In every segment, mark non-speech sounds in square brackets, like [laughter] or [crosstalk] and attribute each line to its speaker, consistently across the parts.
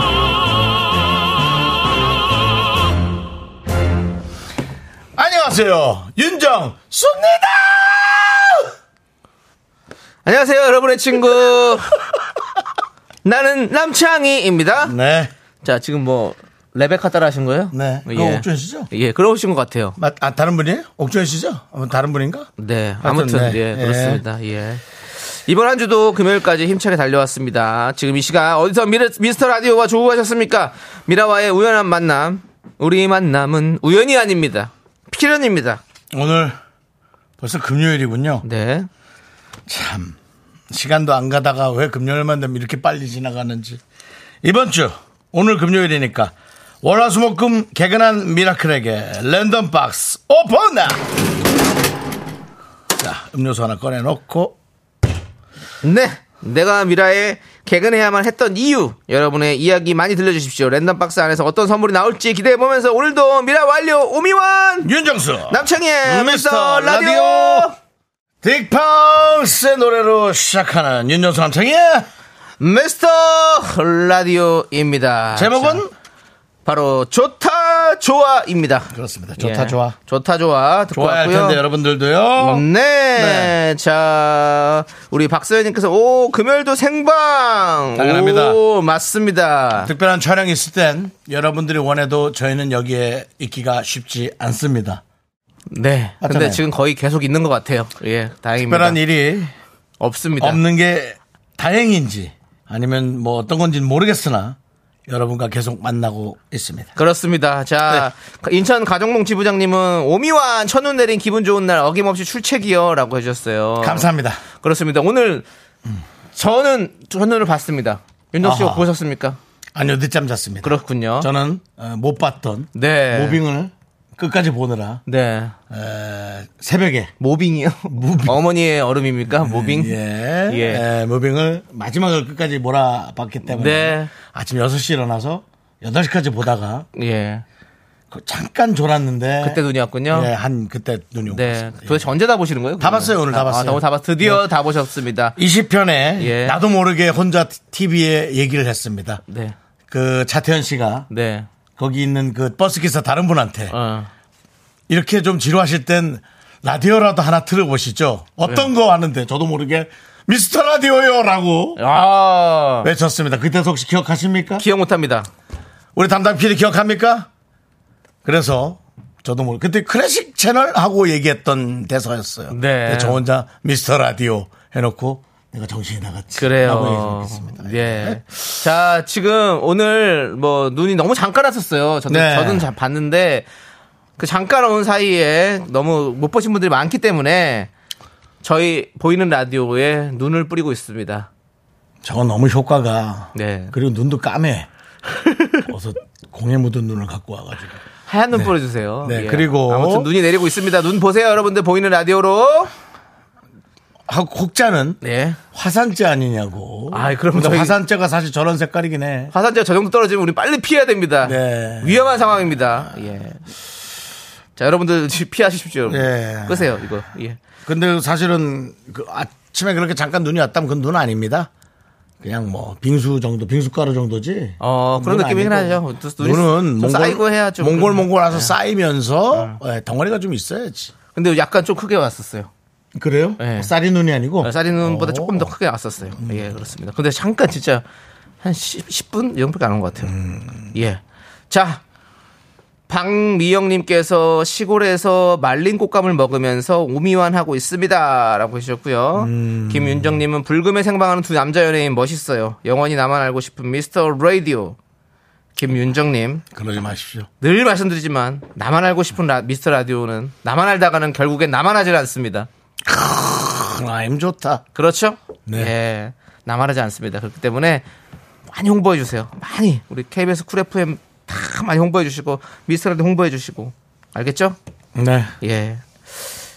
Speaker 1: 안녕하세요. 윤정수입니다.
Speaker 2: 안녕하세요, 여러분의 친구. 나는 남창희입니다.
Speaker 1: 네.
Speaker 2: 자, 지금 뭐, 레베카 따라 하신 거예요?
Speaker 1: 네. 그거 옥주현 씨죠?
Speaker 2: 예, 그러신 것 같아요.
Speaker 1: 맞, 아, 다른 분이에요? 옥주현 씨죠? 어, 다른 분인가?
Speaker 2: 네,
Speaker 1: 하여튼, 네.
Speaker 2: 아무튼, 예,
Speaker 1: 예.
Speaker 2: 그렇습니다. 예. 이번 한 주도 금요일까지 힘차게 달려왔습니다. 지금 이 시간 어디서 미르, 미스터 라디오와 조우하셨습니까? 미라와의 우연한 만남. 우리 만남은 우연이 아닙니다. 필연입니다.
Speaker 1: 오늘 벌써 금요일이군요.
Speaker 2: 네.
Speaker 1: 참. 시간도 안 가다가 왜 금요일만 되면 이렇게 빨리 지나가는지. 이번 주, 오늘 금요일이니까 월화수목금 개근한 미라클에게 랜덤 박스 오픈! 자, 음료수 하나 꺼내놓고
Speaker 2: 네. 내가 미라에 개근해야만 했던 이유 여러분의 이야기 많이 들려주십시오 랜덤 박스 안에서 어떤 선물이 나올지 기대해보면서 오늘도 미라 완료 오미완
Speaker 1: 윤정수!
Speaker 2: 네. 남창희의
Speaker 1: 미스터
Speaker 2: 미스터 라디오,
Speaker 1: 라디오. 딕펑스의 노래로 시작하는 윤정수 남창희의
Speaker 2: 미스터 라디오입니다
Speaker 1: 제목은
Speaker 2: 자, 바로 좋다 좋아입니다
Speaker 1: 그렇습니다. 좋다
Speaker 2: 예.
Speaker 1: 좋아. 음.
Speaker 2: 좋다 좋아 듣고
Speaker 1: 좋아야 할
Speaker 2: 왔고요
Speaker 1: 텐데 여러분들도요.
Speaker 2: 네. 자, 우리 박서연님께서, 오, 금요일도 생방!
Speaker 1: 당연합니다.
Speaker 2: 오, 맞습니다.
Speaker 1: 특별한 촬영이 있을 땐 여러분들이 원해도 저희는 여기에 있기가 쉽지 않습니다.
Speaker 2: 네. 근데
Speaker 1: 맞잖아요.
Speaker 2: 지금 거의 계속 있는 것 같아요. 예, 다행입니다.
Speaker 1: 특별한 일이
Speaker 2: 없습니다.
Speaker 1: 없는 게 다행인지 아니면 뭐 어떤 건지는 모르겠으나 여러분과 계속 만나고 있습니다.
Speaker 2: 그렇습니다. 자,
Speaker 1: 네.
Speaker 2: 인천 가정농 지부장님은 오미완 천운 내린 기분 좋은 날 어김없이 출첵이요라고 해주셨어요.
Speaker 1: 감사합니다. 음.
Speaker 2: 그렇습니다. 오늘 저는 천운을 봤습니다. 윤정 씨가
Speaker 1: 아하.
Speaker 2: 보셨습니까?
Speaker 1: 아니요 늦잠 잤습니다.
Speaker 2: 그렇군요.
Speaker 1: 저는 어, 못 봤던
Speaker 2: 네.
Speaker 1: 모빙을 끝까지 보느라
Speaker 2: 네.
Speaker 1: 에, 새벽에
Speaker 2: 모빙이요.
Speaker 1: [laughs] 모빙.
Speaker 2: 어머니의 얼음입니까? 모빙.
Speaker 1: 예,
Speaker 2: [laughs] 예.
Speaker 1: 예, 무빙을 마지막을 끝까지 몰아봤기 때문에
Speaker 2: 네.
Speaker 1: 아침 6시 일어나서 8시까지 보다가
Speaker 2: 예.
Speaker 1: 그 잠깐 졸았는데
Speaker 2: 그때 눈이 왔군요.
Speaker 1: 예, 한 그때 눈이 오고
Speaker 2: 네.
Speaker 1: 있습니다.
Speaker 2: 도대체 언제 다 보시는 거예요?
Speaker 1: 다
Speaker 2: 그러면?
Speaker 1: 봤어요, 오늘 다
Speaker 2: 아,
Speaker 1: 봤어요. 예.
Speaker 2: 다, 봤- 드디어 다 보셨습니다.
Speaker 1: 20편에
Speaker 2: 예.
Speaker 1: 나도 모르게 혼자 TV에 얘기를 했습니다.
Speaker 2: 네.
Speaker 1: 그 차태현 씨가
Speaker 2: 네.
Speaker 1: 거기 있는 그 버스 기사 다른 분한테
Speaker 2: 어.
Speaker 1: 이렇게 좀 지루하실 땐 라디오라도 하나 틀어보시죠. 어떤
Speaker 2: 네.
Speaker 1: 거 하는데 저도 모르게 미스터 라디오요라고
Speaker 2: 네. 아.
Speaker 1: 외쳤습니다. 그때 혹시 기억하십니까?
Speaker 2: 기억 못합니다.
Speaker 1: 우리 담당 PD 기억합니까? 그래서 저도 모르 그때 클래식 채널하고 얘기했던 대사였어요.
Speaker 2: 네.
Speaker 1: 근데 저 혼자 미스터 라디오 해놓고 내가 정신이 나갔지. 라고
Speaker 2: 그래요.
Speaker 1: 얘기했습니다. 네.
Speaker 2: 예. 자, 지금 오늘 뭐 눈이 너무 잠깐 왔었어요. 저는
Speaker 1: 네.
Speaker 2: 저는 자- 봤는데 그 잠깐 온 사이에 너무 못 보신 분들이 많기 때문에 저희 보이는 라디오에 눈을 뿌리고 있습니다.
Speaker 1: 저건 너무 효과가.
Speaker 2: 네.
Speaker 1: 그리고 눈도
Speaker 2: [laughs]
Speaker 1: 까매. 어서 공에 묻은 눈을 갖고 와가지고.
Speaker 2: 하얀 눈 뿌려주세요. 예.
Speaker 1: 네, 그리고-
Speaker 2: 아무튼 눈이 내리고 있습니다. 눈 보세요, 여러분들 보이는 라디오로.
Speaker 1: 하고 곡자는
Speaker 2: 네.
Speaker 1: 화산재 아니냐고.
Speaker 2: 아이, 그럼
Speaker 1: 근데
Speaker 2: 저희-
Speaker 1: 화산재가 사실 저런 색깔이긴 해.
Speaker 2: 화산재가 저 정도 떨어지면 우리 빨리 피해야 됩니다.
Speaker 1: 네. 아.
Speaker 2: 위험한 상황입니다. 예. 자, 여러분들 [laughs] 피하십시오. 여러분.
Speaker 1: 예.
Speaker 2: 끄세요, 이거. 예.
Speaker 1: 근데 사실은 그 아침에 그렇게 잠깐 눈이 왔다면 그건 눈 아닙니다. 그냥 뭐 빙수 정도, 빙수가루 정도지.
Speaker 2: 어, 그런
Speaker 1: 눈
Speaker 2: 느낌이긴
Speaker 1: 아니고.
Speaker 2: 하죠. 또 눈이
Speaker 1: 눈은
Speaker 2: 좀
Speaker 1: 몽골,
Speaker 2: 쌓이고 네. 해야 좀
Speaker 1: 몽골
Speaker 2: 그런-
Speaker 1: 몽골 와서 쌓이면서
Speaker 2: 네.
Speaker 1: 예, 덩어리가 좀 있어야지.
Speaker 2: 근데 약간 좀 크게 왔었어요.
Speaker 1: 그래요?
Speaker 2: 예.
Speaker 1: 쌀이 눈이 아니고
Speaker 2: 쌀이 눈보다
Speaker 1: 어. 음.
Speaker 2: 조금 더 크게 왔었어요. 예, 그렇습니다. 근데 잠깐 진짜 한 10, 분이 정도밖에 안 온 것 같아요.
Speaker 1: 음.
Speaker 2: 예. 자. 박미영님께서 시골에서 말린 꽃감을 먹으면서 오미완하고 있습니다라고 해주셨고요.
Speaker 1: 음.
Speaker 2: 김윤정님은 불금에 생방하는 두 남자 연예인 멋있어요. 영원히 나만 알고 싶은 미스터 라디오. 김윤정님
Speaker 1: 그러지 마십시오.
Speaker 2: 늘 말씀드리지만 나만 알고 싶은 라- 미스터 라디오는 나만 알다가는 결국엔 나만 하질 않습니다.
Speaker 1: 큰 라임 좋다.
Speaker 2: 그렇죠?
Speaker 1: 네.
Speaker 2: 예. 남아라지 않습니다. 그렇기 때문에 많이 홍보해 주세요. 많이 우리 KBS 쿨 FM 다 많이 홍보해 주시고 미스터라도 홍보해 주시고 알겠죠?
Speaker 1: 네.
Speaker 2: 예.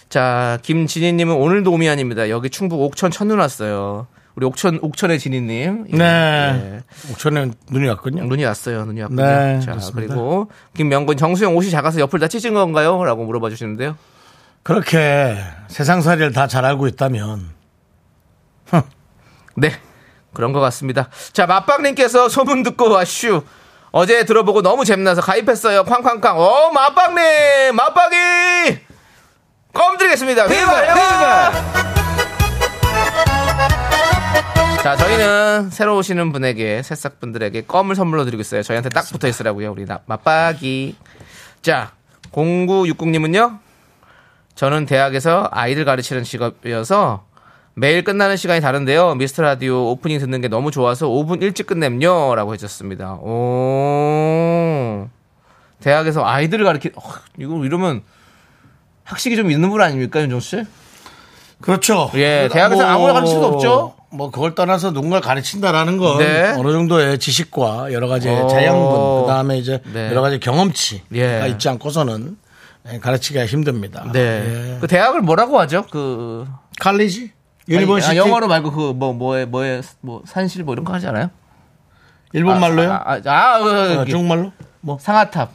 Speaker 2: 자, 김진희님은 오늘도 오미안입니다. 여기 충북 옥천 첫눈 왔어요. 우리 옥천, 옥천의 진희님. 예,
Speaker 1: 네.
Speaker 2: 예.
Speaker 1: 옥천에 눈이 왔군요.
Speaker 2: 눈이 왔어요. 눈이 왔군요.
Speaker 1: 네,
Speaker 2: 자,
Speaker 1: 그렇습니다.
Speaker 2: 그리고 김명근 정수영 옷이 작아서 옆을 다 찢은 건가요? 라고 물어봐 주시는데요.
Speaker 1: 그렇게 세상살이를 다 잘 알고 있다면
Speaker 2: 네. 그런 것 같습니다. 자, 맛빵님께서 소문 듣고 와슈. 어제 들어보고 너무 잼나서 가입했어요. 쾅쾅쾅. 어, 맛빵님! 맛빵이! 껌 드리겠습니다. 비바! 비바! 자, 저희는 새로 오시는 분에게, 새싹분들에게 껌을 선물로 드리고 있어요. 저희한테 딱 붙어 있으라고요. 우리 나- 맛박이. 자, 0960님은요? 저는 대학에서 아이들 가르치는 직업이어서 매일 끝나는 시간이 다른데요. 미스터 라디오 오프닝 듣는 게 너무 좋아서 5분 일찍 끝냄요. 라고 해줬습니다. 오. 대학에서 아이들을 가르치, 어, 이거 이러면 학식이 좀 있는 분 아닙니까, 윤정 씨?
Speaker 1: 그렇죠.
Speaker 2: 예, 대학에서 아무나 가르칠 수도 없죠.
Speaker 1: 뭐 그걸 떠나서 누군가 가르친다라는 건
Speaker 2: 네.
Speaker 1: 어느 정도의 지식과 여러 가지
Speaker 2: 어.
Speaker 1: 재양분, 그다음에 이제
Speaker 2: 네.
Speaker 1: 여러 가지 경험치가
Speaker 2: 예.
Speaker 1: 있지 않고서는 예, 가르치기가 힘듭니다.
Speaker 2: 네.
Speaker 1: 예.
Speaker 2: 그 대학을 뭐라고 하죠? 그.
Speaker 1: 칼리지?
Speaker 2: 아니,
Speaker 1: 유니버시티?
Speaker 2: 아, 영어로 말고 그 뭐, 뭐에, 뭐에, 뭐, 산실 뭐 이런 거 하지 않아요?
Speaker 1: 일본 말로요?
Speaker 2: 아, 아, 아, 아,
Speaker 1: 어,
Speaker 2: 아,
Speaker 1: 중국말로?
Speaker 2: 뭐. 상아탑.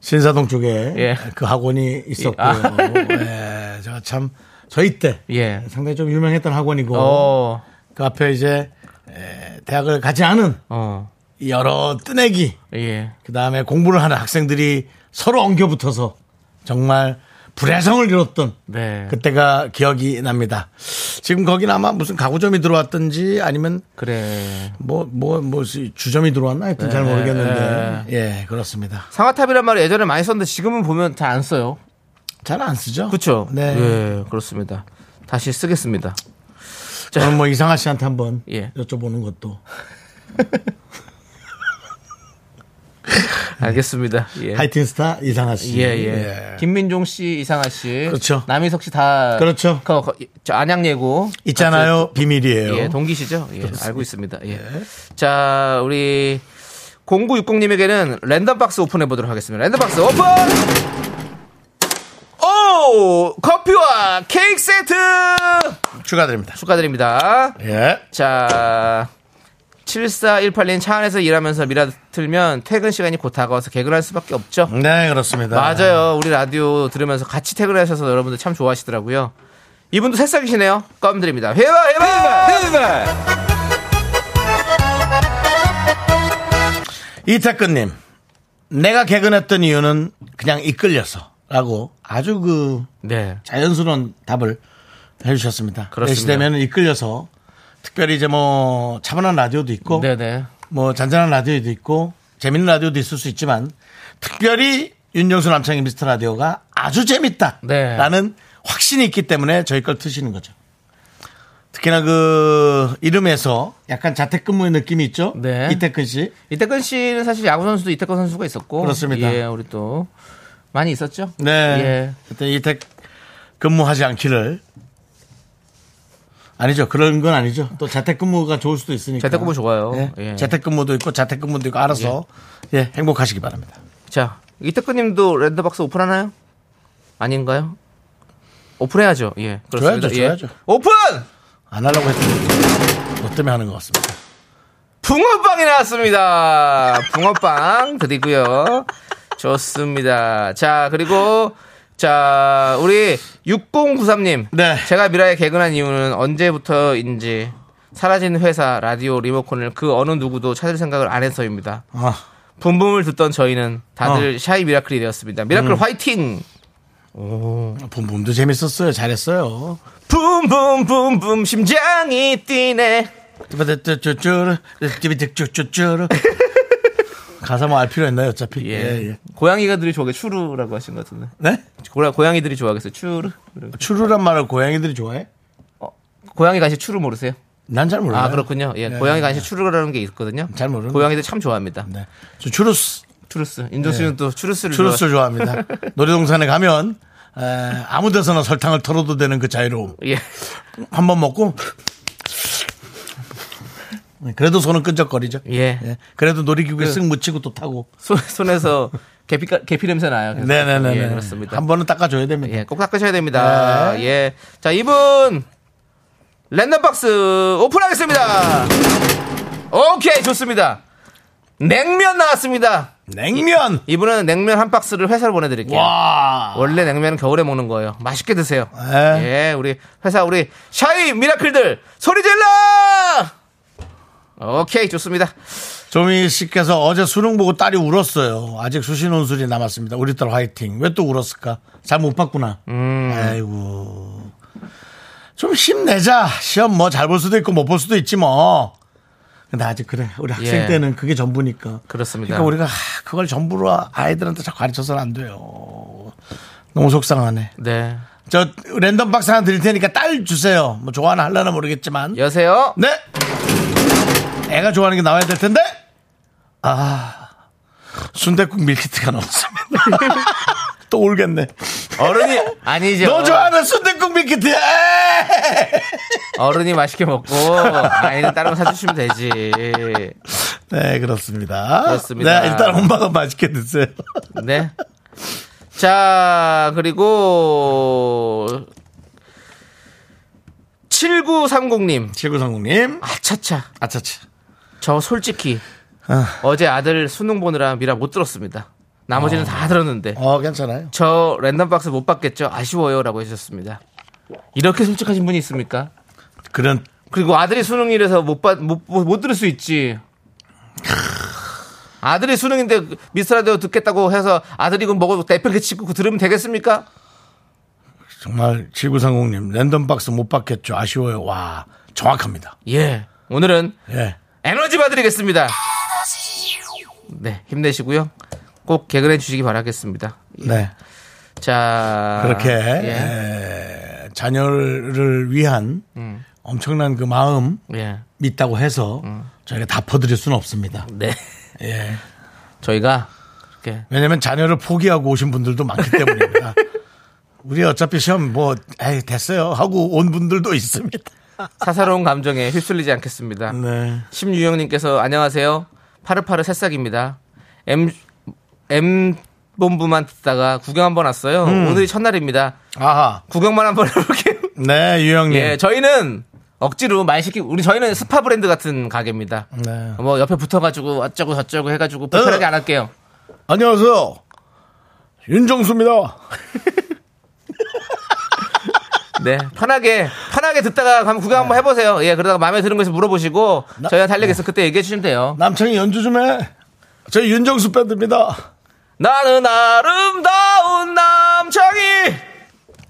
Speaker 1: 신사동 쪽에
Speaker 2: 예.
Speaker 1: 그 학원이 있었고요.
Speaker 2: 아. [laughs]
Speaker 1: 예, 제가 참 저희 때
Speaker 2: 예.
Speaker 1: 상당히 좀 유명했던 학원이고
Speaker 2: 어.
Speaker 1: 그 앞에 이제 에, 대학을 가지 않은
Speaker 2: 어.
Speaker 1: 여러 뜨내기
Speaker 2: 예.
Speaker 1: 그 다음에 공부를 하는 학생들이 서로 엉겨붙어서 정말 불해성을 이뤘던
Speaker 2: 네.
Speaker 1: 그때가 기억이 납니다. 지금 거긴 아마 무슨 가구점이 들어왔든지 아니면
Speaker 2: 그래.
Speaker 1: 뭐 뭐뭐 주점이 들어왔나 하여튼 잘
Speaker 2: 네.
Speaker 1: 모르겠는데 예 그렇습니다.
Speaker 2: 상아탑이란 말을 예전에 많이 썼는데 지금은 보면 잘 안 써요.
Speaker 1: 잘 안 쓰죠?
Speaker 2: 그렇죠.
Speaker 1: 네.
Speaker 2: 예, 그렇습니다. 다시 쓰겠습니다.
Speaker 1: 저는 뭐 이상아 씨한테 한번
Speaker 2: 예.
Speaker 1: 여쭤보는 것도
Speaker 2: 알겠습니다. 예.
Speaker 1: 하이틴 스타 이상아 씨.
Speaker 2: 예, 예. 김민종 씨, 이상아 씨.
Speaker 1: 그렇죠.
Speaker 2: 남희석 씨 다.
Speaker 1: 그렇죠.
Speaker 2: 거- 거- 저 안양예고.
Speaker 1: 있잖아요 비밀이에요.
Speaker 2: 예, 동기시죠? 예, 알고 있습니다. 예. 자, 우리 0960님에게는 랜덤박스 오픈해 보도록 하겠습니다. 랜덤박스 오픈! 오! 커피와 케이크 세트!
Speaker 1: 추가드립니다.
Speaker 2: 축하드립니다.
Speaker 1: 예.
Speaker 2: 자, 7418님 차 안에서 일하면서 미라 틀면 퇴근 시간이 곧 다가와서 개근할 수밖에 없죠.
Speaker 1: 네 그렇습니다.
Speaker 2: 맞아요. 우리 라디오 들으면서 같이 퇴근하셔서 여러분들 참 좋아하시더라고요. 이분도 새싹이시네요. 껌 드립니다. 회바, 회바, 회바!
Speaker 1: 이태근님, 내가 개근했던 이유는 그냥 이끌려서 라고 아주 그
Speaker 2: 네.
Speaker 1: 자연스러운 답을 해주셨습니다.
Speaker 2: 그렇습니다.
Speaker 1: 시대면 이끌려서 특별히 이제 뭐 차분한 라디오도 있고
Speaker 2: 네네.
Speaker 1: 뭐 잔잔한 라디오도 있고 재밌는 라디오도 있을 수 있지만 특별히 윤정수 남창희 미스터 라디오가 아주 재밌다.
Speaker 2: 네.
Speaker 1: 라는 확신이 있기 때문에 저희 걸 트시는 거죠. 특히나 그 이름에서 약간 자택근무의 느낌이 있죠.
Speaker 2: 네.
Speaker 1: 이태근 씨.
Speaker 2: 이태근 씨는 사실 야구 선수도 이태근 선수가 있었고.
Speaker 1: 그렇습니다.
Speaker 2: 예, 우리 또. 많이 있었죠? 예.
Speaker 1: 네. 그때 이택 근무하지 않기를. 아니죠. 그런 건 아니죠. 또 재택근무가 좋을 수도 있으니까.
Speaker 2: 재택근무 좋아요.
Speaker 1: 예.
Speaker 2: 예.
Speaker 1: 재택근무도 있고 자택근무도 있고 알아서 예, 행복하시기 바랍니다.
Speaker 2: 예. 자, 이태근 님도 랜더박스 오픈하나요? 아닌가요? 오픈해야죠. 예. 그렇습니다.
Speaker 1: 줘야죠,
Speaker 2: 예.
Speaker 1: 줘야죠.
Speaker 2: 오픈!
Speaker 1: 안 하려고 했더니 뭐 때문에 하는 것 같습니다.
Speaker 2: 붕어빵이 나왔습니다. 붕어빵 드리고요. 좋습니다. 자, 그리고 자, 우리 6093님.
Speaker 1: 네.
Speaker 2: 제가 미라에 개근한 이유는 언제부터인지 사라진 회사 라디오 리모컨을 그 어느 누구도 찾을 생각을 안 해서입니다.
Speaker 1: 아,
Speaker 2: 붐붐을 듣던 저희는
Speaker 1: 어.
Speaker 2: 다들 샤이 미라클이 되었습니다.
Speaker 1: 음.
Speaker 2: 미라클 화이팅!
Speaker 1: 붐붐도 재밌었어요. 잘했어요.
Speaker 2: 붐붐붐붐 심장이 뛰네.
Speaker 1: 뚜바뚜뚜쭈쭈루, 뚜비뚜쭈쭈쭈루. 가사 뭐 알 필요 있나요? 어차피.
Speaker 2: 예.
Speaker 1: 예, 예.
Speaker 2: 고양이가들이 좋아하게 추루라고 하신 것 같은데.
Speaker 1: 네?
Speaker 2: 고라- 고양이들이 좋아하겠어요. 추루.
Speaker 1: 추루란 말을 고양이들이 좋아해?
Speaker 2: 어, 고양이 간식 추루 모르세요?
Speaker 1: 난 잘 몰라요. 네.
Speaker 2: 아 그렇군요. 예, 고양이 간식 추루라는 게 있거든요.
Speaker 1: 잘 모르는
Speaker 2: 고양이들 참 좋아합니다.
Speaker 1: 네. 저 추루스.
Speaker 2: 추루스. 인조수는 또 추루스를
Speaker 1: 추루스 [laughs] 좋아합니다. 놀이동산에 가면 에, 아무 데서나 설탕을
Speaker 2: 예,
Speaker 1: 털어도 되는 그 자유로움.
Speaker 2: 좋아- 예.
Speaker 1: 한 번 먹고 그래도 손은 끈적거리죠.
Speaker 2: 예.
Speaker 1: 그래도 놀이기구에 쓱 묻히고 또 타고.
Speaker 2: 손, 손에서 계피, 계피 냄새 나요. 그래서.
Speaker 1: 네네네.
Speaker 2: 예,
Speaker 1: 네
Speaker 2: 그렇습니다.
Speaker 1: 한 번은 네. 닦아줘야 됩니다.
Speaker 2: 예, 꼭 닦으셔야 됩니다. 예. 자, 이분 랜덤박스 오픈하겠습니다. 오케이, 좋습니다. 냉면 나왔습니다.
Speaker 1: 냉면.
Speaker 2: 이분은 냉면 한 박스를 회사로 보내드릴게요.
Speaker 1: 와.
Speaker 2: 원래 냉면은 겨울에 먹는 거예요. 맛있게 드세요.
Speaker 1: 예.
Speaker 2: 예, 우리 회사 우리 샤이 미라클들 소리 질러! 오케이, 좋습니다.
Speaker 1: 조미 씨께서 어제 수능 보고 딸이 울었어요. 아직 수시 논술이 남았습니다. 우리 딸 화이팅. 왜 또 울었을까? 잘 못 봤구나.
Speaker 2: 음.
Speaker 1: 아이고. 좀 힘내자. 시험 뭐 잘 볼 수도 있고 못 볼 수도 있지 뭐. 근데 아직 그래. 우리 학생
Speaker 2: 예.
Speaker 1: 때는 그게 전부니까.
Speaker 2: 그렇습니다.
Speaker 1: 그러니까 우리가 하, 그걸 전부로 아이들한테 잘 가르쳐서는 안 돼요. 너무 속상하네.
Speaker 2: 네.
Speaker 1: 저 랜덤 박스 하나 드릴 테니까 딸 주세요. 뭐 좋아하나 할라나 모르겠지만.
Speaker 2: 여세요?
Speaker 1: 네. 애가 좋아하는 게 나와야 될 텐데. 아. 순대국 밀키트가 나왔습니다. [laughs] 또 울겠네.
Speaker 2: 어른이 아니죠.
Speaker 1: 너 좋아하는 순대국 밀키트. 에이!
Speaker 2: 어른이 맛있게 먹고 아이는 다른 거 사주시면 되지.
Speaker 1: 네, 그렇습니다.
Speaker 2: 그렇습니다.
Speaker 1: 네, 일단 엄마가 맛있게 드세요.
Speaker 2: 네. 자, 그리고 7930님.
Speaker 1: 최구성국님.
Speaker 2: 아차차.
Speaker 1: 아차차.
Speaker 2: 저 솔직히 어제 아들 수능 보느라 미라 못 들었습니다. 나머지는 다 들었는데
Speaker 1: 어, 괜찮아요.
Speaker 2: 저 랜덤박스 못 받겠죠? 아쉬워요라고 해주셨습니다. 이렇게 솔직하신 분이 있습니까?
Speaker 1: 그런
Speaker 2: 그리고 아들이 수능이라서 못, 받, 못, 못, 못 들을 수 있지. 아들이 수능인데 미스라디오 듣겠다고 해서 아들이 그거 먹어도 대표 치고 들으면 되겠습니까?
Speaker 1: 정말 최구성국님 랜덤 박스 못 받겠죠. 아쉬워요. 와, 정확합니다.
Speaker 2: 예. 오늘은
Speaker 1: 예.
Speaker 2: 에너지 받드리겠습니다. 네. 힘내시고요. 꼭 개근해 주시기 바라겠습니다.
Speaker 1: 네.
Speaker 2: 자.
Speaker 1: 그렇게
Speaker 2: 예. 음.
Speaker 1: 에, 자녀를 위한 엄청난 그 마음
Speaker 2: 예.
Speaker 1: 있다고 해서
Speaker 2: 음.
Speaker 1: 저희가 다 퍼드릴 수는 없습니다.
Speaker 2: 네.
Speaker 1: 예.
Speaker 2: 저희가 이렇게
Speaker 1: 왜냐하면 자녀를 포기하고 오신 분들도
Speaker 2: [laughs]
Speaker 1: 많기 때문입니다. 우리 어차피 시험 뭐 에이 됐어요 하고 온 분들도 있습니다.
Speaker 2: 사사로운 감정에 휩쓸리지 않겠습니다.
Speaker 1: 네.
Speaker 2: 심유영님께서 안녕하세요. 파르파르 새싹입니다. M M 본부만 듣다가 구경 한번 왔어요. 오늘이 첫날입니다.
Speaker 1: 아하.
Speaker 2: 구경만 한번 [laughs] 해볼게요.
Speaker 1: 네 유영님.
Speaker 2: 예, 저희는 억지로 말 시키. 우리 저희는 스파 브랜드 같은 가게입니다.
Speaker 1: 네.
Speaker 2: 뭐 옆에 붙어가지고 어쩌고 저쩌고 해가지고 불편하게 안 할게요.
Speaker 1: 안녕하세요. 윤정수입니다.
Speaker 2: 네, 편하게 편하게 듣다가 가면 구경 한번 해보세요. 예, 그러다가 마음에 드는 거에서 물어보시고 저희가 달리겠어 그때 얘기해 주시면 돼요.
Speaker 1: 남창이 연주 좀 해. 저희 윤정수 밴드입니다.
Speaker 2: 나는 아름다운 남창이.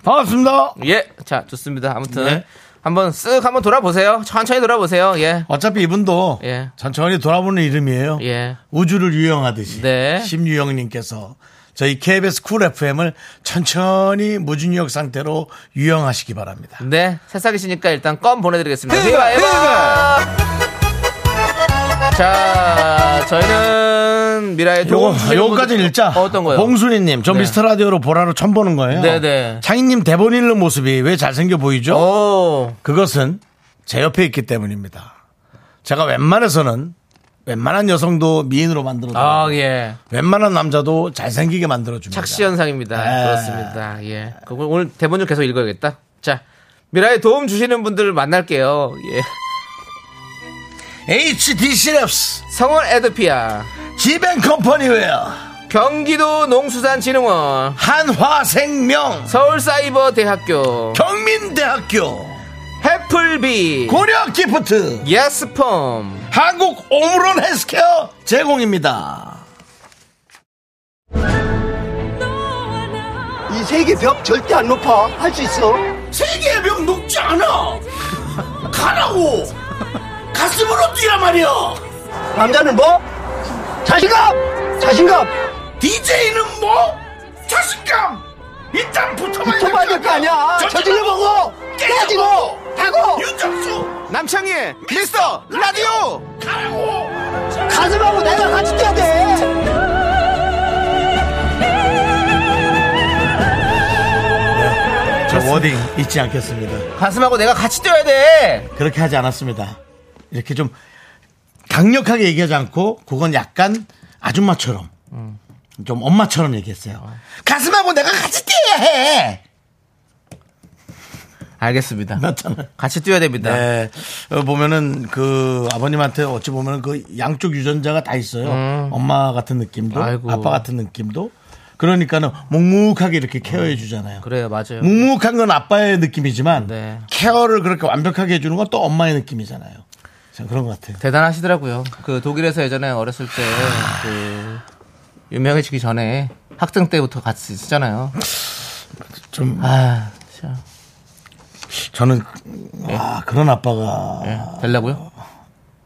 Speaker 1: 반갑습니다.
Speaker 2: 예, 자 좋습니다. 아무튼
Speaker 1: 네.
Speaker 2: 한번 쓱 한번 돌아보세요. 천천히 돌아보세요. 예,
Speaker 1: 어차피 이분도
Speaker 2: 예.
Speaker 1: 천천히 돌아보는 이름이에요.
Speaker 2: 예,
Speaker 1: 우주를 유영하듯이
Speaker 2: 네.
Speaker 1: 심유영님께서 저희 KBS 쿨 FM을 천천히 무중력 상태로 유영하시기 바랍니다.
Speaker 2: 네 새싹이시니까 일단 껌 보내드리겠습니다. 휘바 휘바. 자, 저희는 미라의
Speaker 1: 요거
Speaker 2: 도움 주시는
Speaker 1: 요거까지
Speaker 2: 분들-
Speaker 1: 읽자.
Speaker 2: 어, 어떤 거요?
Speaker 1: 봉순이님, 저
Speaker 2: 네.
Speaker 1: 미스터 라디오로 보라로 처음 보는 거예요.
Speaker 2: 네네. 어.
Speaker 1: 창희님 대본 읽는 모습이 왜 잘생겨 보이죠?
Speaker 2: 오,
Speaker 1: 그것은 제 옆에 있기 때문입니다. 제가 웬만해서는 웬만한 여성도 미인으로 만들어.
Speaker 2: 아
Speaker 1: 줍니다.
Speaker 2: 예,
Speaker 1: 웬만한 남자도 잘생기게 만들어 줍니다.
Speaker 2: 착시 현상입니다.
Speaker 1: 네.
Speaker 2: 그렇습니다. 예, 그걸 오늘 대본 좀 계속 읽어야겠다. 자, 미라의 도움 주시는 분들을 만날게요. 예,
Speaker 1: HDC 랩스
Speaker 2: 성원 에드피아,
Speaker 1: 지벤 컴퍼니웨어
Speaker 2: 경기도 농수산진흥원.
Speaker 1: 한화생명
Speaker 2: 서울사이버대학교
Speaker 1: 경민대학교
Speaker 2: 해플비
Speaker 1: 고려기프트
Speaker 2: 예스펌
Speaker 1: 한국 오므론 헬스케어 제공입니다.
Speaker 3: 이 세계 벽 절대 안 높아. 할 수 있어.
Speaker 1: 세계의 병 녹지 않아. 가라고. 가슴으로 뛰라 말이야.
Speaker 3: 남자는 뭐? 자신감! 자신감!
Speaker 1: DJ는 뭐? 자신감. 일단 붙어봐야
Speaker 3: 붙어봐야 될 거 아니야. 저질러 보고! 깨지고! 하고!
Speaker 1: 윤정수
Speaker 2: 남창희의 미스터 라디오
Speaker 1: 가라고.
Speaker 3: 가슴하고 내가 같이 뛰어야 돼!
Speaker 1: 저 워딩 잊지 않겠습니다.
Speaker 2: 가슴하고 내가 같이 뛰어야 돼
Speaker 1: 그렇게 하지 않았습니다. 이렇게 좀 강력하게 얘기하지 않고 그건 약간 아줌마처럼 좀 엄마처럼 얘기했어요. 가슴하고 내가 같이 뛰어야 해.
Speaker 2: 알겠습니다.
Speaker 1: 맞잖아요.
Speaker 2: 같이 뛰어야 됩니다.
Speaker 1: 네. 어, 보면은 그 아버님한테 어찌 보면은 그 양쪽 유전자가 다 있어요. 엄마 같은 느낌도
Speaker 2: 아이고.
Speaker 1: 음. 아빠 같은 느낌도 그러니까는 묵묵하게 이렇게 케어해 주잖아요.
Speaker 2: 그래요, 맞아요.
Speaker 1: 묵묵한 건 아빠의 느낌이지만
Speaker 2: 네.
Speaker 1: 케어를 그렇게 완벽하게 해주는 건 또 엄마의 느낌이잖아요. 참 그런 것 같아요.
Speaker 2: 대단하시더라고요. 그 독일에서 예전에 어렸을 때 그 유명해지기 전에 학생 때부터 같이 있잖아요.
Speaker 1: 좀
Speaker 2: 아, 진짜.
Speaker 1: 저는 아 그런 아빠가
Speaker 2: 예, 되려고요?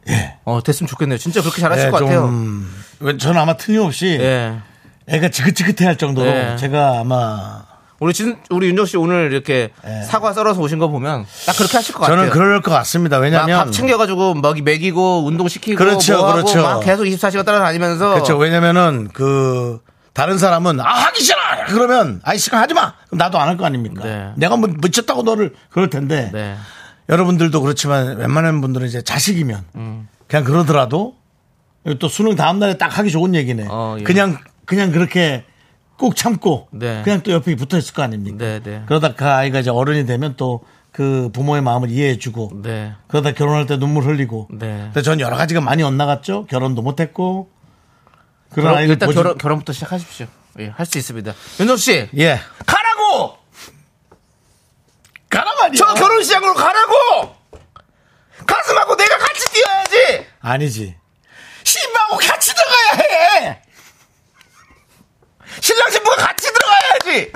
Speaker 2: 예. 어, 됐으면 좋겠네요. 진짜 그렇게 잘하실
Speaker 1: 예,
Speaker 2: 것 같아요.
Speaker 1: 좀, 왜 저는 아마 틀림없이
Speaker 2: 예.
Speaker 1: 애가 지긋지긋해 할 정도로
Speaker 2: 예.
Speaker 1: 제가 아마
Speaker 2: 우리 진, 우리 윤정 씨 오늘 이렇게
Speaker 1: 예.
Speaker 2: 사과 썰어서 오신 거 보면 딱 그렇게 하실 것
Speaker 1: 저는
Speaker 2: 같아요.
Speaker 1: 그럴 것 같습니다.
Speaker 2: 막
Speaker 1: 왜냐면
Speaker 2: 밥 챙겨가지고 먹이 먹이고 운동 시키고
Speaker 1: 그렇죠,
Speaker 2: 뭐 하고
Speaker 1: 그렇죠.
Speaker 2: 막 계속 24시간 따라다니면서
Speaker 1: 그렇죠. 왜냐면은 그 다른 사람은 아 하기 싫어 그러면 아이 시간 하지 마. 그럼 나도 안 할 거 아닙니까?
Speaker 2: 네.
Speaker 1: 내가 뭐 미쳤다고 너를 그럴 텐데
Speaker 2: 네.
Speaker 1: 여러분들도 그렇지만 웬만한 분들은 이제 자식이면
Speaker 2: 음.
Speaker 1: 그냥 그러더라도 또 수능 다음 날에 딱 하기 좋은 얘기네.
Speaker 2: 어, 예.
Speaker 1: 그냥 그냥 그렇게 꼭 참고
Speaker 2: 네.
Speaker 1: 그냥 또 옆에 붙어 있을 거 아닙니까?
Speaker 2: 네, 네.
Speaker 1: 그러다 그 아이가 이제 어른이 되면 또 그 부모의 마음을 이해해주고
Speaker 2: 네.
Speaker 1: 그러다 결혼할 때 눈물 흘리고.
Speaker 2: 네.
Speaker 1: 근데 전 여러 가지가 많이 엇나갔죠. 결혼도 못했고. 그런
Speaker 2: 결혼-
Speaker 1: 아이를
Speaker 2: 일단
Speaker 1: 보지-
Speaker 2: 결혼, 결혼부터 시작하십시오. 예, 할 수 있습니다. 윤정 씨,
Speaker 1: 예.
Speaker 2: 가라고!
Speaker 1: 가라 말이야.
Speaker 2: 저 결혼시장으로 가라고! 가슴하고 내가 같이 뛰어야지!
Speaker 1: 아니지.
Speaker 2: 신부하고 같이 들어가야 해! 신랑 신부가 같이 들어가야지!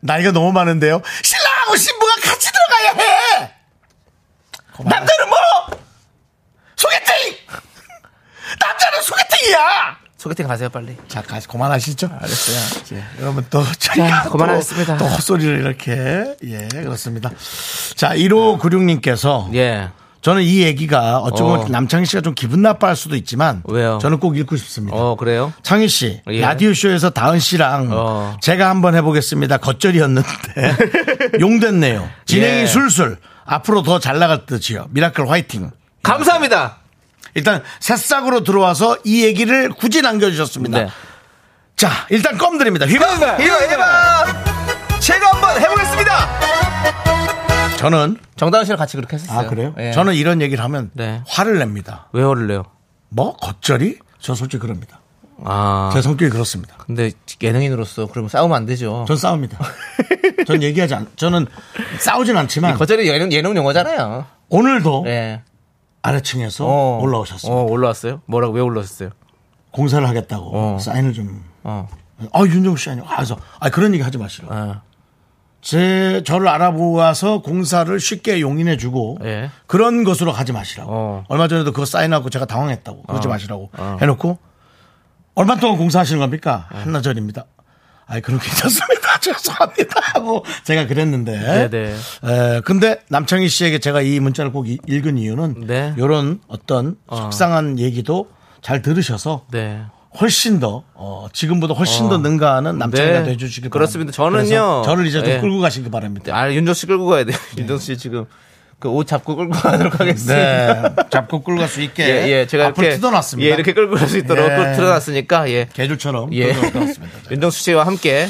Speaker 1: 나이가 너무 많은데요.
Speaker 2: 신랑하고 신부가 같이 들어가야 해! 남자는 뭐? 소개팅! 남자는 소개팅이야! 소개팅 가세요, 빨리.
Speaker 1: 자, 가시 그만하시죠. 알았어요. 예, 여러분 또 저희가 또-
Speaker 2: 그만하겠습니다.
Speaker 1: 또 헛소리를 이렇게 예 그렇습니다. 자, 1596님께서
Speaker 2: 예.
Speaker 1: 저는 이 얘기가 어쩌면
Speaker 2: 어.
Speaker 1: 남창희 씨가 좀 기분 나빠할 수도 있지만
Speaker 2: 왜요?
Speaker 1: 저는 꼭 읽고 싶습니다.
Speaker 2: 어, 그래요?
Speaker 1: 창희 씨
Speaker 2: 예.
Speaker 1: 라디오 쇼에서 다은 씨랑
Speaker 2: 어.
Speaker 1: 제가 한번 해보겠습니다.
Speaker 2: [laughs]
Speaker 1: 겉절이었는데 용됐네요. 진행이
Speaker 2: 예.
Speaker 1: 술술 앞으로 더 잘 나갈 듯이요. 미라클 화이팅.
Speaker 2: 감사합니다!
Speaker 1: 일단 새싹으로 들어와서 이 얘기를 굳이 남겨주셨습니다.
Speaker 2: 네.
Speaker 1: 자 일단 껌 드립니다. 휘바
Speaker 2: 이거 해봐! 제가 한번 해보겠습니다!
Speaker 1: 저는
Speaker 2: 정다은 씨랑 같이 그렇게
Speaker 1: 아,
Speaker 2: 했었어요. 예.
Speaker 1: 저는 이런 얘기를 하면
Speaker 2: 네.
Speaker 1: 화를 냅니다.
Speaker 2: 왜 화를 내요?
Speaker 1: 뭐 겉절이? 저 솔직히 그럽니다.
Speaker 2: 아.
Speaker 1: 제 성격이 그렇습니다.
Speaker 2: 근데 예능인으로서 그러면 싸우면 안 되죠.
Speaker 1: 전 싸웁니다. [laughs] 전 얘기하지 않. 저는 싸우진 않지만
Speaker 2: 거절이 예능, 예능 용어잖아요.
Speaker 1: 오늘도
Speaker 2: 예.
Speaker 1: 아래층에서 올라오셨습니다.
Speaker 2: 어, 올라왔어요? 뭐라고, 왜 올라오셨어요?
Speaker 1: 공사를 하겠다고
Speaker 2: 어.
Speaker 1: 사인을 좀.
Speaker 2: 어.
Speaker 1: 아 윤정수 씨 아니요. 아, 그래서 아 그런 얘기 하지 마시라.
Speaker 2: 아,
Speaker 1: 제 저를 알아보아서 공사를 쉽게 용인해주고
Speaker 2: 예.
Speaker 1: 그런 것으로 가지 마시라고.
Speaker 2: 어.
Speaker 1: 얼마 전에도 그거 사인하고 제가 당황했다고 그러지 마시라고 해놓고 얼마 동안 공사하시는 겁니까? 한나절입니다. 아이 그럼 괜찮습니다. [laughs] 죄송합니다 하고 제가 그랬는데.
Speaker 2: 네네.
Speaker 1: 에, 근데 남창희 씨에게 제가 이 문자를 꼭 이- 읽은 이유는
Speaker 2: 네.
Speaker 1: 이런 어떤 속상한 얘기도 잘 들으셔서
Speaker 2: 네.
Speaker 1: 훨씬 더 어, 지금보다 훨씬 더 능가하는 남자가
Speaker 2: 네.
Speaker 1: 되 해주시길
Speaker 2: 그렇습니다.
Speaker 1: 바랍니다.
Speaker 2: 저는요.
Speaker 1: 그래서 저를 이제 좀
Speaker 2: 예.
Speaker 1: 끌고 가시기 바랍니다.
Speaker 2: 아, 윤정 씨 끌고 가야 돼요. 윤정 씨 지금 그 옷 잡고 끌고 가도록 하겠습니다.
Speaker 1: 예. 네, [laughs] 잡고 끌고 갈 수 있게
Speaker 2: 예, 예, 제가
Speaker 1: 앞을
Speaker 2: 이렇게
Speaker 1: 뜯어놨습니다.
Speaker 2: 예, 이렇게 끌고 갈 수 있도록
Speaker 1: 예.
Speaker 2: 끌 틀어놨으니까 예,
Speaker 1: 개줄처럼
Speaker 2: 예,
Speaker 1: 뜯어놨습니다.
Speaker 2: 윤정수 씨와 함께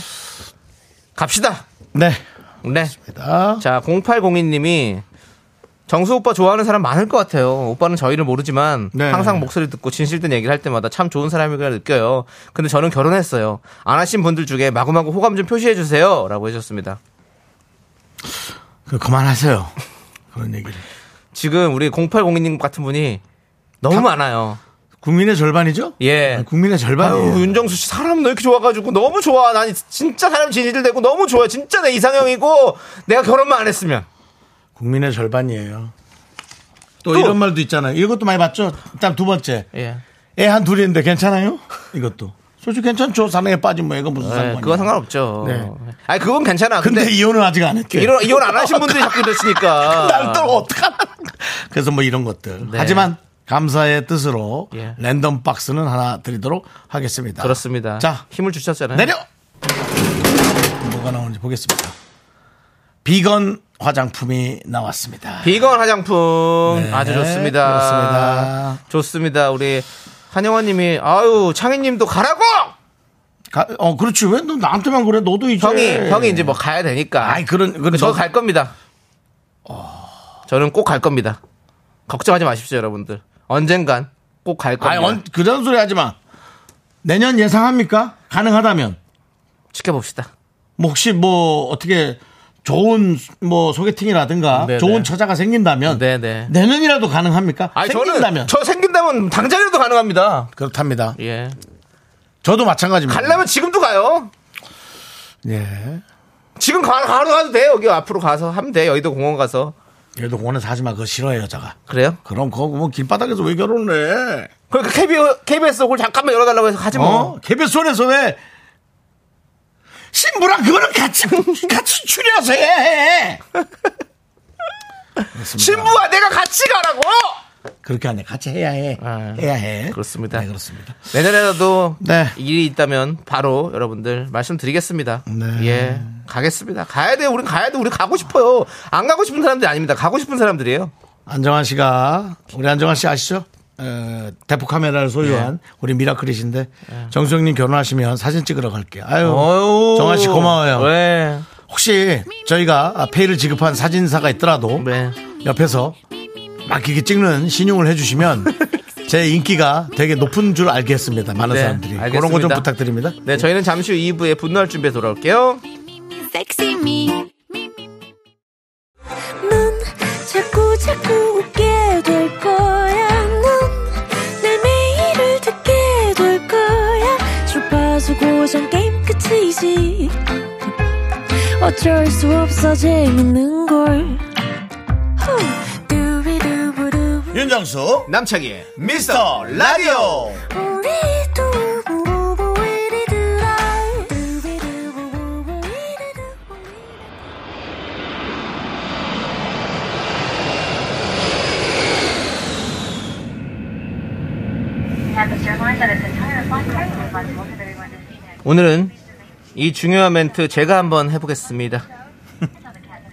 Speaker 2: 갑시다.
Speaker 1: 네,
Speaker 2: [laughs] 네,
Speaker 1: 자,
Speaker 2: 자, 0802님이 정수 오빠 좋아하는 사람 많을 것 같아요. 오빠는 저희를 모르지만
Speaker 1: 네.
Speaker 2: 항상 목소리 듣고 진실된 얘기를 할 때마다 참 좋은 사람이구나 느껴요. 근데 저는 결혼했어요. 안 하신 분들 중에 마구마구 호감 좀 표시해 주세요라고 해주셨습니다.
Speaker 1: 그 그만하세요. 그런 얘기를.
Speaker 2: 지금 우리 0802님 같은 분이 너무 많아요.
Speaker 1: 국민의 절반이죠?
Speaker 2: 예.
Speaker 1: 아, 국민의 절반이에요.
Speaker 2: 아유, 윤정수 씨 사람 너 이렇게 좋아가지고 너무 좋아. 난 진짜 사람 진실되고 너무 좋아. 진짜 내 이상형이고 내가 결혼만 안 했으면.
Speaker 1: 국민의 절반이에요. 또,
Speaker 2: 또.
Speaker 1: 이런 말도 있잖아요. 이것도 많이 봤죠? 일단 두 번째.
Speaker 2: 예.
Speaker 1: 애 한 둘인데 괜찮아요? 이것도. 솔직히 괜찮죠? 사랑에 빠진 뭐 애가 무슨 상관이야.
Speaker 2: 예, 그건 상관없죠.
Speaker 1: 네.
Speaker 2: 아니 그건 괜찮아.
Speaker 1: 근데,
Speaker 2: 근데,
Speaker 1: 이혼은 아직 안 했대.
Speaker 2: 이혼 이혼 안 하신 분들이 자꾸
Speaker 1: [laughs]
Speaker 2: 이러시니까.
Speaker 1: 날또 어떡하나. 그래서 뭐 이런 것들.
Speaker 2: 아. 네.
Speaker 1: 하지만 감사의 뜻으로
Speaker 2: 예.
Speaker 1: 랜덤 박스는 하나 드리도록 하겠습니다.
Speaker 2: 아, 그렇습니다.
Speaker 1: 자,
Speaker 2: 힘을 주셨잖아요.
Speaker 1: 내려! 뭐가 나오는지 보겠습니다. 비건 화장품이 나왔습니다.
Speaker 2: 비건 화장품 아주 좋습니다.
Speaker 1: 네, 그렇습니다.
Speaker 2: 좋습니다. 우리 한영원님이 아유 창희님도 가라고
Speaker 1: 가- 어, 그렇지. 왜 너 나한테만 그래? 너도 이제.
Speaker 2: 형이 형이 이제 뭐 가야
Speaker 1: 네.
Speaker 2: 되니까.
Speaker 1: 아이, 그렇죠. 그런, 그런.
Speaker 2: 저 갈 겁니다. 저는 꼭 갈 겁니다. 걱정하지 마십시오, 여러분들. 언젠간 꼭 갈
Speaker 1: 아니,
Speaker 2: 겁니다.
Speaker 1: 언, 그런 소리 하지 마. 내년 예상합니까? 가능하다면.
Speaker 2: 지켜봅시다.
Speaker 1: 뭐 혹시 뭐 어떻게 좋은 뭐 소개팅이라든가
Speaker 2: 네네.
Speaker 1: 좋은 처자가 생긴다면
Speaker 2: 네네.
Speaker 1: 내년이라도 가능합니까?
Speaker 2: 아니,
Speaker 1: 생긴다면
Speaker 2: 저는 저 생긴다면 당장이라도 가능합니다.
Speaker 1: 그렇답니다.
Speaker 2: 예.
Speaker 1: 저도 마찬가지입니다.
Speaker 2: 가려면 지금도 가요.
Speaker 1: 예.
Speaker 2: 지금 가, 바로 가도 돼. 여기 앞으로 가서 하면 돼. 여의도 공원 가서.
Speaker 1: 그래도 오늘 사지 마. 그거 싫어해 여자가.
Speaker 2: 그래요?
Speaker 1: 그럼 그거 뭐 길바닥에서 왜 결혼을 해?
Speaker 2: 그러니까 KBO, KBS 홀 잠깐만 열어달라고 해서 가지 뭐.
Speaker 1: 어? 개별손에서 왜 신부랑 그거는 같이 [laughs] 같이 추려서 해. 그렇습니다.
Speaker 2: 신부와 내가 같이 가라고!
Speaker 1: 그렇게 하네. 같이 해야 해.
Speaker 2: 아,
Speaker 1: 해야 해.
Speaker 2: 그렇습니다.
Speaker 1: 네, 그렇습니다.
Speaker 2: 내년에라도
Speaker 1: 네.
Speaker 2: 일이 있다면 바로 여러분들 말씀드리겠습니다.
Speaker 1: 네.
Speaker 2: 예. 가겠습니다. 가야 돼요. 우리 가야 돼. 우리 가고 싶어요. 안 가고 싶은 사람들이 아닙니다. 가고 싶은 사람들이에요.
Speaker 1: 안정환 씨가 우리 안정환 씨 아시죠? 어, 대포 카메라를 소유한
Speaker 2: 네.
Speaker 1: 우리 미라클이신데 정수영님 결혼하시면 사진 찍으러 갈게요. 아유
Speaker 2: 어유.
Speaker 1: 정환 씨 고마워요.
Speaker 2: 네.
Speaker 1: 혹시 저희가 아, 페이를 지급한 사진사가 있더라도
Speaker 2: 네.
Speaker 1: 옆에서 막 이렇게 찍는 신용을
Speaker 2: [laughs]
Speaker 1: 해주시면 제 인기가 되게 높은 줄 알겠습니다. 많은
Speaker 2: 네,
Speaker 1: 사람들이 그런 거 좀
Speaker 2: 알겠습니다.
Speaker 1: 부탁드립니다.
Speaker 2: 네, 저희는 잠시 후 2부에 분노할 준비해 돌아올게요.
Speaker 4: 섹시 미. 넌 자꾸 자꾸 웃게 될 거야. 넌내 매일을 듣게 될 거야. 주파수 고정 게임 끝이지. 어쩔 수 없어 재밌는 걸. 후. 두비두부두.
Speaker 1: 윤정수
Speaker 2: 남창희의
Speaker 1: 미스터 라디오
Speaker 4: 우리 두부부부 우리들아. 두비두부부부 우리들아.
Speaker 2: 오늘은 이 중요한 멘트 제가 한번 해보겠습니다.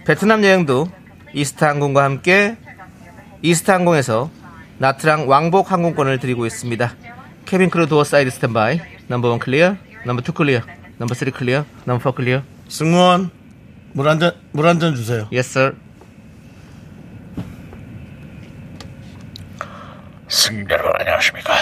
Speaker 2: 베트남 여행도 이스타 항공과 함께 이스타 항공에서 나트랑 왕복 항공권을 드리고 있습니다. 케빈 크루 도어 사이드 스탠바이. 넘버 원 클리어, 넘버 투 클리어, 넘버 쓰리 클리어, 넘버 포 클리어.
Speaker 1: 승무원 물 한 잔 물 한 잔 주세요.
Speaker 2: 예스 sir.
Speaker 5: 승객 여러분 안녕하십니까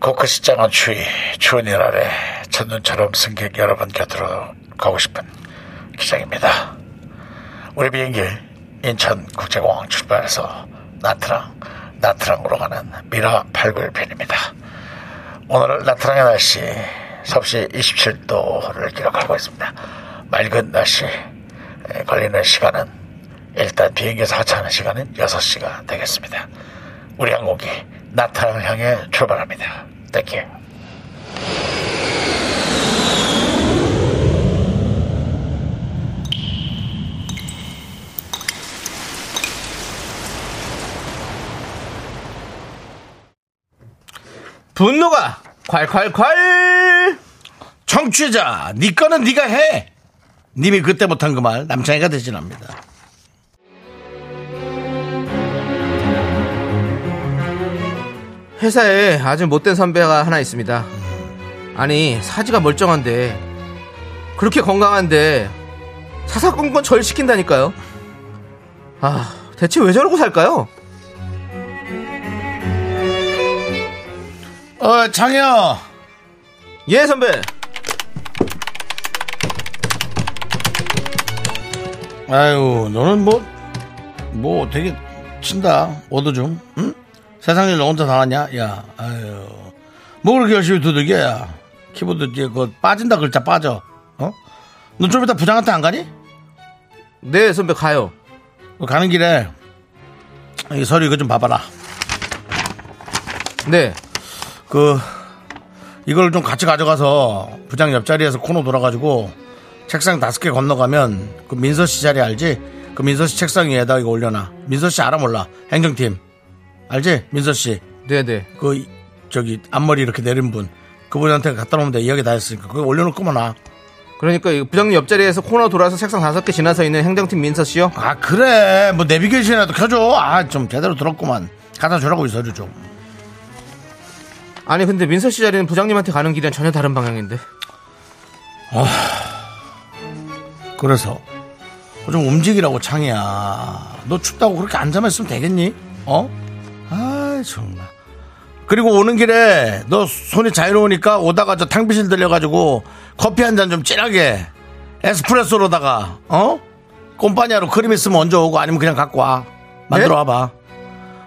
Speaker 5: 코크시장은 추위 추운 일 아래 첫눈처럼 승객 여러분 곁으로 가고 싶은 기장입니다 우리 비행기 인천국제공항 출발해서 나트랑 나트랑으로 가는 미라 891편입니다 오늘 나트랑의 날씨 섭씨 27도를 기록하고 있습니다. 맑은 날씨 에, 걸리는 시간은 일단 비행기에서 하차하는 시간은 6시가 되겠습니다. 우리 항공기 나트랑을 향해 출발합니다. 땡큐.
Speaker 2: 분노가 콸콸콸!
Speaker 1: 청취자 네 거는 네가 해. 님이 그때 못한 그 말 남창이가 대신합니다.
Speaker 2: 회사에 아주 못된 선배가 하나 있습니다. 아니 사지가 멀쩡한데 그렇게 건강한데 사사건건 절 시킨다니까요. 아 대체 왜 저러고 살까요?
Speaker 1: 어 장혁
Speaker 2: 예 선배.
Speaker 1: 아유, 너는 뭐, 뭐 되게 친다. 얻어 좀. 응? 세상 일 너 혼자 다 하냐? 야, 아유. 뭐 그렇게 열심히 두들겨, 야. 키보드 뒤에 그거 빠진다 글자 빠져. 어? 너 좀 이따 부장한테 안 가니?
Speaker 2: 네 선배 가요.
Speaker 1: 그 가는 길에 이 서류 이거 좀 봐봐라.
Speaker 2: 네.
Speaker 1: 그, 이걸 좀 같이 가져가서 부장 옆자리에서 코너 돌아가지고 책상 다섯 개 건너가면 그 민서 씨 자리 알지? 그 민서 씨 책상 위에다 이거 올려놔. 민서 씨 알아 몰라? 행정팀. 알지? 민서 씨.
Speaker 2: 네네.
Speaker 1: 그 이- 저기 앞머리 이렇게 내린 분 그분한테 갖다 놓으면 돼 이야기 다 했으니까 그거 올려놓고만 와
Speaker 2: 그러니까 이 부장님 옆자리에서 코너 돌아서 책상 다섯 개 지나서 있는 행정팀 민서 씨요.
Speaker 1: 아 그래 뭐 내비게이션이라도 켜줘 아 좀 제대로 들었구만 갖다 주라고 있어줘 좀
Speaker 2: 아니 근데 민서 씨 자리는 부장님한테 가는 길이랑 전혀 다른 방향인데.
Speaker 1: 그래서 좀 움직이라고 창이야. 너 춥다고 그렇게 앉아만 있으면 되겠니? 어? 아 정말. 그리고 오는 길에 너 손이 자유로우니까 오다가 저 탕비실 들려가지고 커피 한 잔 좀 진하게 에스프레소로다가 어? 꼼파냐로 크림 있으면 얹어 오고 아니면 그냥 갖고 와. 만들어
Speaker 2: 네?
Speaker 1: 와봐.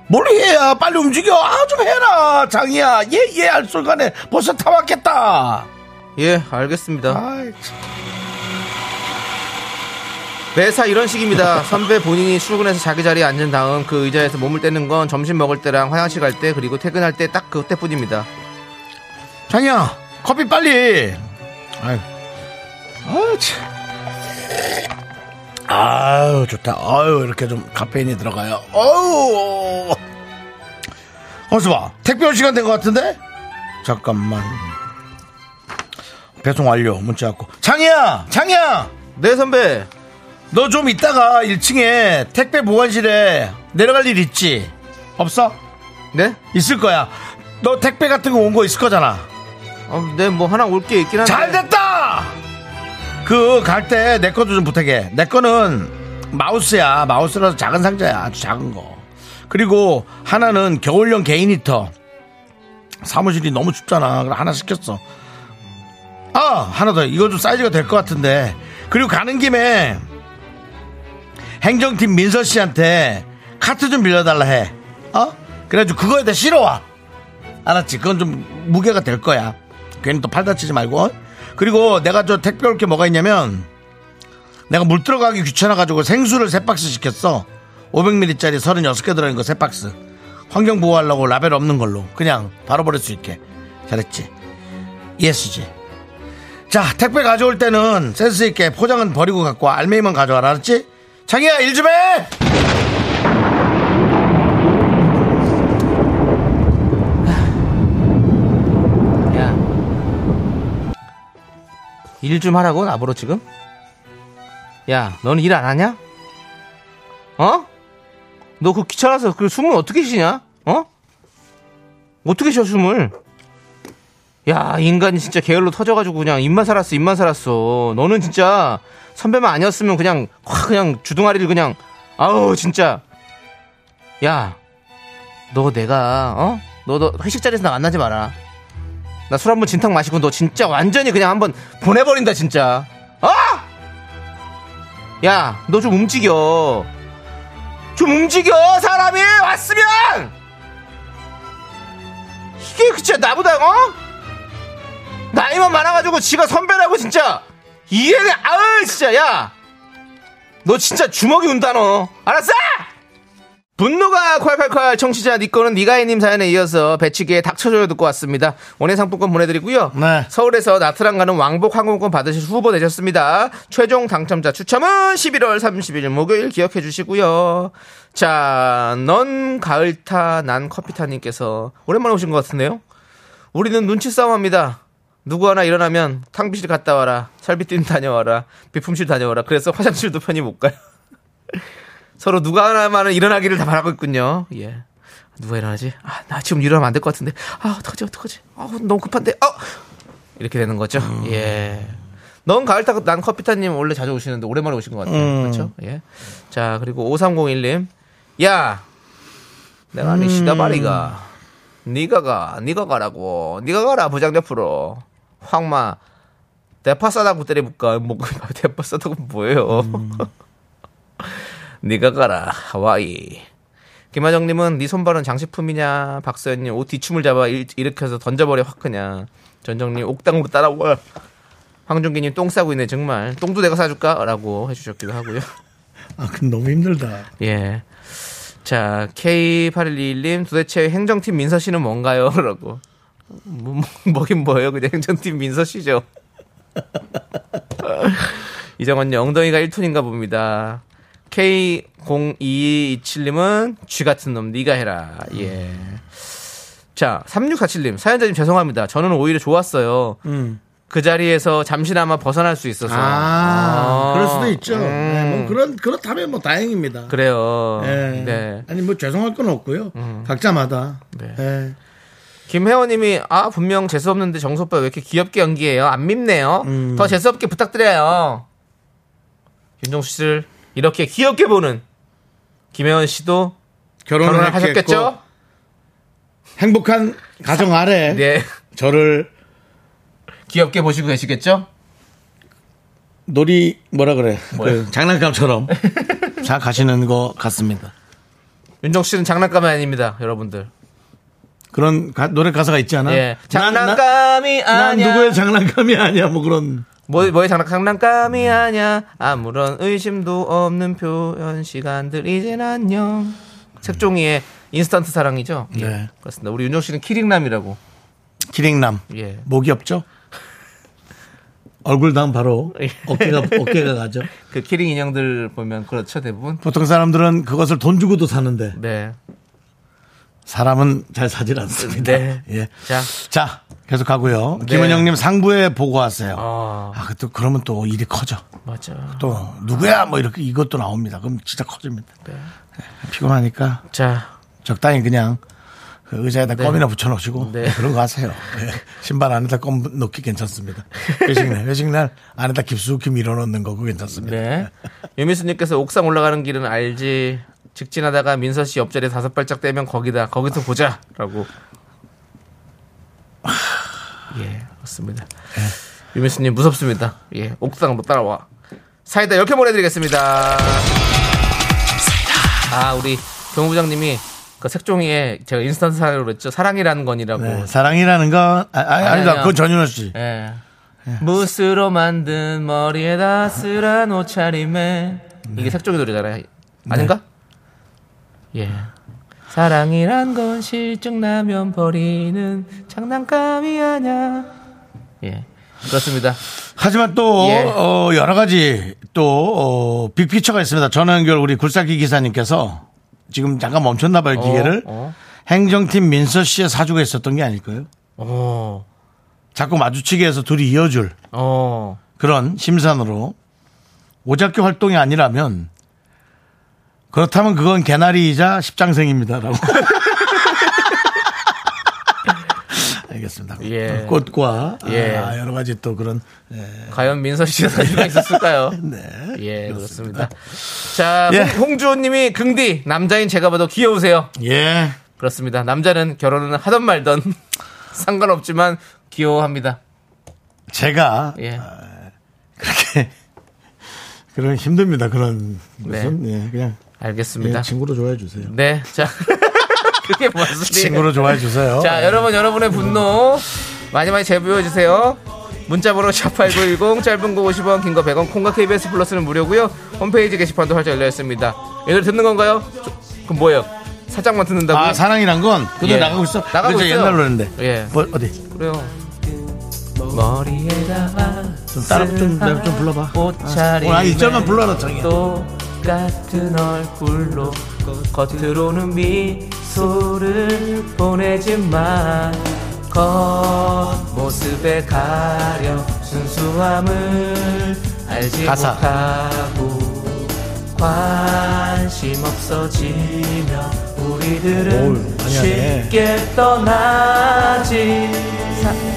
Speaker 1: 뭘 해야 빨리 움직여. 아 좀 해라 장이야. 예예 할 순간에 벌써 다 왔겠다.
Speaker 2: 예, 알겠습니다.
Speaker 1: 아이 참.
Speaker 2: 매사 이런 식입니다. 선배 본인이 출근해서 자기 자리에 앉은 다음 그 의자에서 몸을 떼는 건 점심 먹을 때랑 화장실 갈 때 그리고 퇴근할 때 딱 그때뿐입니다.
Speaker 1: 장이야 커피 빨리 아유 아유 참. 아유 좋다 아유 이렇게 좀 카페인이 들어가요 어우 어서 봐 택배 올 시간 된 것 같은데 잠깐만 배송 완료 문자 왔고 장이야 장이야
Speaker 2: 네, 선배.
Speaker 1: 너 좀 이따가 1층에 택배 보관실에 내려갈 일 있지 없어
Speaker 2: 네?
Speaker 1: 있을 거야 너 택배 같은 거 온 거 있을 거잖아
Speaker 2: 어, 네, 뭐 하나 올 게 있긴 한데.
Speaker 1: 잘 됐다! 그 갈 때 내 것도 좀 부탁해. 내 거는 마우스야. 마우스라서 작은 상자야. 아주 작은 거. 그리고 하나는 겨울용 개인 히터. 사무실이 너무 춥잖아. 그럼 하나 시켰어. 아, 하나 더. 이거 좀 사이즈가 될 것 같은데. 그리고 가는 김에 행정팀 민서 씨한테 카트 좀 빌려달라 해. 어? 그래가지고 그거에다 실어와. 알았지? 그건 좀 무게가 될 거야. 괜히 또 팔다치지 말고. 어? 그리고 내가 저 택배 올 게 뭐가 있냐면 내가 물 들어가기 귀찮아가지고 생수를 세 박스 시켰어. 500ml짜리 36개 들어있는 거 세 박스. 환경 보호하려고 라벨 없는 걸로. 그냥 바로 버릴 수 있게. 잘했지? 예스지. 자, 택배 가져올 때는 센스 있게 포장은 버리고 갖고 와. 알맹이만 가져와라. 알았지? 자기야, 일 좀 해!
Speaker 2: 야. 일 좀 하라고 나보러 지금? 야, 너는 일 안 하냐? 어? 너 그 귀찮아서 그 숨을 어떻게 쉬냐? 어? 어떻게 쉬어 숨을? 야, 인간이 진짜 게을러 터져가지고 그냥 입만 살았어, 입만 살았어. 너는 진짜 선배만 아니었으면 그냥 확 그냥 주둥아리를 그냥 아우 진짜. 야, 너 내가 어? 너 너 회식 자리에서 나 만나지 마라. 나 술 한 번 진탕 마시고 너 진짜 완전히 그냥 한번 보내버린다 진짜 어? 야너 좀 움직여 좀 움직여 사람이 왔으면 이게 진짜 나보다 어? 나이만 많아가지고 지가 선배라고 진짜 이해는 아우 진짜 야 너 진짜 주먹이 운다 너 알았어? 분노가 콸콸콸 청취자 니꺼는 니가이님 사연에 이어서 배치기에 닥쳐줘요 듣고 왔습니다. 원예 상품권 보내드리고요.
Speaker 1: 네.
Speaker 2: 서울에서 나트랑 가는 왕복 항공권 받으실 후보 되셨습니다. 최종 당첨자 추첨은 11월 30일 목요일 기억해 주시고요. 자, 넌 가을타 난 커피타님께서 오랜만에 오신 것 같은데요. 우리는 눈치 싸움합니다. 누구 하나 일어나면 탕비실 갔다 와라, 설비팀 다녀와라, 비품실 다녀와라. 그래서 화장실도 편히 못 가요. [laughs] 서로 누가 하나만은 일어나기를 다 바라고 있군요. 예. 누가 일어나지? 아, 나 지금 일어나면 안 될 것 같은데. 아, 어떡하지, 어떡하지. 아, 너무 급한데. 아! 이렇게 되는 거죠. 예. 넌 가을 타고 난 커피타님 원래 자주 오시는데 오랜만에 오신 것 같아요. 그렇죠? 예. 자, 그리고 5301님. 야! 내가 아니, 시다바리가. 니가 가, 니가 가라고. 니가 가라, 부장 옆으로. 황마. 대파 싸다고 때려볼까? 뭐, [laughs] 대파 싸다고 뭐예요? [laughs] 네가 가라 하와이 김하정님은 네 손발은 장식품이냐 박서연님 옷 뒤춤을 잡아 일, 일으켜서 던져버려 확 그냥 전정님 옥당으로 따라와 황준기님 똥 싸고 있네 정말 똥도 내가 사줄까? 라고 해주셨기도 하고요
Speaker 1: 아, 근데 너무 힘들다.
Speaker 2: 예. 자, K8121님, 도대체 행정팀 민서 씨는 뭔가요? [laughs] 라고. 뭐, 뭐, 뭐긴 뭐예요? 그냥 행정팀 민서 씨죠. [laughs] 이정원님, 엉덩이가 1톤인가 봅니다. K0227님은 쥐 같은 놈, 네가 해라. 예. 자, 3647님, 사연자님 죄송합니다. 저는 오히려 좋았어요. 그 자리에서 잠시나마 벗어날 수 있어서.
Speaker 1: 음. 아,
Speaker 2: 아.
Speaker 1: 그럴 수도 있죠. 네, 뭐
Speaker 2: 음.
Speaker 1: 그런 그렇다면 뭐 다행입니다.
Speaker 2: 그래요.
Speaker 1: 예.
Speaker 2: 네.
Speaker 1: 아니 뭐 죄송할 건 없고요. 각자마다.
Speaker 2: 음. 네.
Speaker 1: 예.
Speaker 2: 김혜원님이 아 분명 재수 없는데 정수 오빠 왜 이렇게 귀엽게 연기해요? 안 밉네요.
Speaker 1: 음.
Speaker 2: 더 재수 없게 부탁드려요. 윤정수 씨를 이렇게 귀엽게 보는 김혜원 씨도
Speaker 1: 결혼을,
Speaker 2: 결혼을
Speaker 1: 했겠고
Speaker 2: 하셨겠죠?
Speaker 1: 행복한 가정 아래
Speaker 2: 네. [laughs]
Speaker 1: 저를
Speaker 2: 귀엽게 보시고 계시겠죠?
Speaker 1: 놀이 뭐라 그래 그
Speaker 2: [laughs]
Speaker 1: 장난감처럼 생각하시는 것 같습니다.
Speaker 2: 윤정수 씨는 장난감이 아닙니다, 여러분들.
Speaker 1: 그런 가- 노래 가사가 있지 않아?
Speaker 2: 예.
Speaker 1: 난- 난-
Speaker 2: 장난감이
Speaker 1: 난
Speaker 2: 아니야.
Speaker 1: 누구의 장난감이 아니야 뭐 그런
Speaker 2: 뭐, 뭐의 장난, 장난감이 아니야. 아무런 의심도 없는 표현 시간들, 이젠 안녕. 색종이의 인스턴트 사랑이죠? 예,
Speaker 1: 네.
Speaker 2: 그렇습니다. 우리 윤정 씨는 키링남이라고.
Speaker 1: 기린남
Speaker 2: 예.
Speaker 1: 목이 없죠? 얼굴 다음 바로
Speaker 2: 예.
Speaker 1: 어깨가 어깨가 가죠.
Speaker 2: 그 키링 인형들 보면 그렇죠, 대부분?
Speaker 1: 보통 사람들은 그것을 돈 주고도 사는데
Speaker 2: 네.
Speaker 1: 사람은 잘 사질 않습니다.
Speaker 2: 네.
Speaker 1: 예.
Speaker 2: 자,
Speaker 1: 자 계속 가고요.
Speaker 2: 네.
Speaker 1: 김은영님 상부에 보고하세요.
Speaker 2: 아.
Speaker 1: 아, 또 그러면 또 일이 커져.
Speaker 2: 맞아.
Speaker 1: 또 누구야 뭐 이렇게 이것도 나옵니다. 그럼 진짜 커집니다.
Speaker 2: 네.
Speaker 1: 네, 피곤하니까
Speaker 2: 자,
Speaker 1: 적당히 그냥 그 의자에다 껌이나 붙여놓으시고
Speaker 2: 네.
Speaker 1: 그런 거 하세요. 예. 신발 안에다 껌 넣기
Speaker 2: [laughs]
Speaker 1: 괜찮습니다. 회식날 회식날 안에다 깊숙이 밀어넣는 거고 괜찮습니다.
Speaker 2: 네. [laughs] 유미수님께서 옥상 올라가는 길은 알지. 직진하다가 민서 씨 옆자리 다섯 발짝 떼면 거기다. 거기서 보자. 라고. 예, 그렇습니다. 유미수님 무섭습니다. 예, 옥상으로 따라와. 사이다 이렇게 보내드리겠습니다. 아, 우리 경부장님이 그 색종이에 제가 인스턴트 사랑으로 그랬죠. 사랑이라는 건이라고.
Speaker 1: 네, 사랑이라는 건 아, 아니, 아니다.
Speaker 2: 아니요.
Speaker 1: 그건 전윤호 씨.
Speaker 2: 예. 무스로 만든 머리에다 쓰란 옷차림에 이게 색종이 노래잖아요. 아닌가? 네. 예. 사랑이란 건 실증 나면 버리는 장난감이 아냐. 예. 그렇습니다.
Speaker 1: 하지만 또
Speaker 2: 예.
Speaker 1: 어, 여러 가지 또 어, 빅피처가 있습니다. 전화 연결 우리 굴삭기 기사님께서 지금 잠깐 멈췄나 봐요 기계를
Speaker 2: 어.
Speaker 1: 행정팀 민서 씨의 사주가 있었던 게 아닐까요?
Speaker 2: 어.
Speaker 1: 자꾸 마주치게 해서 둘이 이어줄
Speaker 2: 어.
Speaker 1: 그런 심산으로 오작교 활동이 아니라면 그렇다면 그건 개나리이자 십장생입니다라고. [laughs] 알겠습니다.
Speaker 2: 예.
Speaker 1: 꽃과
Speaker 2: 예.
Speaker 1: 아, 여러 가지 또 그런
Speaker 2: 과연 민서 씨의 사주가 있었을까요? [laughs] 네. 예, 그렇습니다. 자,
Speaker 1: 예.
Speaker 2: 홍주호 님이 긍디 남자인 제가 봐도 귀여우세요.
Speaker 1: 예
Speaker 2: 그렇습니다. 남자는 결혼을 하던 말던 [laughs] 상관없지만 귀여워합니다.
Speaker 1: 제가
Speaker 2: 예.
Speaker 1: 아, 그렇게 [laughs] 그런 힘듭니다. 그런
Speaker 2: 네.
Speaker 1: 것은 예, 그냥
Speaker 2: 알겠습니다.
Speaker 1: 예, 친구로 좋아해 주세요.
Speaker 2: 네. 자. [laughs] 그게 무슨
Speaker 1: 친구로 좋아해 주세요.
Speaker 2: 자, 여러분 여러분의 분노 많이 많이 제보해 주세요. 문자번호 샵8910 짧은 거 50원 긴 거 100원 콩과 KBS 플러스는 무료고요. 홈페이지 게시판도 활짝 열려 있습니다. 이 노래 듣는 건가요? 저- 그럼 뭐예요? 살짝만 듣는다고요?
Speaker 1: 아 사랑이란 건 근데
Speaker 2: 예.
Speaker 1: 나가고 있어.
Speaker 2: 나가고
Speaker 1: 그거 이제
Speaker 2: 있어요.
Speaker 1: 옛날 노래인데.
Speaker 2: 예.
Speaker 1: 뭐, 어디?
Speaker 2: 그래요. 머리에다가
Speaker 1: 좀 따라 좀, 내가 좀 불러봐.
Speaker 2: 옷차림
Speaker 1: 아, 이 절만 불러라, 정이야.
Speaker 2: 똑같은 얼굴로 겉으로는 미소를 보내지만 겉모습에 가려 순수함을 알지
Speaker 1: 가사.
Speaker 2: 못하고 관심 없어지며 우리들은
Speaker 1: 뭘 많이 하네.
Speaker 2: 쉽게 떠나지 사-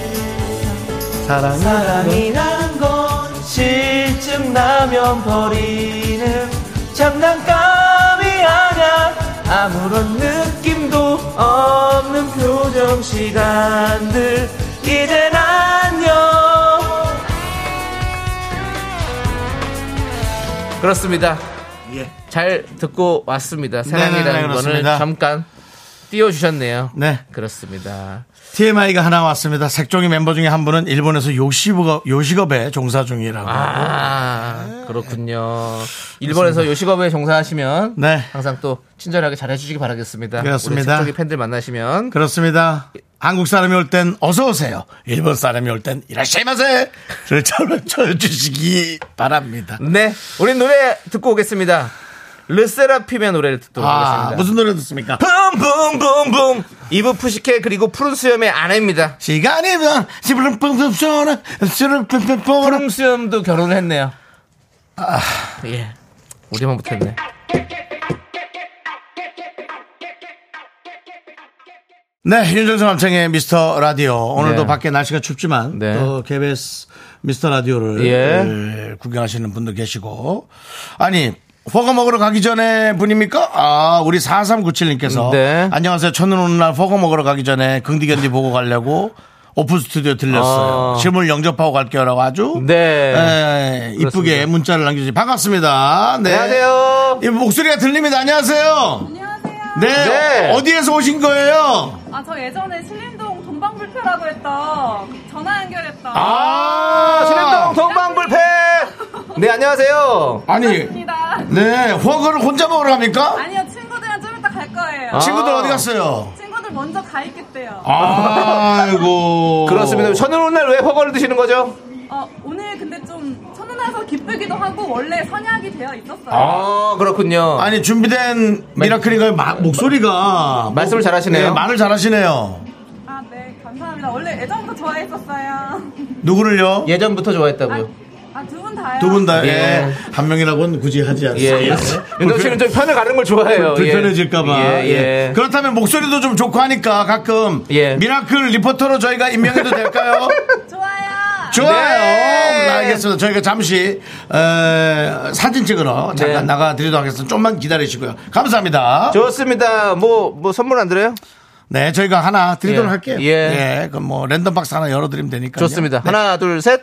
Speaker 1: 사랑이
Speaker 2: 사랑이라는 건 실증 나면 버리는 장난감이 아냐 아무런 느낌도 없는 표정 시간들 이젠 안녕 그렇습니다
Speaker 1: 예.
Speaker 2: 잘 듣고 왔습니다
Speaker 1: 네네네,
Speaker 2: 사랑이라는 거는
Speaker 1: 그렇습니다.
Speaker 2: 잠깐 띄워주셨네요
Speaker 1: 네.
Speaker 2: 그렇습니다
Speaker 1: TMI가 하나 왔습니다. 색종이 멤버 중에 한 분은 일본에서 요식업, 요식업에 종사 중이라고.
Speaker 2: 아, 그렇군요. 일본에서 요식업에 종사하시면
Speaker 1: 네.
Speaker 2: 항상 또 친절하게 잘해주시기 바라겠습니다.
Speaker 1: 그렇습니다.
Speaker 2: 우리 기 팬들 만나시면
Speaker 1: 그렇습니다. 한국 사람이 올 땐 어서 오세요. 일본 사람이 올 땐 이라시마세를 [laughs] 쳐주시기 바랍니다.
Speaker 2: 네, 우리 노래 듣고 오겠습니다. 르세라핌의 노래를 듣도록
Speaker 1: 아,
Speaker 2: 하겠습니다.
Speaker 1: 무슨 노래 듣습니까?
Speaker 2: 아, 붐붐붐붐 이브 푸시케 그리고 푸른 수염의 아내입니다.
Speaker 1: 시간이 시부름 뿜뿜 쏘는 시부름 뿜뿜 뿜뿜
Speaker 2: 푸른 수염도 결혼을 했네요. 예. 우리만 못했네.
Speaker 1: 네, 윤정수 남창의 미스터 라디오. 오늘도
Speaker 2: 네.
Speaker 1: 밖에 날씨가 춥지만
Speaker 2: 네.
Speaker 1: 또 KBS 미스터 라디오를
Speaker 2: 예.
Speaker 1: 예, 구경하시는 분도 계시고. 아니, 버거 먹으러 가기 전에 분입니까? 아, 우리 4397님께서
Speaker 2: 네.
Speaker 1: 안녕하세요. 첫눈 오는 날 버거 먹으러 가기 전에 긍디견디 보고 가려고 오픈 스튜디오 들렸어요.
Speaker 2: 아.
Speaker 1: 실물 영접하고 갈게요라고 아주
Speaker 2: 네.
Speaker 1: 예, 이쁘게
Speaker 2: 그렇습니다.
Speaker 1: 문자를 남겨주시 반갑습니다. 네.
Speaker 2: 안녕하세요.
Speaker 1: 이 목소리가 들립니다. 안녕하세요. 네.
Speaker 2: 네.
Speaker 1: 어디에서 오신 거예요?
Speaker 6: 아, 저 예전에 신림동 동방불패라고 했던 전화 연결했던.
Speaker 1: 아,
Speaker 2: 신림동 동방불패. 네 안녕하세요.
Speaker 1: 아니,
Speaker 6: 입니다.
Speaker 1: 네, 허거를 혼자 먹으러 갑니까?
Speaker 6: 아니요, 친구들이랑 좀 이따 갈 거예요.
Speaker 2: 아.
Speaker 1: 친구들 어디 갔어요?
Speaker 6: 친구들 먼저 가 있겠대요.
Speaker 1: 아. 아이고.
Speaker 2: 아. 그렇습니다. 저는 오늘 왜 버거를 드시는 거죠?
Speaker 6: 어, 오늘 근데 좀 첫눈에서 기쁘기도 하고 원래 선약이 되어 있었어요.
Speaker 2: 아 그렇군요.
Speaker 1: 아니, 준비된 미라클이가 마- 목소리가.
Speaker 2: 네. 말씀을 잘하시네요.
Speaker 1: 네, 말을 잘하시네요.
Speaker 6: 아, 네, 감사합니다. 원래 예전부터 좋아했었어요.
Speaker 1: 누구를요?
Speaker 2: 예전부터
Speaker 6: 아,
Speaker 2: 좋아했다고요.
Speaker 6: 아, 두 분 다요?
Speaker 1: 네. 두 분 다,
Speaker 2: 예.
Speaker 1: 예. 한 명이라고는 굳이 하지
Speaker 2: 예, 예.
Speaker 1: 않습니다.
Speaker 2: 윤정 씨는 좀 편을 가르는 걸 좋아해요. 예.
Speaker 1: 불편해질까봐.
Speaker 2: 예, 예.
Speaker 1: 그렇다면 목소리도 좀 좋고 하니까 가끔
Speaker 2: 예.
Speaker 1: 미라클 리포터로 저희가 임명해도
Speaker 2: [laughs]
Speaker 1: 될까요?
Speaker 6: 좋아요.
Speaker 1: 좋아요.
Speaker 2: 네.
Speaker 1: 알겠습니다. 저희가 잠시 에, 사진 찍으러 잠깐
Speaker 2: 네.
Speaker 1: 나가드리도록 하겠습니다. 좀만 기다리시고요. 감사합니다.
Speaker 2: 좋습니다. 뭐, 뭐 선물 안 드려요?
Speaker 1: 네, 저희가 하나 드리도록
Speaker 2: 예.
Speaker 1: 할게요.
Speaker 2: 예.
Speaker 1: 그럼 뭐 랜덤 박스 하나 열어드리면 네. 되니까.
Speaker 2: 좋습니다. 네. 하나, 둘, 셋.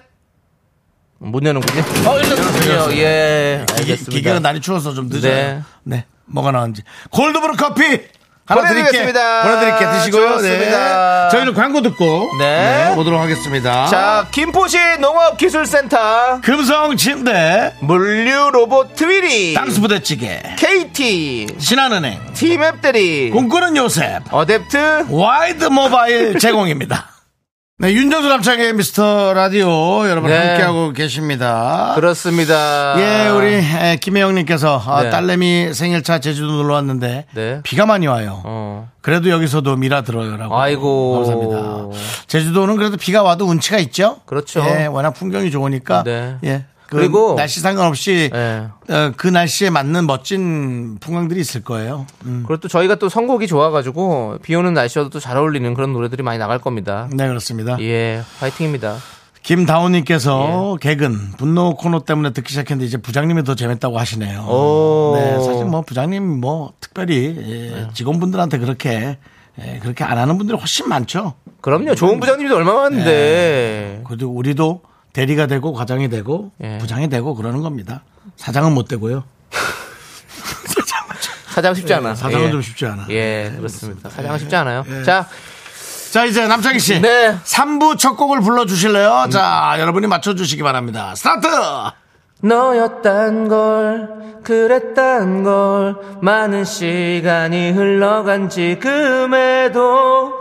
Speaker 2: 못 내는군요. 어, 열렸군요. 예. 알겠습니다.
Speaker 1: 기계가 날이 추워서 좀 늦어요. 네.
Speaker 2: 네.
Speaker 1: 뭐가 나왔는지. 골드브루 커피 하나 드릴게요.
Speaker 2: 보내드리겠습니다.
Speaker 1: 보내드릴게요. 드시고요. 네.
Speaker 2: 좋습니다.
Speaker 1: 저희는 광고 듣고
Speaker 2: 네.
Speaker 1: 네, 오도록 하겠습니다.
Speaker 2: 자, 김포시 농업기술센터
Speaker 1: 금성 침대,
Speaker 2: 물류 로봇 트위리
Speaker 1: 땅수 부대찌개,
Speaker 2: KT
Speaker 1: 신한은행,
Speaker 2: 팀앱 대리
Speaker 1: 꿈꾸는 요셉.
Speaker 2: 어댑트
Speaker 1: 와이드
Speaker 2: [laughs]
Speaker 1: 모바일 제공입니다. 네, 윤정수 남창의 미스터 라디오 여러분
Speaker 2: 네.
Speaker 1: 함께하고 계십니다.
Speaker 2: 그렇습니다.
Speaker 1: 예, 우리 에, 김혜영님께서 아,
Speaker 2: 네.
Speaker 1: 딸내미 생일차 제주도 놀러 왔는데
Speaker 2: 네.
Speaker 1: 비가 많이 와요.
Speaker 2: 어.
Speaker 1: 그래도 여기서도 미라 들어요라고.
Speaker 2: 아이고.
Speaker 1: 감사합니다. 제주도는 그래도 비가 와도 운치가 있죠.
Speaker 2: 그렇죠.
Speaker 1: 예, 워낙 풍경이 좋으니까.
Speaker 2: 네.
Speaker 1: 예. 그
Speaker 2: 그리고-
Speaker 1: 날씨 상관없이
Speaker 2: 예.
Speaker 1: 어, 그 날씨에 맞는 멋진 풍광들이 있을 거예요. 음.
Speaker 2: 그리고 또 저희가 또 선곡이 좋아가지고 비 오는 날씨여도 또 잘 어울리는 그런 노래들이 많이 나갈 겁니다.
Speaker 1: 네, 그렇습니다.
Speaker 2: 예, 파이팅입니다.
Speaker 1: 김다운님께서
Speaker 2: 예.
Speaker 1: 개근 분노 코너 때문에 듣기 시작했는데 이제 부장님이 더 재밌다고 하시네요.
Speaker 2: 오.
Speaker 1: 네, 사실 뭐 부장님 뭐 특별히 예,
Speaker 2: 네.
Speaker 1: 직원분들한테 그렇게 예, 그렇게 안 하는 분들이 훨씬 많죠.
Speaker 2: 그럼요. 좋은 부장님도 얼마 많은데.
Speaker 1: 그래도 우리도 대리가 되고 과장이 되고
Speaker 2: 예.
Speaker 1: 부장이 되고 그러는 겁니다. 사장은 못
Speaker 2: [laughs]
Speaker 1: 되고요.
Speaker 2: 사장 쉽지 않아.
Speaker 1: 사장은
Speaker 2: 예.
Speaker 1: 좀 쉽지 않아. 예.
Speaker 2: 예, 그렇습니다. 사장 쉽지 않아요. 자,
Speaker 1: 자 이제 남창희 씨,
Speaker 2: 네.
Speaker 1: 3부 첫 곡을 불러주실래요? 자 여러분이 맞춰주시기 바랍니다. 스타트.
Speaker 2: 너였단 걸, 그랬단 걸, 많은 시간이 흘러간 지금에도.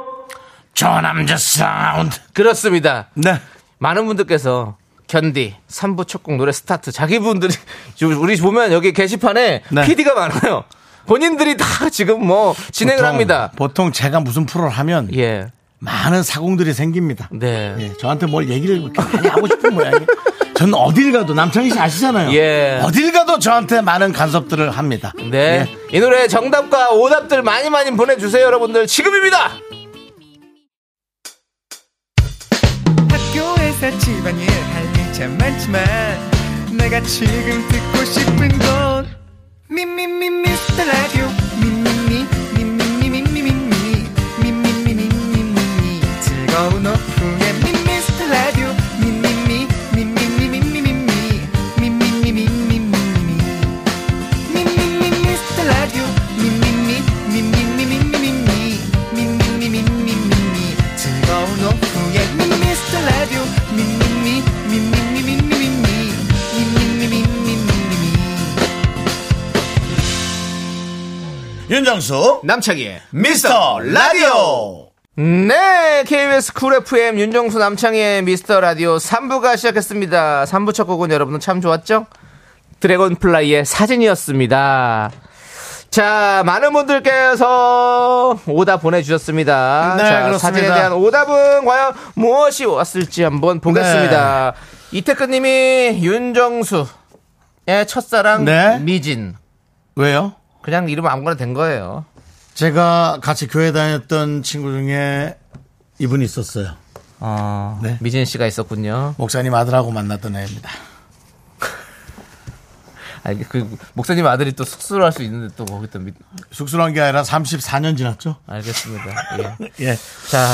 Speaker 1: 저남자 사운드.
Speaker 2: 그렇습니다.
Speaker 1: 네.
Speaker 2: 많은 분들께서 견디 3부 첫 곡 노래 스타트 자기 분들이 [laughs] 지금 우리 보면 여기 게시판에
Speaker 1: 네.
Speaker 2: PD가 많아요. 본인들이 다 지금 뭐 진행을
Speaker 1: 보통-
Speaker 2: 합니다.
Speaker 1: 보통 제가 무슨 프로를 하면
Speaker 2: 예.
Speaker 1: 많은 사공들이 생깁니다.
Speaker 2: 네.
Speaker 1: 예, 저한테 뭘 얘기를 그렇게 많이 하고 싶은 모양이에요. 저는 어딜 가도 남창희 씨 아시잖아요.
Speaker 2: 예.
Speaker 1: 어딜 가도 저한테 많은 간섭들을 합니다. 예.
Speaker 2: 네. 이 노래 정답과 오답들 많이 많이 보내주세요, 여러분들. 지금입니다!
Speaker 7: 학교에서 집안일 할 일 참 많지만 내가 지금 듣고 싶은 건 미미미 미스터 라디오 미미미 미미미미미미 미미미미미미 즐거운 오후에 미스터 라디오 미미미 미미미미미미 미미미미미미 미미미 미스터 라디오 미미미 미미미미미미 미미미미미미 즐거운 오후에 미스터 라디오 미미미 미미미미미미 미미미미미미
Speaker 1: 윤정수
Speaker 2: 남창희의
Speaker 1: 미스터 라디오.
Speaker 2: 네, KBS 쿨 FM 윤정수 남창희의 미스터 라디오 3부가 시작했습니다. 3부 첫 곡은 여러분들 참 좋았죠? 드래곤 플라이의 사진이었습니다. 자, 많은 분들께서 오답 보내주셨습니다.
Speaker 1: 네,
Speaker 2: 자,
Speaker 1: 그렇습니다.
Speaker 2: 사진에 대한 오답은 과연 무엇이 왔을지
Speaker 1: 네.
Speaker 2: 한번 보겠습니다. 이태근님이 윤정수의 첫사랑
Speaker 1: 네.
Speaker 2: 미진.
Speaker 1: 왜요?
Speaker 2: 그냥 이름 아무거나 된 거예요.
Speaker 1: 제가 같이 교회 다녔던 친구 중에 이분이 있었어요.
Speaker 2: 어,
Speaker 1: 네.
Speaker 2: 미진 씨가 있었군요.
Speaker 1: 목사님 아들하고 만났던 애입니다.
Speaker 2: 아니, 그 목사님 아들이 또 숙소를 할 수 있는데 또 거기 또 미-
Speaker 1: 숙소란 게 아니라 34년 지났죠?
Speaker 2: 알겠습니다. 예.
Speaker 1: [laughs] 예.
Speaker 2: 자,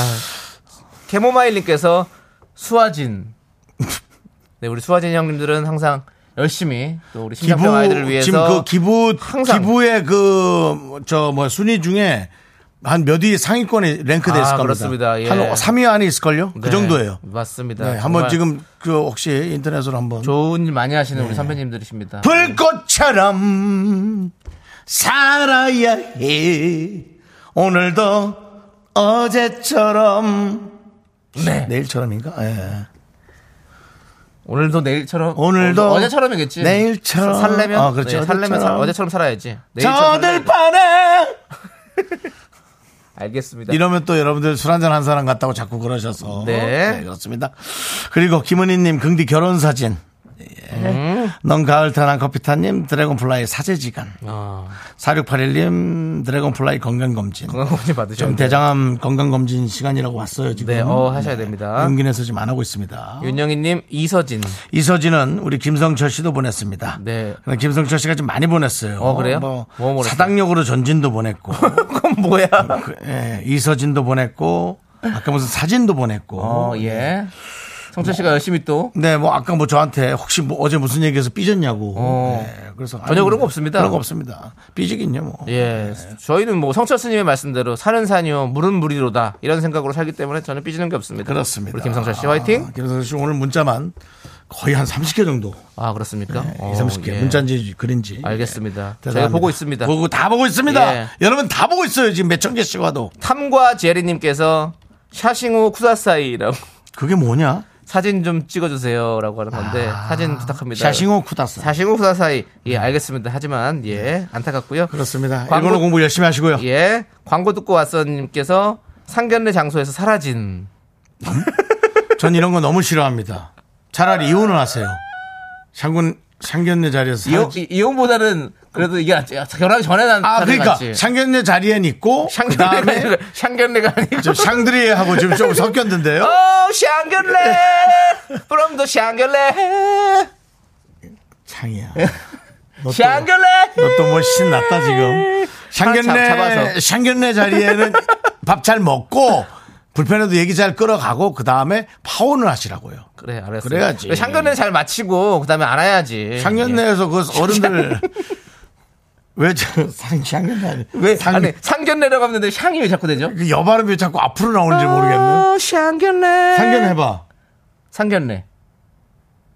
Speaker 2: 캐모마일님께서 수화진. 네, 우리 수화진 형님들은 항상 열심히 또 우리 심장병 아이들을 위해서
Speaker 1: 지금 그 기부
Speaker 2: 항상.
Speaker 1: 기부의 그 저 뭐 순위 중에 한 몇 위 상위권에 랭크돼
Speaker 2: 아,
Speaker 1: 있을 겁니다.
Speaker 2: 그렇습니다. 예.
Speaker 1: 한 3위 안에 있을걸요? 그
Speaker 2: 네,
Speaker 1: 정도예요.
Speaker 2: 맞습니다.
Speaker 1: 네, 한번
Speaker 2: 정말
Speaker 1: 지금 네. 그 혹시 인터넷으로 한번
Speaker 2: 좋은 일 많이 하시는 우리 선배님들이십니다.
Speaker 1: 불꽃처럼 살아야 해. 오늘도 어제처럼
Speaker 2: 네.
Speaker 1: 내일처럼인가? 예.
Speaker 2: 오늘도 내일처럼
Speaker 1: 오늘도
Speaker 2: 어, 어제처럼이겠지.
Speaker 1: 내일처럼.
Speaker 2: 살려면
Speaker 1: 아, 그렇죠.
Speaker 2: 네, 살려면 살-
Speaker 1: 어제처럼.
Speaker 2: 어제처럼 살아야지. 내일처럼 살아야지.
Speaker 1: 저들판에
Speaker 2: 알겠습니다.
Speaker 1: 이러면 또 여러분들 술 한잔 한 사람 같다고 자꾸 그러셔서
Speaker 2: 네.
Speaker 1: 그렇습니다. 그리고 김은희님 긍디 결혼 사진. 예.
Speaker 2: 음.
Speaker 1: 넌 가을 타난 커피타님 드래곤플라이 사제지간.
Speaker 2: 아,
Speaker 1: 4681님 드래곤플라이 건강검진.
Speaker 2: 건강검진
Speaker 1: 좀
Speaker 2: 받으셨네요.
Speaker 1: 대장암 건강검진 시간이라고 왔어요 지금.
Speaker 2: 네, 어, 하셔야 됩니다.
Speaker 1: 용기 내서 지금 안 하고 있습니다.
Speaker 2: 윤영희님 이서진.
Speaker 1: 이서진은 우리 김성철 씨도 보냈습니다.
Speaker 2: 네.
Speaker 1: 근데 김성철 씨가 좀 많이 보냈어요.
Speaker 2: 어, 그래요?
Speaker 1: 뭐
Speaker 2: 뭐 보냈어요?
Speaker 1: 사당역으로 전진도 보냈고, [laughs]
Speaker 2: 그건 뭐야?
Speaker 1: 그, 예, 이서진도 보냈고, 아까 무슨 사진도 보냈고.
Speaker 2: 어, 예. 성철 씨가 열심히 또
Speaker 1: 네, 뭐 아까 뭐 저한테 혹시 뭐 어제 무슨 얘기해서 삐졌냐고.
Speaker 2: 어.
Speaker 1: 네, 그래서
Speaker 2: 전혀 그런 거 없습니다.
Speaker 1: 그런 거 없습니다. 삐지긴요, 뭐.
Speaker 2: 예, 저희는 뭐 성철 스님의 말씀대로 산은 산이요, 물은 물이로다 이런 생각으로 살기 때문에 저는 삐지는 게 없습니다.
Speaker 1: 그렇습니다.
Speaker 2: 우리 김성철 씨 화이팅.
Speaker 1: 아, 김성철 씨 오늘 문자만 거의 한 30개 정도.
Speaker 2: 아 그렇습니까?
Speaker 1: 네, 이
Speaker 2: 어,
Speaker 1: 30개.
Speaker 2: 예.
Speaker 1: 문자인지 글인지.
Speaker 2: 알겠습니다.
Speaker 1: 예,
Speaker 2: 제가
Speaker 1: 대단합니다.
Speaker 2: 보고 있습니다.
Speaker 1: 보고 다 보고 있습니다.
Speaker 2: 예.
Speaker 1: 여러분 다 보고 있어요. 지금 몇 천 개씩 와도.
Speaker 2: 탐과 제리님께서 샤싱후 쿠사사이라고 [laughs]
Speaker 1: 그게 뭐냐?
Speaker 2: 사진 좀 찍어주세요라고 하는 건데 사진 부탁합니다.
Speaker 1: 아, 샤싱호 쿠다사.
Speaker 2: 샤싱후 쿠사사이. 예, 알겠습니다. 하지만 예, 안타깝고요.
Speaker 1: 네. 그렇습니다.
Speaker 2: 광고-
Speaker 1: 일본어 공부 열심히 하시고요.
Speaker 2: 예, 광고 듣고 왔어님께서 상견례 장소에서 사라진.
Speaker 1: 전 이런 거 너무 싫어합니다. 차라리 이혼을 하세요. 상군 상견례 자리에서
Speaker 2: 이혼,
Speaker 1: 사라지-
Speaker 2: 이- 이혼보다는 그래도 이게 낫지. 결혼하기 전에 난
Speaker 1: 아,
Speaker 2: 사람이
Speaker 1: 그러니까
Speaker 2: 낫지.
Speaker 1: 상견례 자리엔 있고
Speaker 2: [laughs] 샹견레가
Speaker 1: 그다음에
Speaker 2: 아니고 샹견레가 아니고
Speaker 1: 좀 샹드리에하고 지금
Speaker 2: [laughs]
Speaker 1: 좀 섞였는데요.
Speaker 2: 오 어, 샹견레 from the 샹견레
Speaker 1: 창이야.
Speaker 2: 샹견레
Speaker 1: 너 또 뭐 신났다 지금.
Speaker 2: 하나 잡-
Speaker 1: 샹견례
Speaker 2: 잡아서.
Speaker 1: 샹견례 자리에는 밥 잘 먹고 불편해도 얘기 잘 끌어가고 그 다음에 파혼을 하시라고요.
Speaker 2: 그래 알았어
Speaker 1: 그래야지.
Speaker 2: 샹견레 잘 마치고 그다음에 알아야지
Speaker 1: 상견례에서 그
Speaker 2: [laughs]
Speaker 1: 어른들 왜저 상견례 아니
Speaker 2: 왜
Speaker 1: 상-
Speaker 2: 아니 상견례라고 하는데 샹이 왜 자꾸 되죠
Speaker 1: 그 여발음이 왜 자꾸 앞으로 나오는지
Speaker 2: 아,
Speaker 1: 모르겠네.
Speaker 2: 오 어, 샹견레
Speaker 1: 상견 해봐.
Speaker 2: 상견례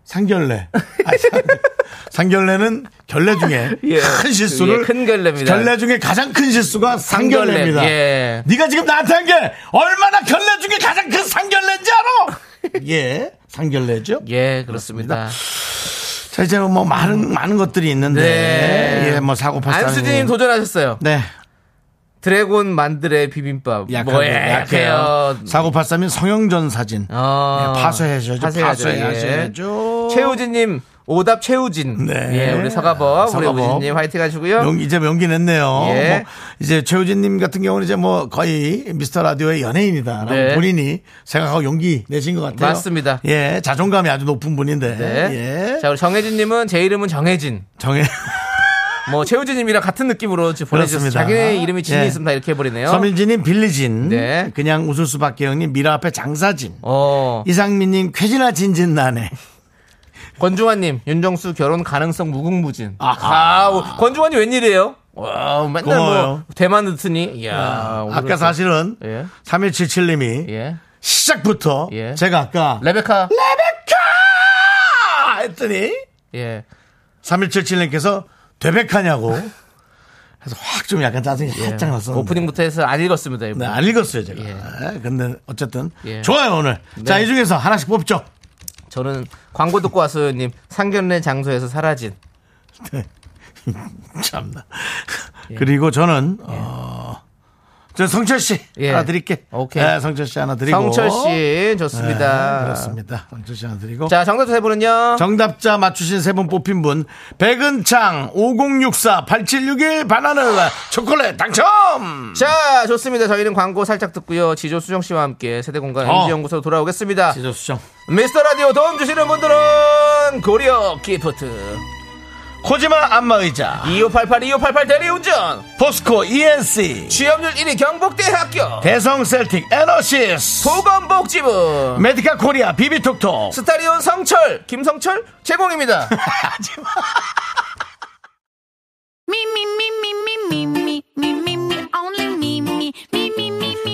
Speaker 1: 상견례. 아니, 상-
Speaker 2: [laughs]
Speaker 1: 상견례는 결례 중에
Speaker 2: 예.
Speaker 1: 큰 실수를
Speaker 2: 예, 큰 결례입니다.
Speaker 1: 결례 중에 가장 큰 실수가 상견례입니다.
Speaker 2: 상견례, 예.
Speaker 1: 네가 지금 나한테 한 게 얼마나 결례 중에 가장 큰 상견례인지
Speaker 2: [laughs]
Speaker 1: 알아? 예, 상견례죠.
Speaker 2: 예 그렇습니다
Speaker 1: 자 이제 뭐 많은 많은 것들이 있는데
Speaker 2: 네.
Speaker 1: 예, 뭐 사고 팔상.
Speaker 2: 안수진님 도전하셨어요
Speaker 1: 네.
Speaker 2: 드래곤 만들의 비빔밥
Speaker 1: 약하고
Speaker 2: 뭐
Speaker 1: 약해요.
Speaker 2: 약해요
Speaker 1: 사고팔삼인 성형전 사진.
Speaker 2: 어.
Speaker 1: 예, 파쇄하셔야죠.
Speaker 2: 파쇄해야죠.
Speaker 1: 파쇄하셔야죠.
Speaker 2: 예. 최우진님 오답 최우진.
Speaker 1: 네.
Speaker 2: 예, 우리 서가법,
Speaker 1: 서가법.
Speaker 2: 우리 우진님 화이팅 하시고요.
Speaker 1: 용- 이제 용기 냈네요.
Speaker 2: 예.
Speaker 1: 뭐 이제 최우진님 같은 경우는 이제 뭐 거의 미스터 라디오의 연예인이다.
Speaker 2: 네.
Speaker 1: 본인이 생각하고 용기 내신 것 같아요.
Speaker 2: 맞습니다.
Speaker 1: 예, 자존감이 아주 높은 분인데.
Speaker 2: 네.
Speaker 1: 예.
Speaker 2: 자, 우리 정혜진님은 제 이름은 정혜진.
Speaker 1: 정해.
Speaker 2: 뭐 최우진님이랑 같은 느낌으로 보내주셨어요.
Speaker 1: 그렇습니다.
Speaker 2: 자기네 이름이 진이
Speaker 1: 예.
Speaker 2: 있으면 다 이렇게 해버리네요.
Speaker 1: 서민진님 빌리진.
Speaker 2: 네.
Speaker 1: 그냥 웃을 수밖에 형님 미라 앞에 장사진.
Speaker 2: 어,
Speaker 1: 이상민님 쾌지나 진진 나네.
Speaker 2: 권중환님 윤정수 결혼 가능성 무궁무진. 아, 우 권중환이 웬일이에요? 와, 맨날
Speaker 1: 고마워요.
Speaker 2: 뭐 대만 듣으니. 이야,
Speaker 1: 아까 사실은
Speaker 2: 예.
Speaker 1: 3177님이
Speaker 2: 예,
Speaker 1: 시작부터
Speaker 2: 예.
Speaker 1: 제가 아까
Speaker 2: 레베카.
Speaker 1: 레베카 했더니
Speaker 2: 예,
Speaker 1: 3177님께서 되백하냐고 해서 확 좀 약간 짜증이 살짝 났었는데
Speaker 2: 예. 오프닝부터 해서 안 읽었습니다.
Speaker 1: 네, 안 읽었어요 제가
Speaker 2: 예.
Speaker 1: 네, 근데 어쨌든
Speaker 2: 예.
Speaker 1: 좋아요 오늘 자 이 중에서 하나씩 뽑죠
Speaker 2: 저는 광고 듣고 왔어요님 상견례 장소에서 사라진
Speaker 1: 참나
Speaker 2: 예.
Speaker 1: 그리고 저는 어, 저 성철 씨
Speaker 2: 예.
Speaker 1: 하나 드릴게.
Speaker 2: 오케이.
Speaker 1: 예, 성철 씨 하나 드리고.
Speaker 2: 성철 씨 예, 좋습니다.
Speaker 1: 네, 그렇습니다. 성철 씨 하나 드리고.
Speaker 2: 자 정답 세 분은요.
Speaker 1: 정답자 맞추신 세 분 뽑힌 분 백은창 5064-8761 바나나 초콜릿 당첨
Speaker 2: 자 좋습니다. 저희는 광고 살짝 듣고요. 지조 수정 씨와 함께 세대공간
Speaker 1: 어.
Speaker 2: MG 연구소로 돌아오겠습니다.
Speaker 1: 지저수정
Speaker 2: 미스터 라디오 도움 주시는 분들은 고려 기프트,
Speaker 1: 코지마 안마의자
Speaker 2: 2588, 2588 대리운전,
Speaker 1: 포스코 ENC
Speaker 2: 취업률 1위 경북대학교,
Speaker 1: 대성 셀틱 에너시스
Speaker 2: 보건복지부,
Speaker 1: 메디카 코리아 비비톡톡
Speaker 2: 스타리온 성철, 김성철 제공입니다.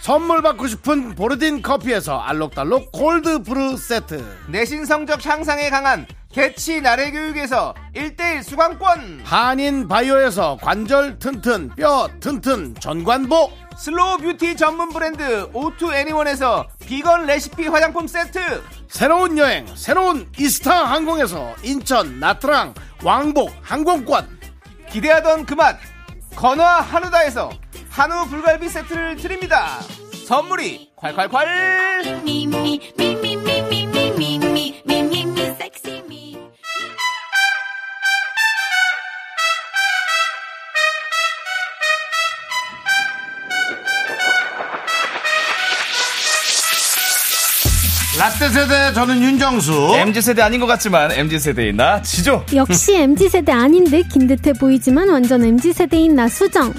Speaker 1: 선물 받고 싶은 보르딘 커피에서 알록달록 골드 브루 세트
Speaker 2: 내신 성적 향상에 강한 개치 나래 교육에서 1대1 수강권
Speaker 1: 한인 바이오에서 관절 튼튼 뼈 튼튼 전관보
Speaker 2: 슬로우 뷰티 전문 브랜드 오투 애니원에서 비건 레시피 화장품 세트
Speaker 1: 새로운 여행 새로운 이스타 항공에서 인천 나트랑 왕복 항공권
Speaker 2: 기대하던 그맛 건화 한우다에서 한우 불갈비 세트를 드립니다 선물이 콸콸콸
Speaker 1: 라떼 세대 저는 윤정수
Speaker 8: MZ세대 아닌 것 같지만 MZ세대인 나 지조
Speaker 4: 역시 MZ세대 아닌 듯 긴 듯해 보이지만 완전 MZ세대인 나 수정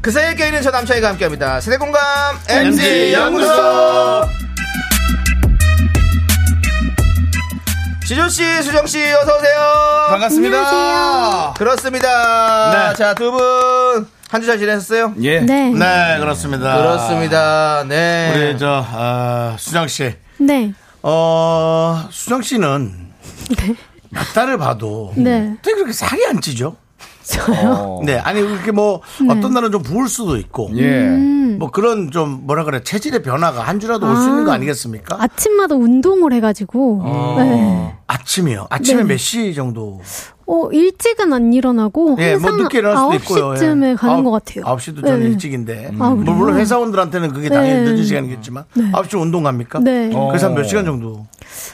Speaker 2: 그 사이에 껴있는 저 남창희가 함께합니다 세대공감 MG
Speaker 1: MG
Speaker 2: 연구소
Speaker 1: 연구소.
Speaker 2: 지조씨 수정씨 어서오세요
Speaker 8: 반갑습니다.
Speaker 2: 그렇습니다.
Speaker 1: 네.
Speaker 2: 자, 두 분. 한 주 잘 지내셨어요?
Speaker 8: 예. 아,
Speaker 4: 네. 네.
Speaker 1: 네 그렇습니다
Speaker 2: 그렇습니다. 네.
Speaker 1: 우리 저 아, 수정 씨
Speaker 4: 네.
Speaker 1: 어, 수정 씨는 낙타를 봐도
Speaker 4: 네.
Speaker 1: 어떻게 그렇게 살이 안 찌죠?
Speaker 4: 저요. 네.
Speaker 1: 네, 아니 그렇게 뭐 어떤 날은 좀 부을 수도 있고
Speaker 8: 어. 예.
Speaker 4: 음.
Speaker 1: 뭐 그런 좀 뭐라 그래 체질의 변화가 한 주라도 올 수 있는 거 아니겠습니까?
Speaker 4: 아침마다 운동을 해가지고. 네.
Speaker 1: 아, 침이요 아침에
Speaker 4: 네.
Speaker 1: 몇 시 정도?
Speaker 4: 어, 일찍은 안 일어나고.
Speaker 1: 예, 뭐
Speaker 4: 항상
Speaker 1: 늦게 일어날 수도 있고요. 예.
Speaker 4: 9시쯤에 가는
Speaker 1: 아홉-
Speaker 4: 것 같아요.
Speaker 1: 아홉 시도 전
Speaker 4: 네.
Speaker 1: 일찍인데.
Speaker 4: 아,
Speaker 1: 뭐
Speaker 4: 그래요?
Speaker 1: 물론 회사원들한테는 그게 당연히
Speaker 4: 네.
Speaker 1: 늦은 시간이겠지만 아홉 시 운동 갑니까?
Speaker 4: 네.
Speaker 8: 어.
Speaker 1: 그래서 한 몇 시간 정도?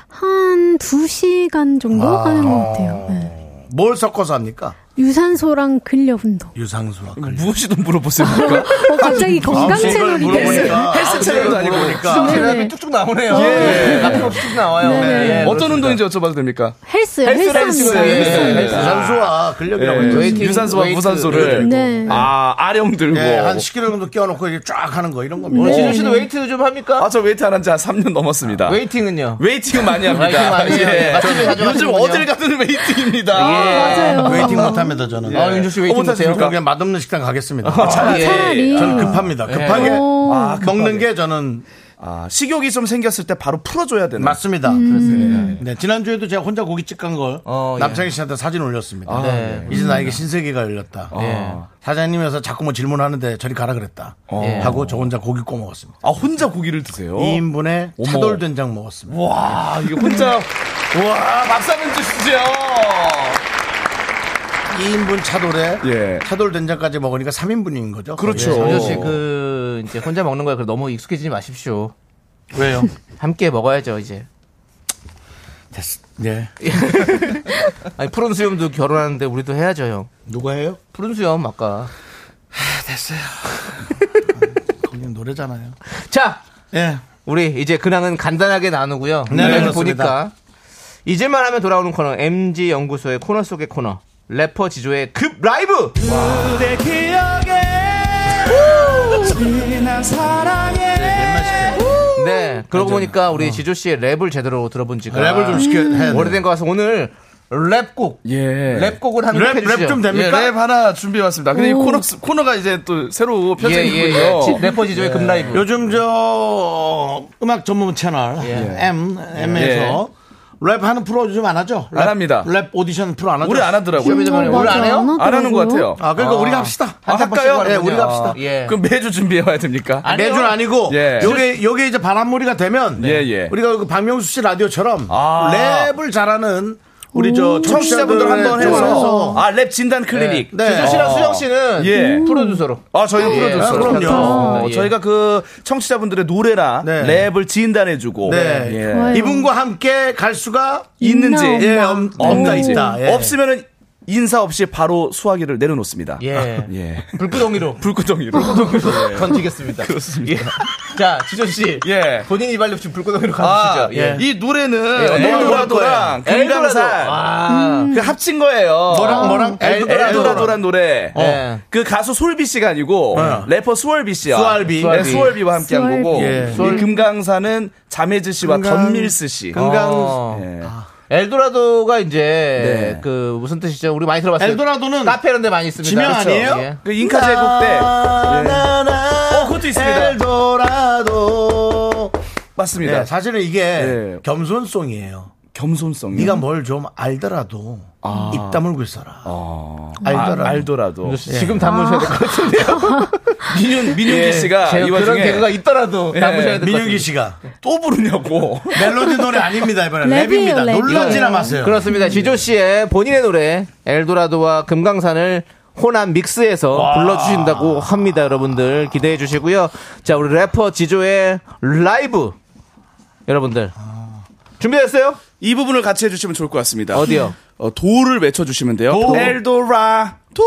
Speaker 4: 한 2시간 정도
Speaker 1: 아.
Speaker 4: 하는 것 같아요. 네.
Speaker 1: 뭘 섞어서 합니까?
Speaker 4: 유산소랑 근력 운동.
Speaker 1: 유산소와 근력.
Speaker 8: 무엇이든 물어보세요. 그러니까.
Speaker 4: 어, 갑자기 건강
Speaker 1: 아홉 시
Speaker 4: 채널이
Speaker 1: 이걸
Speaker 4: 됐어요.
Speaker 1: 물어보니까
Speaker 8: 헬스 채널도 아니고
Speaker 1: 그러니까.
Speaker 4: 네.
Speaker 2: 제가 쭉쭉 나오네요.
Speaker 8: 예.
Speaker 2: 앞에 없이 쭉 나와요.
Speaker 4: 네, 네.
Speaker 2: 네.
Speaker 8: 어떤 운동인지 여쭤봐도 됩니까?
Speaker 4: 헬스요. 헬스합니다.
Speaker 8: 헬스.
Speaker 4: 헬스.
Speaker 2: 네.
Speaker 1: 유산소와 근력이라고
Speaker 8: 예.
Speaker 1: 했죠.
Speaker 2: 웨이팅,
Speaker 8: 네. 유산소와
Speaker 2: 웨이트.
Speaker 8: 무산소를
Speaker 4: 네.
Speaker 8: 아 아령 들고
Speaker 2: 네,
Speaker 1: 예,
Speaker 3: 뭐.
Speaker 1: 한 10kg 정도 끼워놓고 이렇게 쫙 하는 거 이런 겁니다.
Speaker 2: 지준
Speaker 8: 네.
Speaker 2: 씨도 웨이트 좀 합니까?
Speaker 8: 아저 웨이트 안 한 지 한 3년 넘었습니다.
Speaker 2: 웨이팅은요?
Speaker 8: 아. 웨이팅은
Speaker 2: [laughs]
Speaker 8: 많이
Speaker 2: 웨이팅
Speaker 8: 합니다. 예.
Speaker 2: 많이 해요. 맛집에 자주
Speaker 8: 요즘
Speaker 2: 가시는군요. 예.
Speaker 8: 어딜 가든 웨이팅입니다.
Speaker 4: 맞아요.
Speaker 1: 웨이팅 못합니다 저는.
Speaker 2: 아, 윤주 씨 웨이팅
Speaker 8: 어머,
Speaker 2: 못해요?
Speaker 1: 저는 예. 그냥 맛없는 식당 가겠습니다.
Speaker 2: 아, 예.
Speaker 4: 차라리.
Speaker 1: 저는 급합니다. 급하게
Speaker 4: 오.
Speaker 1: 아, 먹는 게 저는
Speaker 8: 아, 식욕이 좀 생겼을 때 바로 풀어줘야 되는.
Speaker 1: 맞습니다. 네, 지난주에도 제가 혼자 고깃집 간 걸
Speaker 2: 어, 예.
Speaker 1: 남창희 씨한테 사진 올렸습니다.
Speaker 3: 아.
Speaker 2: 네.
Speaker 1: 이제 나에게 신세계가 열렸다. 예. 사장님에서 자꾸 뭐 질문하는데 저리 가라 그랬다. 하고 저 혼자 고기 꼬 먹었습니다.
Speaker 8: 아 혼자 고기를 드세요?
Speaker 1: 2인분에
Speaker 8: 어머.
Speaker 1: 차돌 된장 먹었습니다.
Speaker 3: 뭐,
Speaker 8: 와 이거 혼자 와 밥상은 주시죠.
Speaker 1: 2인분 차돌에
Speaker 8: 예.
Speaker 1: 차돌 된장까지 먹으니까 3인분인 거죠.
Speaker 8: 그렇죠.
Speaker 1: 거기에.
Speaker 2: 지준 씨, 그, 이제 혼자 먹는 거에 그래도 너무 익숙해지지 마십시오.
Speaker 1: 왜요?
Speaker 2: 함께 먹어야죠, 이제.
Speaker 1: 됐어. 예.
Speaker 2: 아니, 푸른 수염도 결혼하는데 우리도 해야죠, 형.
Speaker 1: 누가 해요?
Speaker 2: 푸른 수염, 아까.
Speaker 1: 거기는 노래잖아요.
Speaker 2: 자,
Speaker 1: 예.
Speaker 2: 우리 이제 근황은 간단하게 나누고요.
Speaker 1: 네,
Speaker 2: 오늘
Speaker 1: 그렇습니다.
Speaker 2: 보니까 이제만 하면 돌아오는 코너 MG 연구소의 코너 속의 코너 래퍼 지조의 급 라이브. 네, 그러고 보니까 우리 지조 씨의 랩을 제대로 들어본 지가
Speaker 1: 어. 랩을 좀 시켜. 해야 돼요.
Speaker 2: 오래된 거 음, 같아서 오늘
Speaker 1: 랩곡.
Speaker 3: 예.
Speaker 2: 랩곡을 한곡
Speaker 1: 랩,
Speaker 2: 해주시죠.
Speaker 1: 랩 좀
Speaker 3: 예,
Speaker 1: 됩니까?
Speaker 3: 랩 하나 준비해 왔습니다. 근데 이 코너, 코너가 이제 또 새로
Speaker 2: 예,
Speaker 3: 펼쳐지고
Speaker 2: 예,
Speaker 3: 있고요. 네,
Speaker 2: 예. 래퍼지조의 금라이브.
Speaker 1: 요즘 저 음악 전문 채널 M M에서 랩 하는 프로 좀 안 하죠? 랩,
Speaker 3: 예. 안 합니다.
Speaker 1: 랩 오디션 프로 안 하죠?
Speaker 3: 우리 안 하더라고요.
Speaker 4: 뭐,
Speaker 8: 어,
Speaker 1: 오늘 안
Speaker 8: 맞아,
Speaker 1: 해요?
Speaker 3: 안 하는
Speaker 8: 하더라고요.
Speaker 3: 것 같아요.
Speaker 1: 아 그러니까 우리가 합시다.
Speaker 3: 아,
Speaker 1: 한
Speaker 3: 할까요?
Speaker 1: 예,
Speaker 3: 그러면요.
Speaker 1: 우리가 합시다.
Speaker 2: 예.
Speaker 3: 그럼 매주 준비해 와야 됩니까?
Speaker 1: 매주는 아니고
Speaker 3: 예.
Speaker 1: 요게 요게 이제 바람몰이가 되면
Speaker 3: 예, 예.
Speaker 1: 우리가 그 박명수 씨 라디오처럼
Speaker 3: 아.
Speaker 1: 랩을 잘하는 우리 저 청취자분들 한번 해서
Speaker 3: 아, 랩 진단 클리닉.
Speaker 1: 네. 음.
Speaker 2: 조조 씨랑 수정 씨는
Speaker 3: 예.
Speaker 2: 프로듀서로.
Speaker 3: 아, 저희는
Speaker 2: 예.
Speaker 3: 프로듀서.
Speaker 1: 아, 그럼요.
Speaker 3: 어,
Speaker 2: 예.
Speaker 3: 저희가 그 청취자분들의 노래나
Speaker 1: 네.
Speaker 3: 랩을 진단해주고.
Speaker 1: 네.
Speaker 3: 예.
Speaker 1: 이분과 함께 갈 수가
Speaker 3: 있는지.
Speaker 8: 있나, 음.
Speaker 1: 예,
Speaker 8: 없나.
Speaker 1: 없- 없다
Speaker 3: 없는지.
Speaker 1: 있다. 예.
Speaker 3: 없으면은 인사 없이 바로 수화기를 내려놓습니다.
Speaker 1: [laughs]
Speaker 2: 예.
Speaker 3: 예. [laughs]
Speaker 2: 불구덩이로
Speaker 3: 불구덩이로. 네.
Speaker 2: 던지겠습니다.
Speaker 1: 예.
Speaker 3: 그렇습니다.
Speaker 2: 자, 지조 씨.
Speaker 3: 예.
Speaker 2: 본인 이발로 지금 불구덩이로
Speaker 3: 아,
Speaker 2: 가주시죠. 예.
Speaker 3: 이
Speaker 2: 예,
Speaker 3: 노래는
Speaker 2: 어떤
Speaker 3: 엘도라도랑
Speaker 2: 노래일 거예요?
Speaker 3: 금강산
Speaker 2: 엘도라도.
Speaker 3: 그 합친 거예요.
Speaker 1: 아. 뭐랑 뭐랑
Speaker 3: 엘- 엘도라도란 그 노래.
Speaker 1: 어.
Speaker 2: 예.
Speaker 3: 그 가수 솔비 씨가 아니고 래퍼 수월비 씨와
Speaker 1: 네. 수월비.
Speaker 3: 네, 수월비와 함께 한 거고
Speaker 1: 예.
Speaker 3: 이 금강산은 자매즈 씨와 덤밀스 씨.
Speaker 2: 금강
Speaker 1: 아.
Speaker 3: 예.
Speaker 2: 엘도라도가 이제
Speaker 3: 네.
Speaker 2: 그 무슨 뜻이죠? 우리 많이 들어봤어요.
Speaker 1: 엘도라도는
Speaker 2: 카페 이런 데 많이 있습니다. 그렇죠?
Speaker 1: 지명 아니에요?
Speaker 3: 그 잉카 제국 때 예.
Speaker 1: 어,
Speaker 3: 그것도 있습니다.
Speaker 1: 엘도라도.
Speaker 3: 맞습니다.
Speaker 1: 네, 사실은 이게
Speaker 3: 예. 음.
Speaker 1: 겸손송이에요.
Speaker 3: 겸손성.
Speaker 1: 네가 뭐 뭘 좀 알더라도
Speaker 3: 아.
Speaker 1: 입 다물고 있어라. 알더라도.
Speaker 3: 알더라도.
Speaker 2: 예.
Speaker 3: 예.
Speaker 2: 지금 담으셔야 될 것 같아요.
Speaker 3: 민윤 민윤기
Speaker 1: 예.
Speaker 3: 씨가 이
Speaker 2: 그런
Speaker 3: 와중에
Speaker 2: 개그가 있더라도
Speaker 3: 예.
Speaker 2: 담으셔야 될 것 같아요.
Speaker 1: 아, 민윤기 씨가 [laughs]
Speaker 3: 또 부르냐고.
Speaker 1: 멜로디 노래 아닙니다 이번에
Speaker 8: 랩이에요,
Speaker 1: 랩입니다.
Speaker 8: 랩.
Speaker 3: 예.
Speaker 1: 놀라지나 마세요.
Speaker 2: 그렇습니다.
Speaker 3: 음.
Speaker 2: 지조 씨의 본인의 노래 엘도라도와 금강산을 호남 믹스에서 불러주신다고 합니다. 여러분들 기대해 주시고요. 자, 우리 래퍼 지조의 라이브 여러분들 준비됐어요?
Speaker 3: 이 부분을 같이 해주시면 좋을 것 같습니다.
Speaker 2: 어디요?
Speaker 3: 어, 도를 외쳐주시면 돼요. 엘도라 도,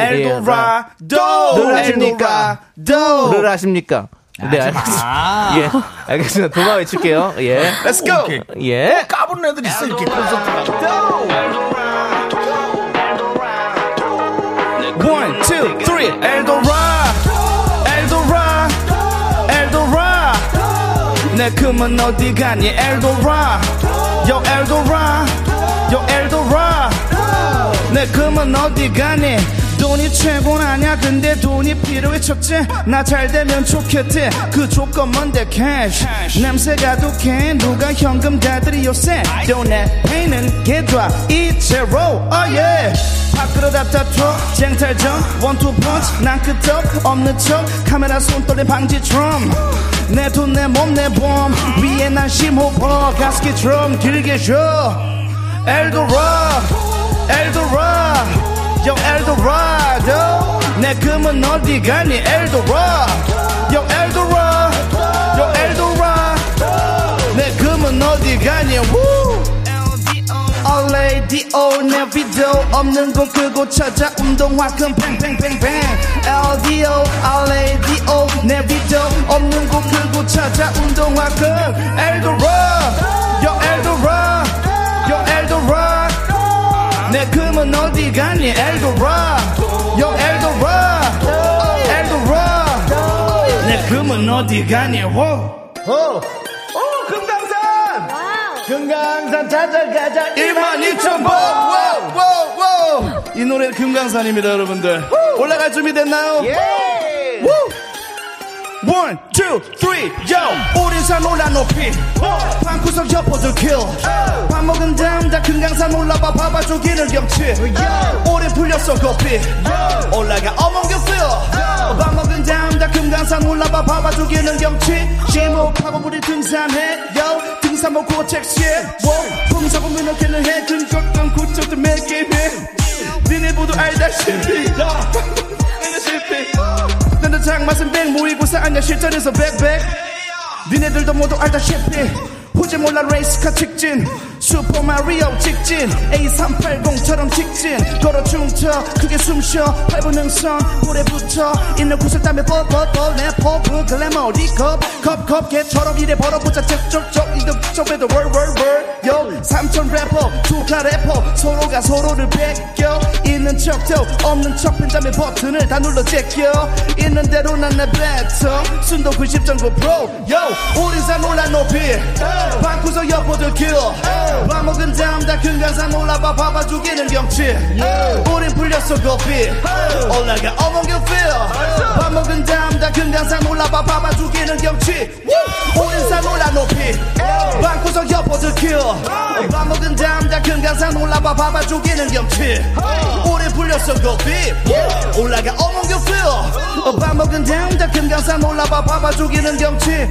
Speaker 2: 예,
Speaker 3: 엘도라
Speaker 2: 네.
Speaker 3: 도,
Speaker 2: 늘 하십니까?
Speaker 1: 어.
Speaker 3: 도.
Speaker 2: 를 하십니까?
Speaker 1: 아,
Speaker 2: 네, 알겠습니다. 예, 알겠습니다. 도마 외칠게요. 예,
Speaker 3: Let's go.
Speaker 1: 오케이.
Speaker 2: 예.
Speaker 1: 까부는 애들 있어 이렇게 콘서트가.
Speaker 3: One, two, three. 엘도라, 엘도라, 엘도라. 내 금은 어디 가니? 엘도라, 요 엘도라, 요 엘도라. 내 금은 어디 가니? 돈이 최고는 아니야 근데 돈이 필요해 첫째 나 잘 되면 좋겠지 그 조건 뭔데 cash 냄새가 독해 누가 현금 다들이 요새 돈에 페이는 개좌 이체로 어예 밥그릇 앞다퉈 쟁탈전 원투 펀치 난 끄떡 없는 척 카메라 손떨림 방지 트럼 내 돈 내 몸 내 몸 위에 난 심호흡어 가스키 트럼 길게 쉬어 엘도라 엘도라 요 엘도라도 내 금은 어디 가니 엘도라 요 엘도라 요 엘도라 내 금은 어디 가니 우 LDO 내 비도 없는 곳 그곳 찾아 운동화 금 팽팽팽팽 LDO LDO 내 비도 없는 곳 그곳 찾아 운동화 금 엘도라 요 엘도라 요 엘도라 내 금은 어디 가니 엘도라 요 엘도라 어, 엘도라 내 금은 어디 가니 호
Speaker 1: 어,
Speaker 3: 금강산
Speaker 1: 금강산 찾아가자.
Speaker 3: 1만 2천 번! 와우, 와우, 와우! 이 노래는 금강산입니다, 여러분들. 올라갈 준비 됐나요? 예! One, two, three, yo! 우린 산 올라 높이. 방구석 여포들 킬. 밥 먹은 다음 다 금강산 올라봐 봐봐 조기를 경치. 오래 풀렸어 커피. 올라가 어몽 교수요. 밥 먹은 다음 다 금강산 올라봐 봐봐 조기는 경치. 지목하고 우리 등산해. yo. 등산복 고책시에 풍사고 민어캐는 해. 등격감 고쳐도 매게 해. 니네 모두 알다시피. [laughs] 알다시피. 나는 장마선 백 모의고사 아니야 실전에서 백백. 니네들도 모두 알다시피 호재 몰라 레이스카 직진 슈퍼마리오 직진 A380처럼 직진 걸어 춤춰 크게 숨쉬어 팔부 능선 볼에 붙여 있는 구슬 땀에 뻘뻘뻘 내 포크 글래머 리컵 컵컵 개처럼 이래 벌어보자 쩍쩍쩍 이득 쪽에도 월월월 요 삼촌 래퍼 두카 래퍼 서로가 서로를 베껴 있는 척도 없는 척 편점의 버튼을 다 눌러 제껴 있는 대로 난내 뱉어 순도 90.9 프로 요 우린 산 올라 높이 방구석 여포들 킬
Speaker 8: 밥 먹은 다음 다 큰 가산 올라봐 봐봐 죽이는 경치 우린 풀렸어 고삐 올라가 어몽교 필밥 먹은 다음 다 큰 가산 올라봐 봐봐 죽이는 경치 우린 산 올라 높이 방구석 혀포드 큐밥 먹은 다음 다 큰 가산 올라봐 봐봐 죽이는 경치 우린 풀렸어 고삐 올라가 어몽교 필밥 먹은 다음 다 큰 가산 올라봐 봐봐 죽이는 경치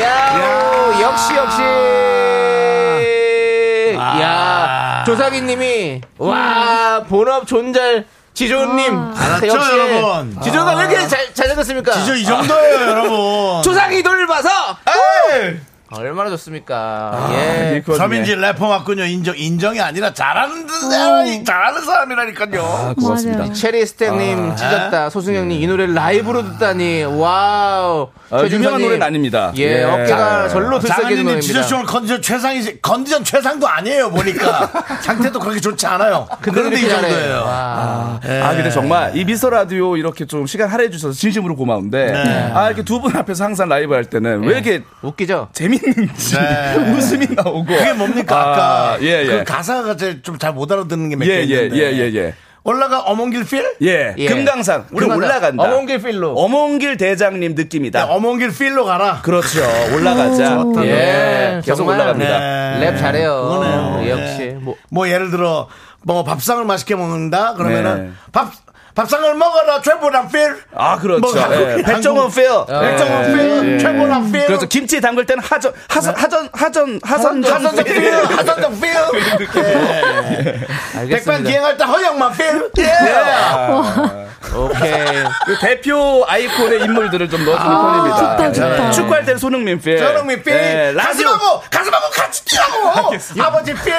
Speaker 2: 야 역시 역시 야 조사기님이 와 본업 존잘 지조님 아,
Speaker 1: 알았죠, 여러분?
Speaker 2: 지조가 왜 이렇게 잘 잘생겼습니까?
Speaker 1: 지저 이 정도예요, 여러분.
Speaker 2: 조상이 돌 봐서
Speaker 1: 에이!
Speaker 2: 아, 얼마나 좋습니까? 예.
Speaker 1: 그
Speaker 8: 네.
Speaker 1: 서민지 래퍼 맞군요. 인정, 인정이 아니라 잘하는, 사람이- 잘하는 사람이라니까요.
Speaker 8: 네.
Speaker 4: 뭐. 맞아요.
Speaker 2: 체리 스택님 찢었다. 소승영님 이 노래를 라이브로 듣다니 와우.
Speaker 8: 어,
Speaker 2: 최준선님.
Speaker 8: 유명한 노래는 아닙니다.
Speaker 2: 예,
Speaker 8: 예.
Speaker 2: 어깨가 절로 들썩이는
Speaker 1: 장은희님
Speaker 2: 노래입니다.
Speaker 1: 지저씨는 컨디션 최상이, 컨디션 최상도 아니에요,
Speaker 8: [laughs]
Speaker 1: 보니까. 상태도 그렇게 좋지 않아요. 그런데 이
Speaker 2: 이렇게 잘해.
Speaker 1: 정도예요.
Speaker 2: 와.
Speaker 8: 아 근데 정말 이 미스터 라디오 이렇게 좀 시간 할애해 주셔서 진심으로 고마운데 아 이렇게 두 분 앞에서 항상 라이브 할 때는 왜 이렇게
Speaker 2: 예. 웃기죠?
Speaker 8: 재밌는지
Speaker 1: 네.
Speaker 8: [laughs] 웃음이 나오고
Speaker 1: 그게 뭡니까? 아까
Speaker 8: 예, 예.
Speaker 1: 그 가사가 좀 잘 못 알아듣는 게 몇 개
Speaker 8: 예, 예,
Speaker 1: 있는데.
Speaker 8: 예, 예, 예.
Speaker 1: 올라가 어몽길 필? 네,
Speaker 8: 예.
Speaker 2: 예.
Speaker 8: 금강산. 우리
Speaker 2: 금강산.
Speaker 8: 올라간다.
Speaker 2: 어몽길 필로.
Speaker 8: 어몽길 대장님 느낌이다.
Speaker 1: 네, 어몽길 필로 가라.
Speaker 8: 그렇죠. 올라가자.
Speaker 2: 예.
Speaker 8: 계속
Speaker 2: 정말.
Speaker 8: 올라갑니다.
Speaker 1: 네.
Speaker 2: 랩 잘해요.
Speaker 1: 그거네요.
Speaker 2: 예,
Speaker 1: 네.
Speaker 2: 역시 뭐
Speaker 1: 뭐 예를 들어 뭐 밥상을 맛있게 먹는다 그러면은
Speaker 8: 네.
Speaker 1: 밥 밥상을 먹어라 최보람 필. 뭐
Speaker 8: 아, 그렇죠. 예. 백종원 필.
Speaker 1: 네. 백종원 필. 최보람 필.
Speaker 8: 그래서 김치 담글 때는 하전, 하선, 하전, 하전, 하선전
Speaker 1: 네. 하선정 필.
Speaker 8: 필.
Speaker 1: 하선정 필. 백반
Speaker 2: 알겠습니다.
Speaker 1: 기행할 때 허영만 예. 필.
Speaker 8: 예.
Speaker 2: 오케이.
Speaker 8: 그 대표 아이콘의 인물들을 좀 넣어주는 편입니다.
Speaker 2: 아,
Speaker 4: 좋다, 네. 좋다.
Speaker 8: 예. 축구할 때는 손흥민 필.
Speaker 1: 전홍민 필.
Speaker 8: 예, 라디오.
Speaker 1: 가슴하고 가슴하고 같이 뛰라고. 아버지 필.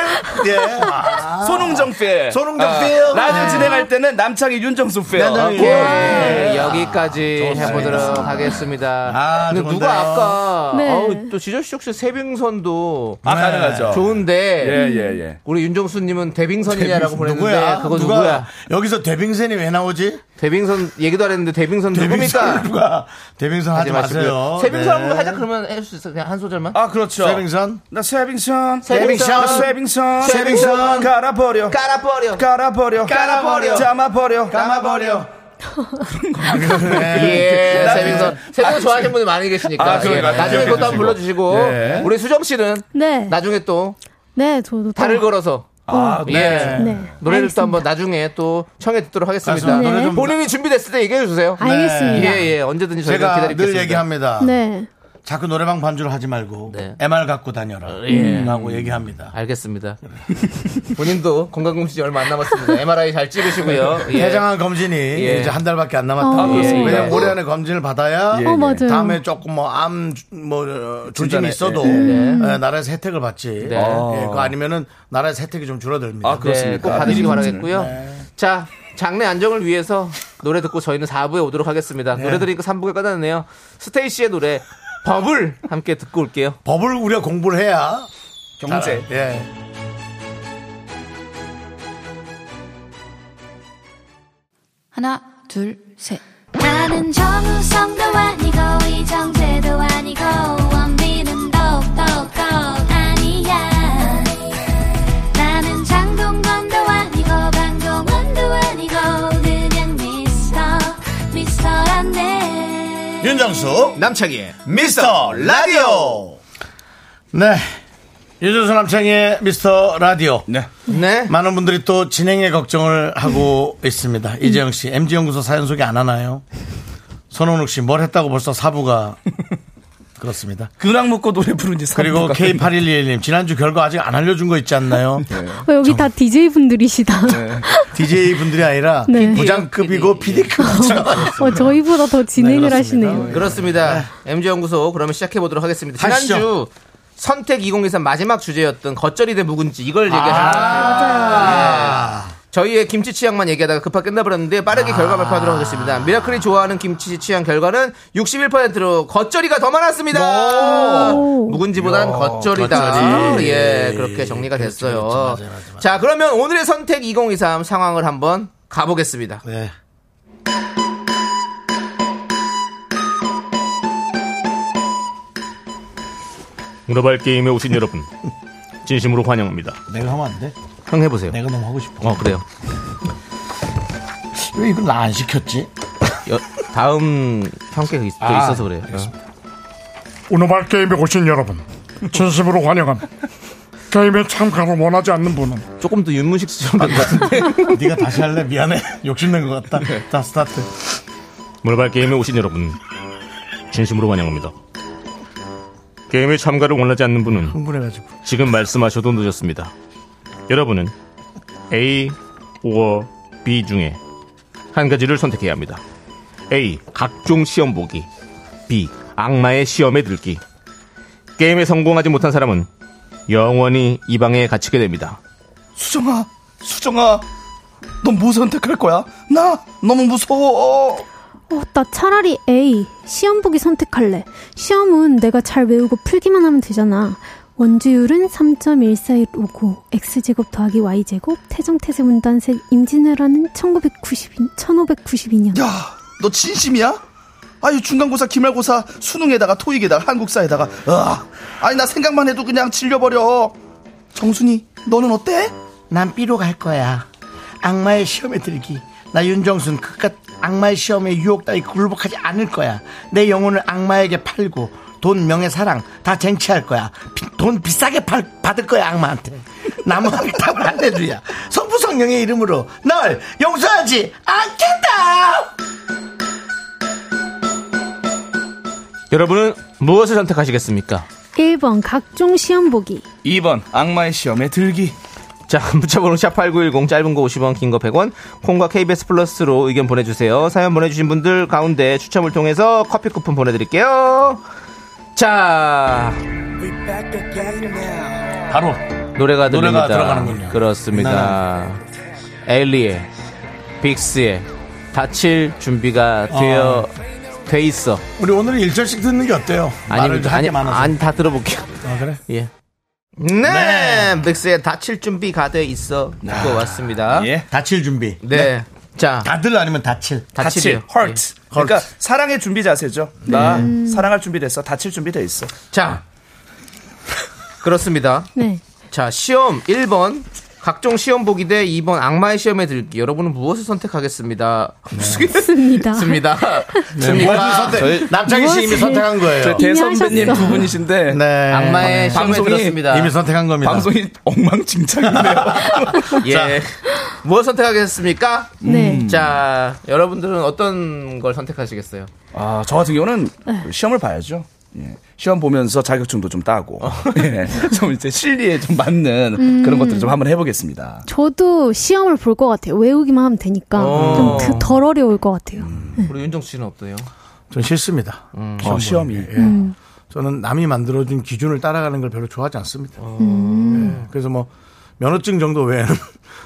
Speaker 1: 예. 아.
Speaker 8: 손흥정 필.
Speaker 1: 손흥정
Speaker 8: 아,
Speaker 1: 필.
Speaker 8: 라디오 진행할 때는 남창희 윤정수 예. 필.
Speaker 3: 예.
Speaker 1: 남창희.
Speaker 8: 오케이.
Speaker 2: 네, 여기까지 해보도록 하겠습니다.
Speaker 1: 아,
Speaker 2: 근데
Speaker 1: 좋은데요.
Speaker 2: 누가 아까
Speaker 4: 네.
Speaker 2: 어우, 또 지저씨 혹시 세빙선도
Speaker 8: 아, 가능하죠.
Speaker 2: 좋은데
Speaker 8: 예, 예, 예.
Speaker 2: 우리 윤종수님은 데빙선이냐라고 보냈는데
Speaker 1: 누구야?
Speaker 2: 그거
Speaker 1: 누가
Speaker 2: 누구야?
Speaker 1: 여기서 데빙센이 왜 나오지?
Speaker 2: 데빙선 얘기도 안 했는데 데빙선 누굽니까?
Speaker 1: 데빙선 누가? 데빙선 하지 마세요.
Speaker 2: 세빙선
Speaker 1: 네.
Speaker 2: 한번 하자 그러면 할 수 있어 그냥 한 소절만.
Speaker 8: 아, 그렇죠.
Speaker 1: 세빙선.
Speaker 8: 나 세빙선.
Speaker 2: 세빙선.
Speaker 8: 나 세빙선.
Speaker 1: 세빙선.
Speaker 8: 갈아버려.
Speaker 2: 깔아버려.
Speaker 8: 깔아버려.
Speaker 2: 깔아버려.
Speaker 8: 잠아버려.
Speaker 2: 예,
Speaker 8: 나-
Speaker 2: 세빙선. 세빙선 좋아하시는 분이 많이 계시니까.
Speaker 8: 아, 그러니까.
Speaker 2: 예, 나중에 그것도 한번 불러주시고.
Speaker 8: 네.
Speaker 2: 우리 수정 씨는
Speaker 4: 네.
Speaker 2: 나중에 또
Speaker 4: 네, 저도.
Speaker 2: 달을
Speaker 4: 또-
Speaker 2: 걸어서
Speaker 8: 아,
Speaker 2: 예.
Speaker 4: 네.
Speaker 2: 노래를 또
Speaker 4: 알겠습니다.
Speaker 2: 한번 나중에 또 청해 듣도록 하겠습니다.
Speaker 1: 가수 노래
Speaker 4: 네.
Speaker 1: 좀
Speaker 2: 본인이 준비됐을 때 얘기해 주세요.
Speaker 4: 아, 알겠습니다.
Speaker 2: 예, 예. 언제든지 저희가
Speaker 1: 제가 늘
Speaker 2: 기다리겠습니다.
Speaker 1: 얘기합니다.
Speaker 4: 네.
Speaker 1: 자꾸 노래방 반주를 하지 말고
Speaker 2: 네.
Speaker 1: MR 갖고 다녀라.
Speaker 2: 예.
Speaker 1: 라고 얘기합니다.
Speaker 2: 알겠습니다. 본인도 건강검진이 얼마 안 남았습니다. MRI 잘 찍으시고요.
Speaker 1: 네.
Speaker 2: 예.
Speaker 1: 해장한 검진이
Speaker 2: 예.
Speaker 1: 이제 한 달밖에 안 남았다.
Speaker 4: 아, 그렇습니다.
Speaker 1: 왜냐면 올해 안에 검진을 받아야
Speaker 4: 어, 맞아요.
Speaker 1: 다음에 조금 뭐암뭐 조짐이
Speaker 8: 진단에,
Speaker 1: 있어도
Speaker 8: 예.
Speaker 1: 예, 나라에서 혜택을 받지.
Speaker 2: 네.
Speaker 1: 예, 그거 아니면은 나라에서 혜택이 좀 줄어듭니다.
Speaker 8: 아,
Speaker 2: 네, 꼭
Speaker 8: 그렇습니까? 미리
Speaker 2: 받으시기
Speaker 8: 네.
Speaker 2: 바라겠고요. 자, 장례 안정을 위해서 노래 듣고 저희는 4부에 오도록 하겠습니다.
Speaker 8: 네.
Speaker 2: 노래 들으니까 3부가 끝났네요. 스테이씨의 노래 버블 함께 듣고 올게요.
Speaker 1: 네. 법을 우리가 공부를 해야 경제. 예.
Speaker 9: 하나, 둘, 셋.
Speaker 4: 나는 정우성도 아니고 이정재도 아니고 원빈은 더욱더 아니야 나는 장동건도 아니고 방종원도 아니고 그냥 미스터 미스터란데
Speaker 1: 윤정수 남창희의 미스터 라디오 네 윤정수 남창희의 미스터 라디오
Speaker 8: 네.
Speaker 2: 네.
Speaker 1: 많은 분들이 또 진행의 걱정을 하고 있습니다
Speaker 8: 음.
Speaker 1: 이재영 씨 MG 연구소 사연 소개 안 하나요? 손원욱 씨 뭘 했다고 벌써 사부가
Speaker 8: [laughs]
Speaker 1: 그렇습니다
Speaker 8: 근황 묻고 노래 부른지
Speaker 1: 그리고 K8121님 지난주 결과 아직 안 알려준 거 있지 않나요?
Speaker 8: 네.
Speaker 4: 어, 여기 다 DJ 분들이시다.
Speaker 1: DJ 분들이 아니라
Speaker 4: [laughs] 네.
Speaker 1: 부장급이고 네, PD급이죠
Speaker 4: 어, 저희보다 더 진행을 하시네요.
Speaker 2: 그렇습니다. MG연구소 그러면 시작해보도록 하겠습니다. 지난주
Speaker 1: 하시죠.
Speaker 2: 선택 2023 마지막 주제였던 겉절이 대 묵은지 이걸 얘기하셨는데 저희의 김치 취향만 얘기하다가 급하게 끝나버렸는데 빠르게 결과 발표하도록 하겠습니다. 미라클이 좋아하는 김치 취향 결과는 61%로 겉절이가 더 많았습니다.
Speaker 4: 오.
Speaker 2: 묵은지보단 겉절이다. 예, 그렇게 정리가 됐어요. 자, 그러면 오늘의 선택 2023 상황을 한번 네. 가보겠습니다.
Speaker 1: 네.
Speaker 10: 문어발 게임에 오신 여러분 진심으로 환영합니다.
Speaker 1: 내가 하면 안 돼?
Speaker 10: 형 해보세요.
Speaker 2: 네.
Speaker 1: 내가 너무 하고 싶어.
Speaker 10: 어 그래요.
Speaker 1: 왜 이걸 나 안 시켰지?
Speaker 2: 여- 어, 다음 형께 있, 또
Speaker 10: 아,
Speaker 2: 있어서 그래요.
Speaker 11: 오노발 게임에 오신 여러분 진심으로 환영합니다. 게임에 참가를 원하지 않는 분은
Speaker 2: 어, 조금 더 윤문식 수준
Speaker 10: [laughs]
Speaker 1: 네가 다시 할래? 미안해. [laughs] 욕심낸 것 같다.
Speaker 12: 네.
Speaker 1: 자, 스타트.
Speaker 10: 문어발 게임에 오신 여러분 진심으로 환영합니다. 게임에 참가를 원하지 않는 분은
Speaker 1: 흥분해가지고.
Speaker 10: 지금 말씀하셔도 늦었습니다. 여러분은 A or B 중에 한 가지를 선택해야 합니다. A. 각종 시험 보기. B. 악마의 시험에 들기. 게임에 성공하지 못한 사람은 영원히 이 방에 갇히게 됩니다.
Speaker 8: 수정아, 수정아, 넌 뭐 선택할 거야? 나 너무 무서워.
Speaker 4: 어, 나 차라리 A. 시험 보기 선택할래. 시험은 내가 잘 외우고 풀기만 하면 되잖아. 원주율은 3.1459, x제곱 더하기 y제곱, 태종태세문단세 임진왜란은 1992, 1592년.
Speaker 8: 너 진심이야? 아유 중간고사, 기말고사, 수능에다가 토익에다가 한국사에다가. 아, 아니 나 생각만 해도 그냥 질려버려. 정순이, 너는 어때?
Speaker 12: 난 B로 갈 거야. 악마의 시험에 들기. 나 윤정순 그깟 악마의 시험에 유혹 따위 굴복하지 않을 거야. 내 영혼을 악마에게 팔고 돈, 명예, 사랑 다 쟁취할 거야. 비- 돈 비싸게 팔, 받을 거야 악마한테. 나무하기 타고 할렐루야. 성부성령의 이름으로 널 용서하지 않겠다.
Speaker 2: 여러분은 무엇을 선택하시겠습니까?
Speaker 4: 1번, 각종 시험 보기.
Speaker 2: 2번 악마의 시험에 들기 자 [laughs] 문자번호 샵8910 짧은 거 50원 긴 거 100원 콩과 KBS 플러스로 의견 보내주세요 사연 보내주신 분들 가운데 추첨을 통해서 커피 쿠폰 보내드릴게요 자
Speaker 1: 바로
Speaker 2: 노래가 들립니다
Speaker 1: 노래가 들어가는군요.
Speaker 2: 그렇습니다 에일리의 빅스의 다칠 준비가
Speaker 1: 아.
Speaker 2: 되어 돼 있어
Speaker 1: 우리 오늘은 일절씩 듣는 게 어때요? 말을
Speaker 2: 아닙니다.
Speaker 1: 할게
Speaker 2: 아니
Speaker 1: 많아서.
Speaker 2: 아니 다 들어볼게요
Speaker 1: 아, 그래?
Speaker 2: 예. 네, 빅스의 다칠 준비가 돼 있어
Speaker 1: 아,
Speaker 2: 듣고 왔습니다.
Speaker 1: 다칠 준비.
Speaker 2: 네. 자.
Speaker 1: 다들 아니면 다칠.
Speaker 2: 예? 다칠이요.
Speaker 8: hurt.
Speaker 2: 예.
Speaker 8: 그러니까
Speaker 2: hurt.
Speaker 8: 사랑의 준비 자세죠. 나
Speaker 2: 네. 음.
Speaker 8: 사랑할 준비됐어. 다칠 준비돼 있어.
Speaker 2: 자. 그렇습니다.
Speaker 4: 네.
Speaker 2: 자, 시험 1번. 각종 시험 보기 대 2번 악마의 시험에 들기. 여러분은 무엇을 선택하겠습니다.
Speaker 8: 네.
Speaker 4: 씁니다.
Speaker 8: [laughs]
Speaker 2: 씁니다.
Speaker 1: 네, 무엇을 선택- 남창희 씨 이미 무엇을 선택한 거예요.
Speaker 7: 저희 대선배님
Speaker 1: 이미
Speaker 7: 두
Speaker 1: 하셨어.
Speaker 7: 분이신데
Speaker 1: 네.
Speaker 2: 악마의 시험에 들었습니다. 이미 선택한 겁니다.
Speaker 7: 방송이 엉망진창이네요.
Speaker 2: 예. 무엇 선택하겠습니까?
Speaker 7: 네.
Speaker 2: 자, 여러분들은 어떤 걸 선택하시겠어요?
Speaker 8: 아, 저 같은 경우는 시험을 봐야죠. 예. 시험 보면서 자격증도 좀 따고
Speaker 2: 어.
Speaker 8: [laughs] 예. 좀 이제 실리에 좀 맞는
Speaker 4: 음.
Speaker 8: 그런 것들을 좀 한번 해보겠습니다.
Speaker 4: 저도 시험을 볼 것 같아요. 외우기만 하면 되니까.
Speaker 8: 어.
Speaker 4: 좀 덜 어려울 것 같아요.
Speaker 7: 음.
Speaker 2: 우리 윤정수 씨는 어때요?
Speaker 1: 전 싫습니다.
Speaker 8: 어, 시험이.
Speaker 1: 보는 게. 예.
Speaker 4: 음.
Speaker 1: 저는 남이 만들어준 기준을 따라가는 걸 별로 좋아하지 않습니다.
Speaker 4: 음.
Speaker 1: 예. 그래서 뭐 면허증 정도 외에는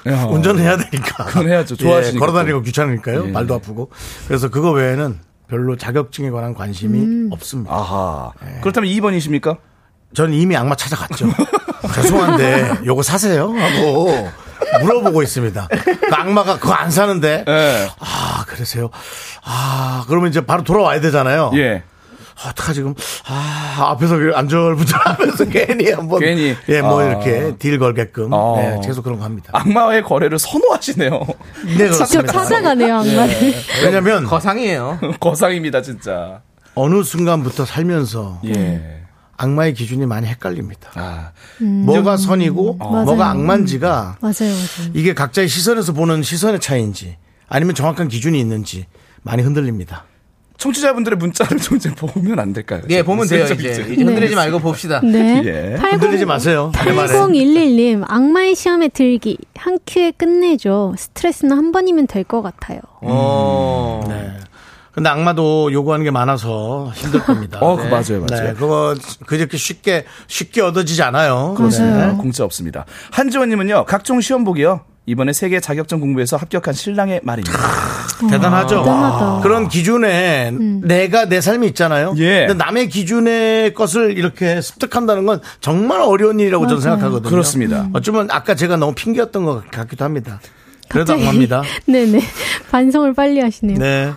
Speaker 1: [laughs] 운전해야 되니까. 예,
Speaker 8: 그건 해야죠. 좋아하시니까
Speaker 1: 걸어다니고
Speaker 8: 또.
Speaker 1: 귀찮으니까요.
Speaker 8: 예.
Speaker 1: 말도 아프고. 그래서 그거 외에는 별로 자격증에 관한 관심이 없습니다.
Speaker 8: 아하.
Speaker 2: 예.
Speaker 8: 그렇다면 2번이십니까?
Speaker 2: 어.
Speaker 1: 전 이미 악마 찾아갔죠. [laughs] 죄송한데 요거 사세요 하고 물어보고 있습니다. 그 악마가 그거 안 사는데
Speaker 8: 예.
Speaker 1: 아 그러세요? 아 그러면 이제 바로 돌아와야 되잖아요.
Speaker 8: 예.
Speaker 1: 아, 어떡하지 그럼 아 앞에서 안절부절하면서 [laughs] 괜히 한번
Speaker 8: 괜히.
Speaker 1: 예뭐
Speaker 8: 아.
Speaker 1: 이렇게 딜 걸게끔
Speaker 8: 어.
Speaker 1: 예, 계속 그런 거 합니다.
Speaker 8: 악마와의 거래를 선호하시네요.
Speaker 1: 네, 그렇습니다. 직접 찾아가네요, 악마를. 왜냐면
Speaker 2: 거상이에요.
Speaker 8: 거상입니다, 진짜.
Speaker 1: 어느 순간부터 살면서
Speaker 8: 예.
Speaker 1: 악마의 기준이 많이 헷갈립니다.
Speaker 8: 아.
Speaker 1: 뭐가 선이고
Speaker 4: 음. 맞아요. 음.
Speaker 1: 뭐가 악만지가
Speaker 4: [laughs] 맞아요,
Speaker 1: 이게 각자의 시선에서 보는 시선의 차이인지 아니면 정확한 기준이 있는지 많이 흔들립니다.
Speaker 8: 청취자분들의 문자를 좀 이제 보면 안 될까요? [laughs]
Speaker 2: 예, 보면 돼요,
Speaker 8: 슬쩍
Speaker 2: 이제.
Speaker 8: 이제.
Speaker 2: 이제 흔들리지 말고
Speaker 1: [laughs]
Speaker 2: 봅시다.
Speaker 4: 네.
Speaker 8: 예.
Speaker 1: 흔들리지 마세요. 내 말에.
Speaker 4: 8011님, 악마의 시험에 들기. 한 큐에 끝내죠. 스트레스는 한 번이면 될 것 같아요.
Speaker 2: 어.
Speaker 1: 네. 근데 악마도 요구하는 게 많아서 힘들 겁니다.
Speaker 8: 어,
Speaker 2: 예.
Speaker 8: 그거 맞아요, 맞아요.
Speaker 1: 네, 그거 그저께 쉽게 쉽게 얻어지지 않아요.
Speaker 8: 그렇습니다.
Speaker 1: 네.
Speaker 8: 공짜 없습니다. 한지원님은요, 각종 시험 보기요. 이번에 세계 자격증 공부에서 합격한 신랑의 말입니다.
Speaker 1: 음. 대단하죠. 아.
Speaker 8: 대단하다.
Speaker 1: 그런 기준에 내가 내 삶이 있잖아요.
Speaker 8: 예.
Speaker 1: 근데 남의 기준의 것을 이렇게 습득한다는 건 정말 어려운 일이라고 저는
Speaker 8: 맞아요.
Speaker 1: 생각하거든요. 음.
Speaker 8: 그렇습니다.
Speaker 1: 어쩌면 아까 제가 너무 핑계였던 것 같기도 합니다. 그래도
Speaker 4: 갑자기-
Speaker 1: 악마입니다.
Speaker 4: 네네. [laughs] 반성을 빨리 하시네요. 네.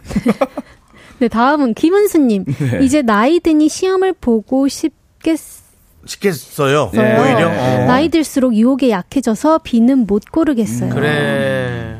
Speaker 1: 네.
Speaker 4: 다음은 김은수님.
Speaker 1: 네.
Speaker 4: 이제 나이 드니 시험을 보고 싶겠,
Speaker 1: 시켰어요.
Speaker 4: 네.
Speaker 1: 오히려. 어.
Speaker 4: 나이 들수록 유혹에 약해져서 비는 못 고르겠어요.
Speaker 1: 음. 그래.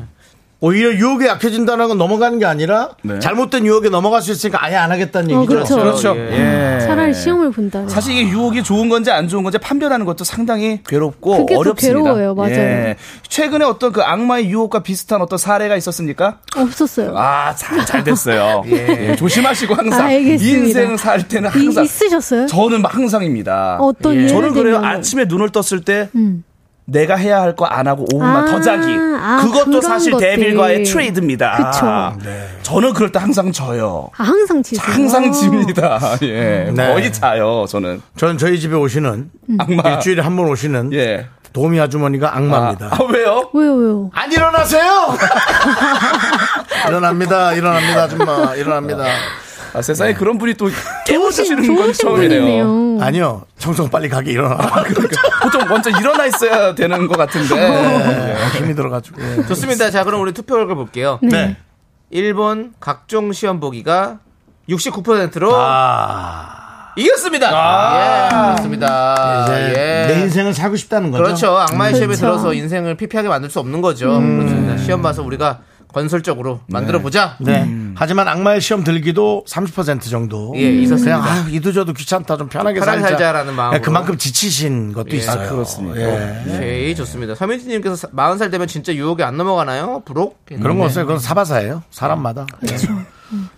Speaker 1: 오히려 유혹에 약해진다는 건 넘어가는 게 아니라 잘못된 유혹에 넘어갈 수 있으니까 아예 안 하겠다는
Speaker 4: 어,
Speaker 1: 얘기죠.
Speaker 4: 그렇죠.
Speaker 8: 네. 그렇죠. 예.
Speaker 4: 차라리 시험을 본다.
Speaker 8: 사실 이게 유혹이 좋은 건지 안 좋은 건지 판별하는 것도 상당히 괴롭고
Speaker 4: 그게 더
Speaker 8: 어렵습니다. 예.
Speaker 4: 괴로워요. 맞아요.
Speaker 8: 최근에 어떤 그 악마의 유혹과 비슷한 어떤 사례가 있었습니까?
Speaker 4: 없었어요.
Speaker 8: 아, 잘, 잘 됐어요.
Speaker 4: 예.
Speaker 8: [laughs] 예, 조심하시고 항상
Speaker 4: 알겠습니다.
Speaker 8: 인생 살 때는
Speaker 4: 이-
Speaker 8: 항상
Speaker 4: 있으셨어요?
Speaker 8: 저는 막 항상입니다.
Speaker 4: 어떤 예를
Speaker 8: 저는 그래요.
Speaker 4: 들면-
Speaker 8: 아침에 눈을 떴을 때
Speaker 4: 음.
Speaker 8: 내가 해야 할 거 안 하고 5분만
Speaker 4: 아,
Speaker 8: 더 자기.
Speaker 4: 아,
Speaker 8: 그것도
Speaker 4: 그런
Speaker 8: 사실
Speaker 4: 것들.
Speaker 8: 데빌과의 트레이드입니다.
Speaker 4: 그쵸.
Speaker 8: 저는 그럴 때 항상 져요.
Speaker 4: 아, 항상 지세
Speaker 8: 항상 집니다. [laughs] 예.
Speaker 1: 네.
Speaker 8: 거의 자요, 저는.
Speaker 1: 저는 저희 집에 오시는
Speaker 8: 음. 악마.
Speaker 1: 일주일에 한 번 오시는
Speaker 8: 예.
Speaker 1: 도미 아주머니가 악마입니다.
Speaker 8: 아, 왜요?
Speaker 4: 왜요, 왜요?
Speaker 1: 안 일어나세요? [laughs] 일어납니다. 일어납니다. 아줌마. 일어납니다.
Speaker 8: 아, 세상에 그런 분이 또
Speaker 4: 좋으신
Speaker 8: 깨워주시는 건 처음이네요.
Speaker 4: 분이네요.
Speaker 1: 아니요. 청소 빨리 가게
Speaker 2: 아,
Speaker 1: 일어나.
Speaker 2: 그렇죠.
Speaker 8: 보통 먼저 일어나 있어야 되는 것
Speaker 4: 어.
Speaker 8: 같은데.
Speaker 1: 네, 힘이 들어가지고.
Speaker 2: 좋습니다. 자, 그럼 우리 투표 결과 볼게요.
Speaker 1: 네.
Speaker 2: 1번 각종 시험 보기가 69%로
Speaker 8: 아.
Speaker 1: 아,
Speaker 2: 이겼습니다. 예,
Speaker 8: 네,
Speaker 2: 그렇습니다.
Speaker 1: 이제
Speaker 2: 예.
Speaker 1: 네. 내 인생을 살고 싶다는 거죠.
Speaker 2: 그렇죠.
Speaker 1: 음.
Speaker 2: 악마의 시험에 들어서 인생을 피폐하게 만들 수 없는 거죠.
Speaker 8: 음. 네.
Speaker 2: 그렇습니다. 시험 봐서 우리가 건설적으로 만들어 보자.
Speaker 1: 네. 하지만 악마의 시험 들기도 30% 정도.
Speaker 2: 음. 예, 있었습니다.
Speaker 1: 그냥 아, 이도 저도 귀찮다. 좀 편하게
Speaker 2: 편하게
Speaker 1: 살자. 네,
Speaker 2: 살자라는 마음으로.
Speaker 1: 그만큼 지치신 것도
Speaker 2: 예.
Speaker 1: 있어요.
Speaker 2: 아,
Speaker 1: 그렇습니다.
Speaker 2: 오케이, 좋습니다. 서민지님께서 40살 되면 진짜 유혹에 안 넘어가나요? 부록?
Speaker 1: 네. 그런 거 없어요. 그건 사바사예요. 사람마다. 예.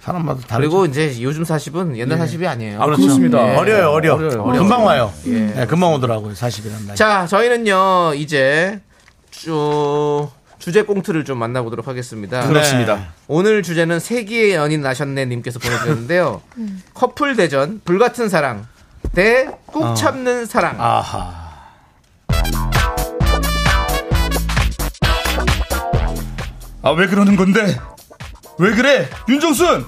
Speaker 1: 사람마다 다르죠.
Speaker 2: 네. 그리고 이제 요즘 40은 옛날 40이 아니에요.
Speaker 1: 예. 어려요, 어려.
Speaker 2: 어려요.
Speaker 1: 금방 와요.
Speaker 2: 예.
Speaker 1: 예, 금방 오더라고요, 40이란 나이.
Speaker 2: 자, 저희는요, 이제, 쭈, 주제 꽁트를 좀 만나보도록 하겠습니다.
Speaker 8: 그렇습니다. 네.
Speaker 2: 오늘 주제는 세기의 연인 나셨네 님께서 보내주셨는데요. 커플 대전, 불같은 사랑, 대 꾹 참는 사랑.
Speaker 1: 아하.
Speaker 8: 아, 왜 그러는 건데? 왜 그래? 윤정순!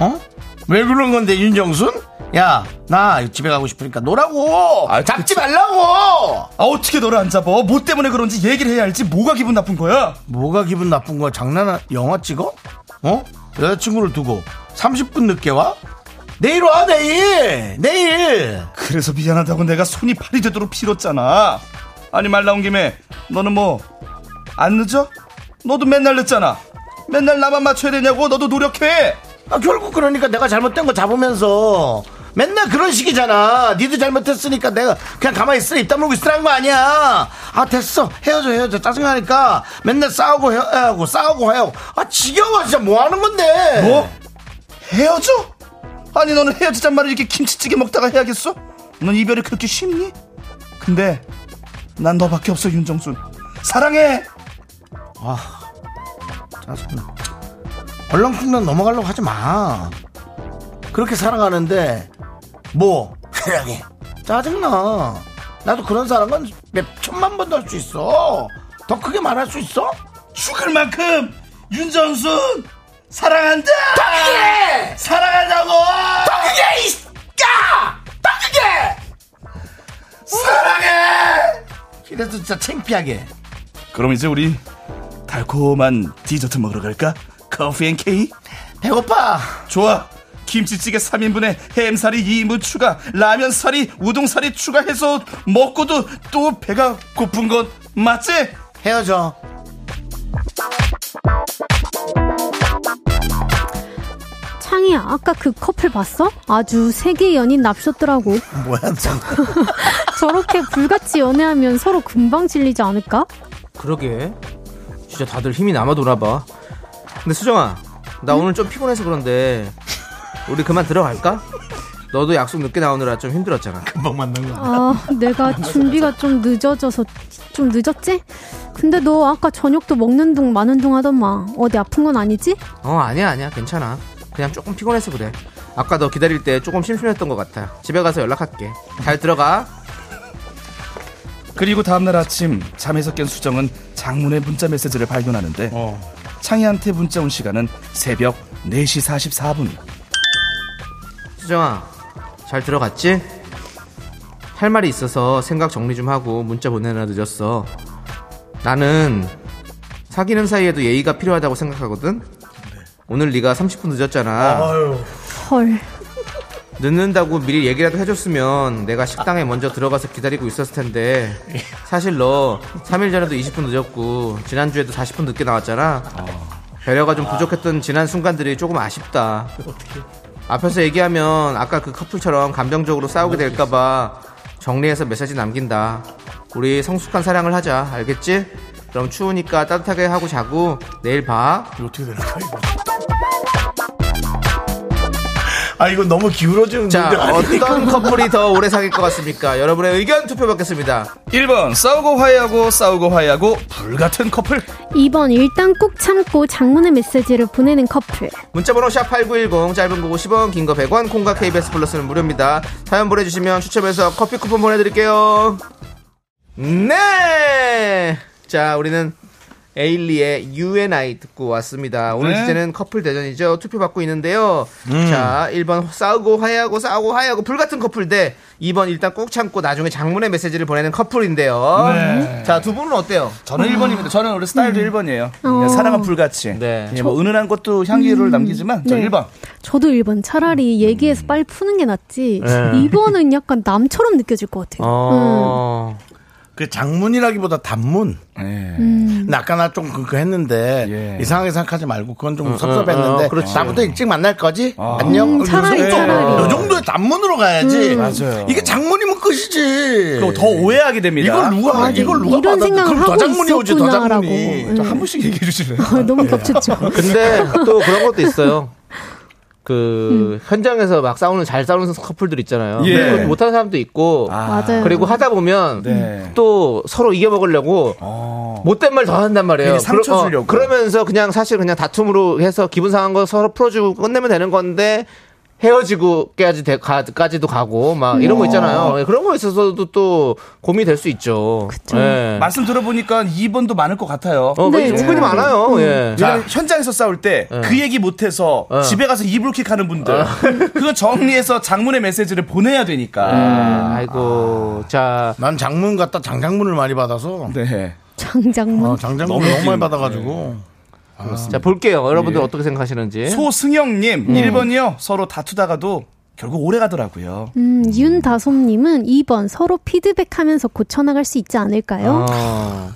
Speaker 1: 어? 왜 그런 건데, 윤정순? 야, 나 집에 가고 싶으니까 놀라고!
Speaker 8: 아,
Speaker 1: 잡지 말라고!
Speaker 8: 아, 어떻게 너를 안 잡아? 뭐 때문에 그런지 얘기를 해야 알지? 뭐가 기분 나쁜 거야?
Speaker 1: 뭐가 기분 나쁜 거야? 장난아, 영화 찍어? 어? 여자친구를 두고 30분 늦게 와? 내일 와, 내일! 내일!
Speaker 8: 그래서 미안하다고 내가 손이 팔이 되도록 빌었잖아. 아니, 말 나온 김에, 너는 뭐, 안 늦어? 너도 맨날 늦잖아. 맨날 나만 맞춰야 되냐고? 너도 노력해!
Speaker 1: 아, 결국 그러니까 내가 잘못된 거 잡으면서 맨날 그런 식이잖아. 니도 잘못했으니까 내가 그냥 가만히 있으라 입 다물고 있으라는 거 아니야. 아, 됐어. 헤어져, 헤어져. 짜증나니까 맨날 싸우고 헤어하고 싸우고 헤어하고. 아, 지겨워. 진짜 뭐 하는 건데.
Speaker 8: 뭐? 헤어져? 아니 너는 헤어지잔 말을 이렇게 김치찌개 먹다가 해야겠어? 넌 이별이 그렇게 쉽니? 근데 난 너밖에 없어 윤정순 사랑해
Speaker 1: 짜증나. 얼렁뚱땅 넘어가려고 하지 마. 그렇게 살아가는데, 뭐, 사랑해. 짜증나. 나도 그런 사람은 몇 천만 번도 할 수 있어. 더 크게 말할 수 있어?
Speaker 8: 죽을 만큼 윤정순 사랑한다
Speaker 1: 크게!
Speaker 8: 사랑한다고
Speaker 1: 더 크게! 이 씨- 야! 더 크게! 사랑해! 이래서 진짜 창피하게.
Speaker 8: 그럼 이제 우리 달콤한 디저트 먹으러 갈까? 커피 앤 케이?
Speaker 1: 배고파.
Speaker 8: 좋아 김치찌개 3인분에 햄살이 2인분 추가 라면살이 우동살이 추가해서 먹고도 또 배가 고픈 건 맞지?
Speaker 1: 헤어져.
Speaker 4: 창이야, 아까 그 커플 봤어? 아주 세계 연인 납셨더라고.
Speaker 1: 뭐야, 너.
Speaker 4: 저렇게 불같이 연애하면 서로 금방 질리지 않을까?
Speaker 2: 그러게. 진짜 다들 힘이 남아 도나봐. 근데 수정아, 나 오늘 좀 피곤해서 그런데, 우리 그만 들어갈까? 너도 약속 늦게 나오느라 좀 힘들었잖아.
Speaker 1: 금방 만난 거.
Speaker 4: 아, 내가 준비가 좀 늦어져서 좀 늦었지? 근데 너 아까 저녁도 먹는 둥 마는 둥 하던마. 어디 아픈 건 아니지?
Speaker 2: 어 아니야 아니야 괜찮아 그냥 조금 피곤해서 그래 아까 너 기다릴 때 조금 심심했던 것 같아 집에 가서 연락할게 잘 들어가
Speaker 8: 그리고 다음날 아침 잠에서 깬 수정은 장문의 문자 메시지를 발견하는데 창희한테 문자 온 시간은 새벽 4시 44분
Speaker 2: 수정아 잘 들어갔지? 할 말이 있어서 생각 정리 좀 하고 문자 보내느라 늦었어 나는 사귀는 사이에도 예의가 필요하다고 생각하거든 오늘 네가 30분 늦었잖아
Speaker 1: 아유.
Speaker 4: 헐.
Speaker 2: 늦는다고 미리 얘기라도 해줬으면 내가 식당에 먼저 들어가서 기다리고 있었을 텐데 사실 너 3일 전에도 20분 늦었고 지난주에도 40분 늦게 나왔잖아 배려가 좀 부족했던 지난 순간들이 조금 아쉽다 앞에서 얘기하면 아까 그 커플처럼 감정적으로 싸우게 될까봐 정리해서 메시지 남긴다 우리 성숙한 사랑을 하자 알겠지? 그럼 추우니까 따뜻하게 하고 자고 내일 봐
Speaker 1: 어떻게 되는 거야 이거 아 이거 너무 기울어지는
Speaker 2: 자,
Speaker 1: 문제가 아니니까.
Speaker 2: 어떤 커플이 더 오래 사귈 것 같습니까? 여러분의 의견 투표 받겠습니다.
Speaker 8: 1번 싸우고 화해하고 싸우고 화해하고 불같은 커플
Speaker 4: 2번 일단 꼭 참고 장문의 메시지를 보내는 커플 [laughs]
Speaker 1: 어,
Speaker 2: 문자번호 샵8910 짧은 거 50원 긴 거 100원 콩과 KBS 플러스는 무료입니다. 사연 보내주시면 추첨해서 커피 쿠폰 보내드릴게요. 네! 자 우리는 에일리의 UNI 듣고 왔습니다. 오늘
Speaker 8: 네. 음.
Speaker 2: 주제는 커플 대전이죠. 투표 받고 있는데요. 자 1번 싸우고 화해하고 싸우고 화해하고 불같은 커플 대 2번 일단 꼭 참고 나중에 장문의 메시지를 보내는 커플인데요.
Speaker 8: 네.
Speaker 2: 자 두 분은 어때요?
Speaker 8: 저는 1번입니다. 저는 우리
Speaker 1: 음.
Speaker 8: 스타일도 1번이에요.
Speaker 4: 어.
Speaker 8: 사랑은 불같이.
Speaker 2: 네.
Speaker 8: 예, 뭐 은은한 것도 향기를 남기지만 저
Speaker 4: 네.
Speaker 8: 1번.
Speaker 4: 저도 1번 차라리 얘기해서 빨리 푸는 게 낫지
Speaker 1: 네.
Speaker 4: 2번은 약간 남처럼 느껴질 것 같아요
Speaker 1: 그 장문이라기보다 단문.
Speaker 8: 예. 음.
Speaker 1: 근데 아까 나 좀 그거 했는데 이상하게 생각하지 말고 그건 좀
Speaker 12: 어,
Speaker 1: 섭섭했는데
Speaker 12: 어, 그렇지.
Speaker 1: 나부터 일찍 만날 거지?
Speaker 8: 아.
Speaker 1: 안녕.
Speaker 12: 음, 차라리,
Speaker 1: 이
Speaker 12: 차라리.
Speaker 1: 요 정도의 단문으로 가야지.
Speaker 8: 음. 예. 맞아요.
Speaker 1: 이게 장문이면 끝이지.
Speaker 8: 그럼 더 오해하게 됩니다.
Speaker 1: 이걸 누가
Speaker 8: 맞아요.
Speaker 1: 이걸 누가
Speaker 8: 이런
Speaker 1: 받아?
Speaker 8: 생각을
Speaker 1: 그럼 더
Speaker 8: 하고 음.
Speaker 1: 장문이 오지 더 장문이.
Speaker 8: 저한 분씩 얘기해 주실래요?
Speaker 1: 네.
Speaker 4: 너무 겹쳤죠.
Speaker 8: [laughs]
Speaker 2: 근데 또 그런 것도 있어요. 그 현장에서 막 싸우는 잘 싸우는 커플들 있잖아요.
Speaker 8: 예.
Speaker 2: 그걸 못하는 사람도 있고,
Speaker 4: 맞아요.
Speaker 2: 그리고 하다 보면
Speaker 8: 네. 어.
Speaker 2: 또 서로 이겨 먹으려고 못된 말 더 한단 말이에요.
Speaker 8: 괜히 상처
Speaker 2: 그러-
Speaker 8: 주려고.
Speaker 2: 그러면서 그냥 사실 그냥 다툼으로 해서 기분 상한 거 서로 풀어주고 끝내면 되는 건데. 헤어지고 까지 돼- 가- 까지도 가고 막 이런 거
Speaker 8: 음.
Speaker 2: 있잖아요. 예, 그런 거에 있어서도 또 고민이 될 수 있죠. 예.
Speaker 8: 말씀 들어보니까 2번도 많을 것 같아요.
Speaker 2: 어, 네. 네. 은근히 많아요.
Speaker 8: 음.
Speaker 2: 예.
Speaker 8: 왜냐면 현장에서 싸울 때 그 얘기 못해서 집에 가서 이불킥 하는 분들 [laughs] 그거 정리해서 장문의 메시지를 보내야 되니까.
Speaker 2: 아이고, 음. 자.
Speaker 1: [laughs] 난 장문 갖다 장장문을 많이 받아서.
Speaker 8: 네.
Speaker 4: 장장문
Speaker 1: 어, 장장문 너무 많이
Speaker 8: 예.
Speaker 1: 받아가지고.
Speaker 2: 자, 볼게요. 여러분들 어떻게 생각하시는지.
Speaker 8: 소승영님 1번이요. 서로 다투다가도 결국 오래 가더라고요.
Speaker 4: 음, 윤다솜님은 2번 서로 피드백하면서 고쳐나갈 수 있지 않을까요? 음.
Speaker 2: 아.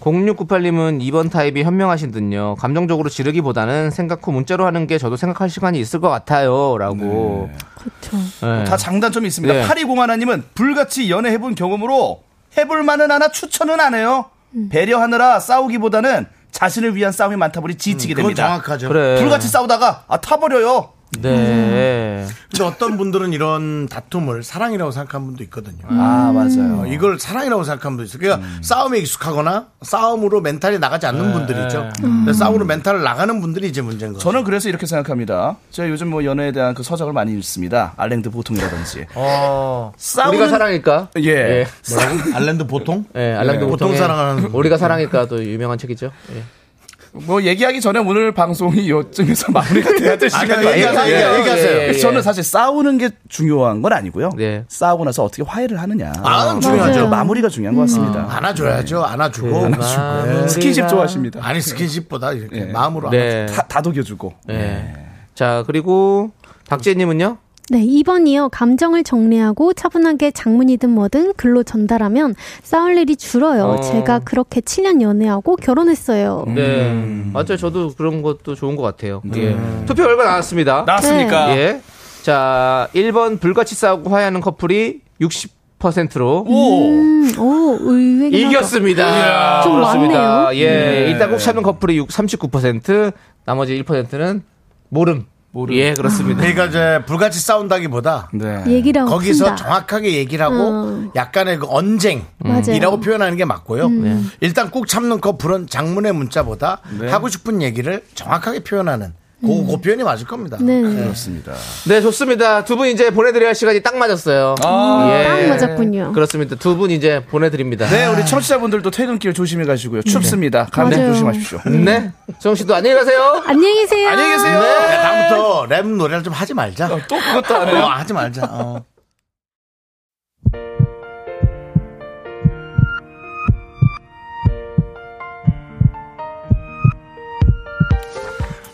Speaker 2: 0698님은 이번 타입이 현명하신 듯요. 감정적으로 지르기보다는 생각 후 문자로 하는 게 저도 생각할 시간이 있을 것 같아요. 라고.
Speaker 4: 그렇죠.
Speaker 2: 네.
Speaker 8: 다 장단점이 있습니다.
Speaker 2: 네.
Speaker 8: 8201님은 불같이 연애해본 경험으로 해볼만은 하나 추천은 안 해요. 배려하느라 싸우기보다는 자신을 위한 싸움이 많다 보니 지치게
Speaker 1: 그건
Speaker 8: 됩니다.
Speaker 1: 정확하죠.
Speaker 2: 그래.
Speaker 8: 불같이 싸우다가 아 타버려요. 음.
Speaker 2: 네.
Speaker 1: 근데 어떤 분들은 이런 다툼을 사랑이라고 생각하는 분도 있거든요.
Speaker 8: 아 맞아요. 음.
Speaker 1: 어, 이걸 사랑이라고 생각하는 분도 있어요. 그러니까 싸움에 익숙하거나 싸움으로 멘탈이 나가지 않는 분들이죠. 근데 싸움으로 멘탈을 나가는 분들이 이제 문제인 거죠.
Speaker 8: 네. 음. 저는 그래서 이렇게 생각합니다. 제가 요즘 뭐 연애에 대한 그 서적을 많이 읽습니다. 알랭드 보통이라든지.
Speaker 2: 어.
Speaker 8: 싸우는-
Speaker 2: 우리가 사랑일까?
Speaker 8: 예.
Speaker 2: 예.
Speaker 1: 뭐라고? 알랜드 보통?
Speaker 2: 예, 알람도
Speaker 1: 네. 보통 사랑하는
Speaker 8: 예.
Speaker 2: 우리가 사랑일까? 또 유명한 책이죠. 예.
Speaker 8: 뭐 얘기하기 전에 오늘 방송이 요쯤에서 [laughs] 마무리가 돼야 될
Speaker 1: 아니,
Speaker 8: 시간이
Speaker 1: 얘기하세요,
Speaker 8: 아닌가.
Speaker 1: 얘기하세요,
Speaker 8: 예.
Speaker 1: 얘기하세요.
Speaker 8: 그래서 저는 사실 싸우는 게 중요한 건 아니고요.
Speaker 2: 예.
Speaker 8: 싸우고 나서 어떻게 화해를 하느냐.
Speaker 1: 아, 중요하죠.
Speaker 8: 그 마무리가 중요한 것 같습니다.
Speaker 1: 안아줘야죠.
Speaker 8: 예.
Speaker 1: 안아주고.
Speaker 2: 마무리가-
Speaker 8: 네. 스킨십 좋아하십니다.
Speaker 1: 아니 스킨십보다 이렇게
Speaker 8: 예.
Speaker 1: 마음으로
Speaker 2: 네.
Speaker 8: 다, 다독여주고.
Speaker 2: 네. 자, 그리고 박재님은요?
Speaker 4: 네, 2번이요. 감정을 정리하고 차분하게 장문이든 뭐든 글로 전달하면 싸울 일이 줄어요.
Speaker 2: 어.
Speaker 4: 제가 그렇게 7년 연애하고 결혼했어요.
Speaker 8: 음.
Speaker 2: 네. 맞아요. 저도 그런 것도 좋은 것 같아요. 예. 투표 결과 나왔습니다.
Speaker 8: 네. 나왔습니까?
Speaker 4: 그러니까
Speaker 2: 예. 자, 1번 불같이 싸우고 화해하는 커플이 60%로
Speaker 8: 오.
Speaker 4: 음, 오, 의외긴 하다.
Speaker 2: 이겼습니다.
Speaker 4: 좀 많네요.
Speaker 2: 예. 일단 꼭 참는 커플이 6, 39%, 나머지 1%는 모름. 모름. 예, 그렇습니다.
Speaker 4: 아.
Speaker 1: 그러니까 이제 불같이 싸운다기보다
Speaker 4: 얘기를 하고
Speaker 1: 거기서
Speaker 4: 푼다.
Speaker 1: 정확하게 얘기를 하고
Speaker 4: 어. 음.
Speaker 1: 약간의 그 언쟁이라고
Speaker 4: 맞아요. 음.
Speaker 1: 표현하는 게 맞고요.
Speaker 8: 네.
Speaker 1: 일단 꼭 참는 커플은 장문의 문자보다 하고 싶은 얘기를 정확하게 표현하는 그, 그 표현이 맞을 겁니다.
Speaker 4: 음. 네.
Speaker 8: 좋습니다.
Speaker 2: 네, 좋습니다. 두 분 이제 보내드려야 할 시간이 딱 맞았어요. 예.
Speaker 4: 아. 딱 맞았군요.
Speaker 2: 그렇습니다. 두 분 이제 보내드립니다.
Speaker 8: 네, 우리 청취자분들도 퇴근길 조심히 가시고요. 춥습니다. 감기
Speaker 4: 맞아요.
Speaker 8: 조심하십시오.
Speaker 2: 네. 정우 씨도 안녕히 가세요.
Speaker 4: 안녕히 계세요.
Speaker 8: 안녕히 계세요.
Speaker 1: 야, 다음부터 랩 노래를 좀 하지 말자.
Speaker 8: 또 그것도 안
Speaker 1: 네. 어,
Speaker 8: 해요.
Speaker 1: 하지 말자. 어.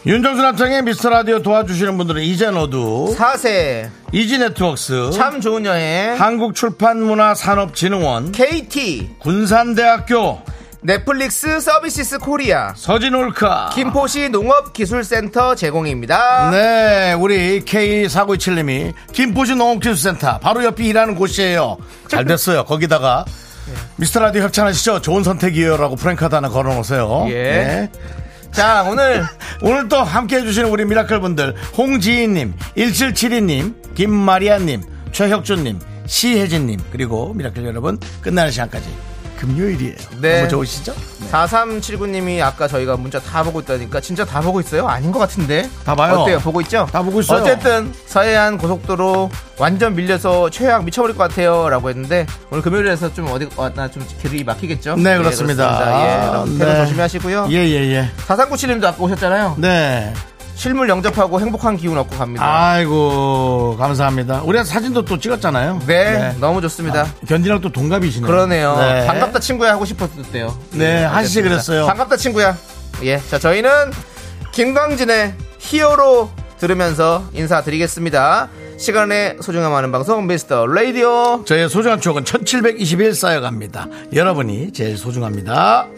Speaker 1: 윤정수 남창의 미스터 라디오 도와주시는 분들은 이젠어두
Speaker 2: 사세
Speaker 1: 이지네트웍스
Speaker 2: 참 좋은 여행
Speaker 1: 한국출판문화산업진흥원
Speaker 2: KT
Speaker 1: 군산대학교
Speaker 2: 넷플릭스 서비스 코리아
Speaker 1: 서진올카
Speaker 2: 김포시 농업기술센터 제공입니다.
Speaker 1: 네, 우리 K4927님이 김포시 농업기술센터 바로 옆이 일하는 곳이에요. 잘 됐어요. 거기다가 미스터 라디오 협찬하시죠. 좋은 선택이에요라고 프랭카드 하나 걸어놓으세요.
Speaker 2: 예.
Speaker 1: 네.
Speaker 2: 자 [laughs] 오늘
Speaker 1: 오늘 또 함께 해주시는 우리 미라클 분들 홍지인님, 1772님, 김마리아님, 최혁준님, 시혜진님 그리고 미라클 여러분 끝나는 시간까지 금요일이에요.
Speaker 2: 네.
Speaker 1: 너무 좋으시죠?
Speaker 2: 4379님이 아까 저희가 문자 다 보고 있다니까 진짜 다 보고 있어요? 아닌 것 같은데
Speaker 1: 다 봐요.
Speaker 2: 어때요? 보고 있죠?
Speaker 1: 다 보고 있어요.
Speaker 2: 어쨌든 서해안 고속도로 완전 밀려서 최악 미쳐버릴 것 같아요라고 했는데 오늘 금요일에서 좀 어디 왔나 좀 길이 막히겠죠?
Speaker 1: 네
Speaker 2: 예,
Speaker 1: 그렇습니다.
Speaker 2: 예, 여러분
Speaker 1: 네.
Speaker 2: 테러 조심히 하시고요.
Speaker 1: 예 예, 예.
Speaker 2: 4397님도 아까 오셨잖아요.
Speaker 1: 네.
Speaker 2: 실물 영접하고 행복한 기운 얻고
Speaker 1: 아.
Speaker 2: 갑니다.
Speaker 1: 아이고 감사합니다. 우리 사진도 또 찍었잖아요.
Speaker 2: 네, 너무 좋습니다.
Speaker 1: 견디랑 또 동갑이시네요.
Speaker 2: 그러네요.
Speaker 1: 네.
Speaker 2: 반갑다 친구야 하고 싶었대요.
Speaker 1: 네, 하시
Speaker 2: 알겠습니다.
Speaker 1: 그랬어요.
Speaker 2: 반갑다 친구야. 예, 자 저희는 김광진의 히어로 들으면서 인사드리겠습니다. 시간의 소중함 하는 방송 미스터 라디오.
Speaker 1: 저의 소중한 추억은 1721 쌓여갑니다. 여러분이 제일 소중합니다.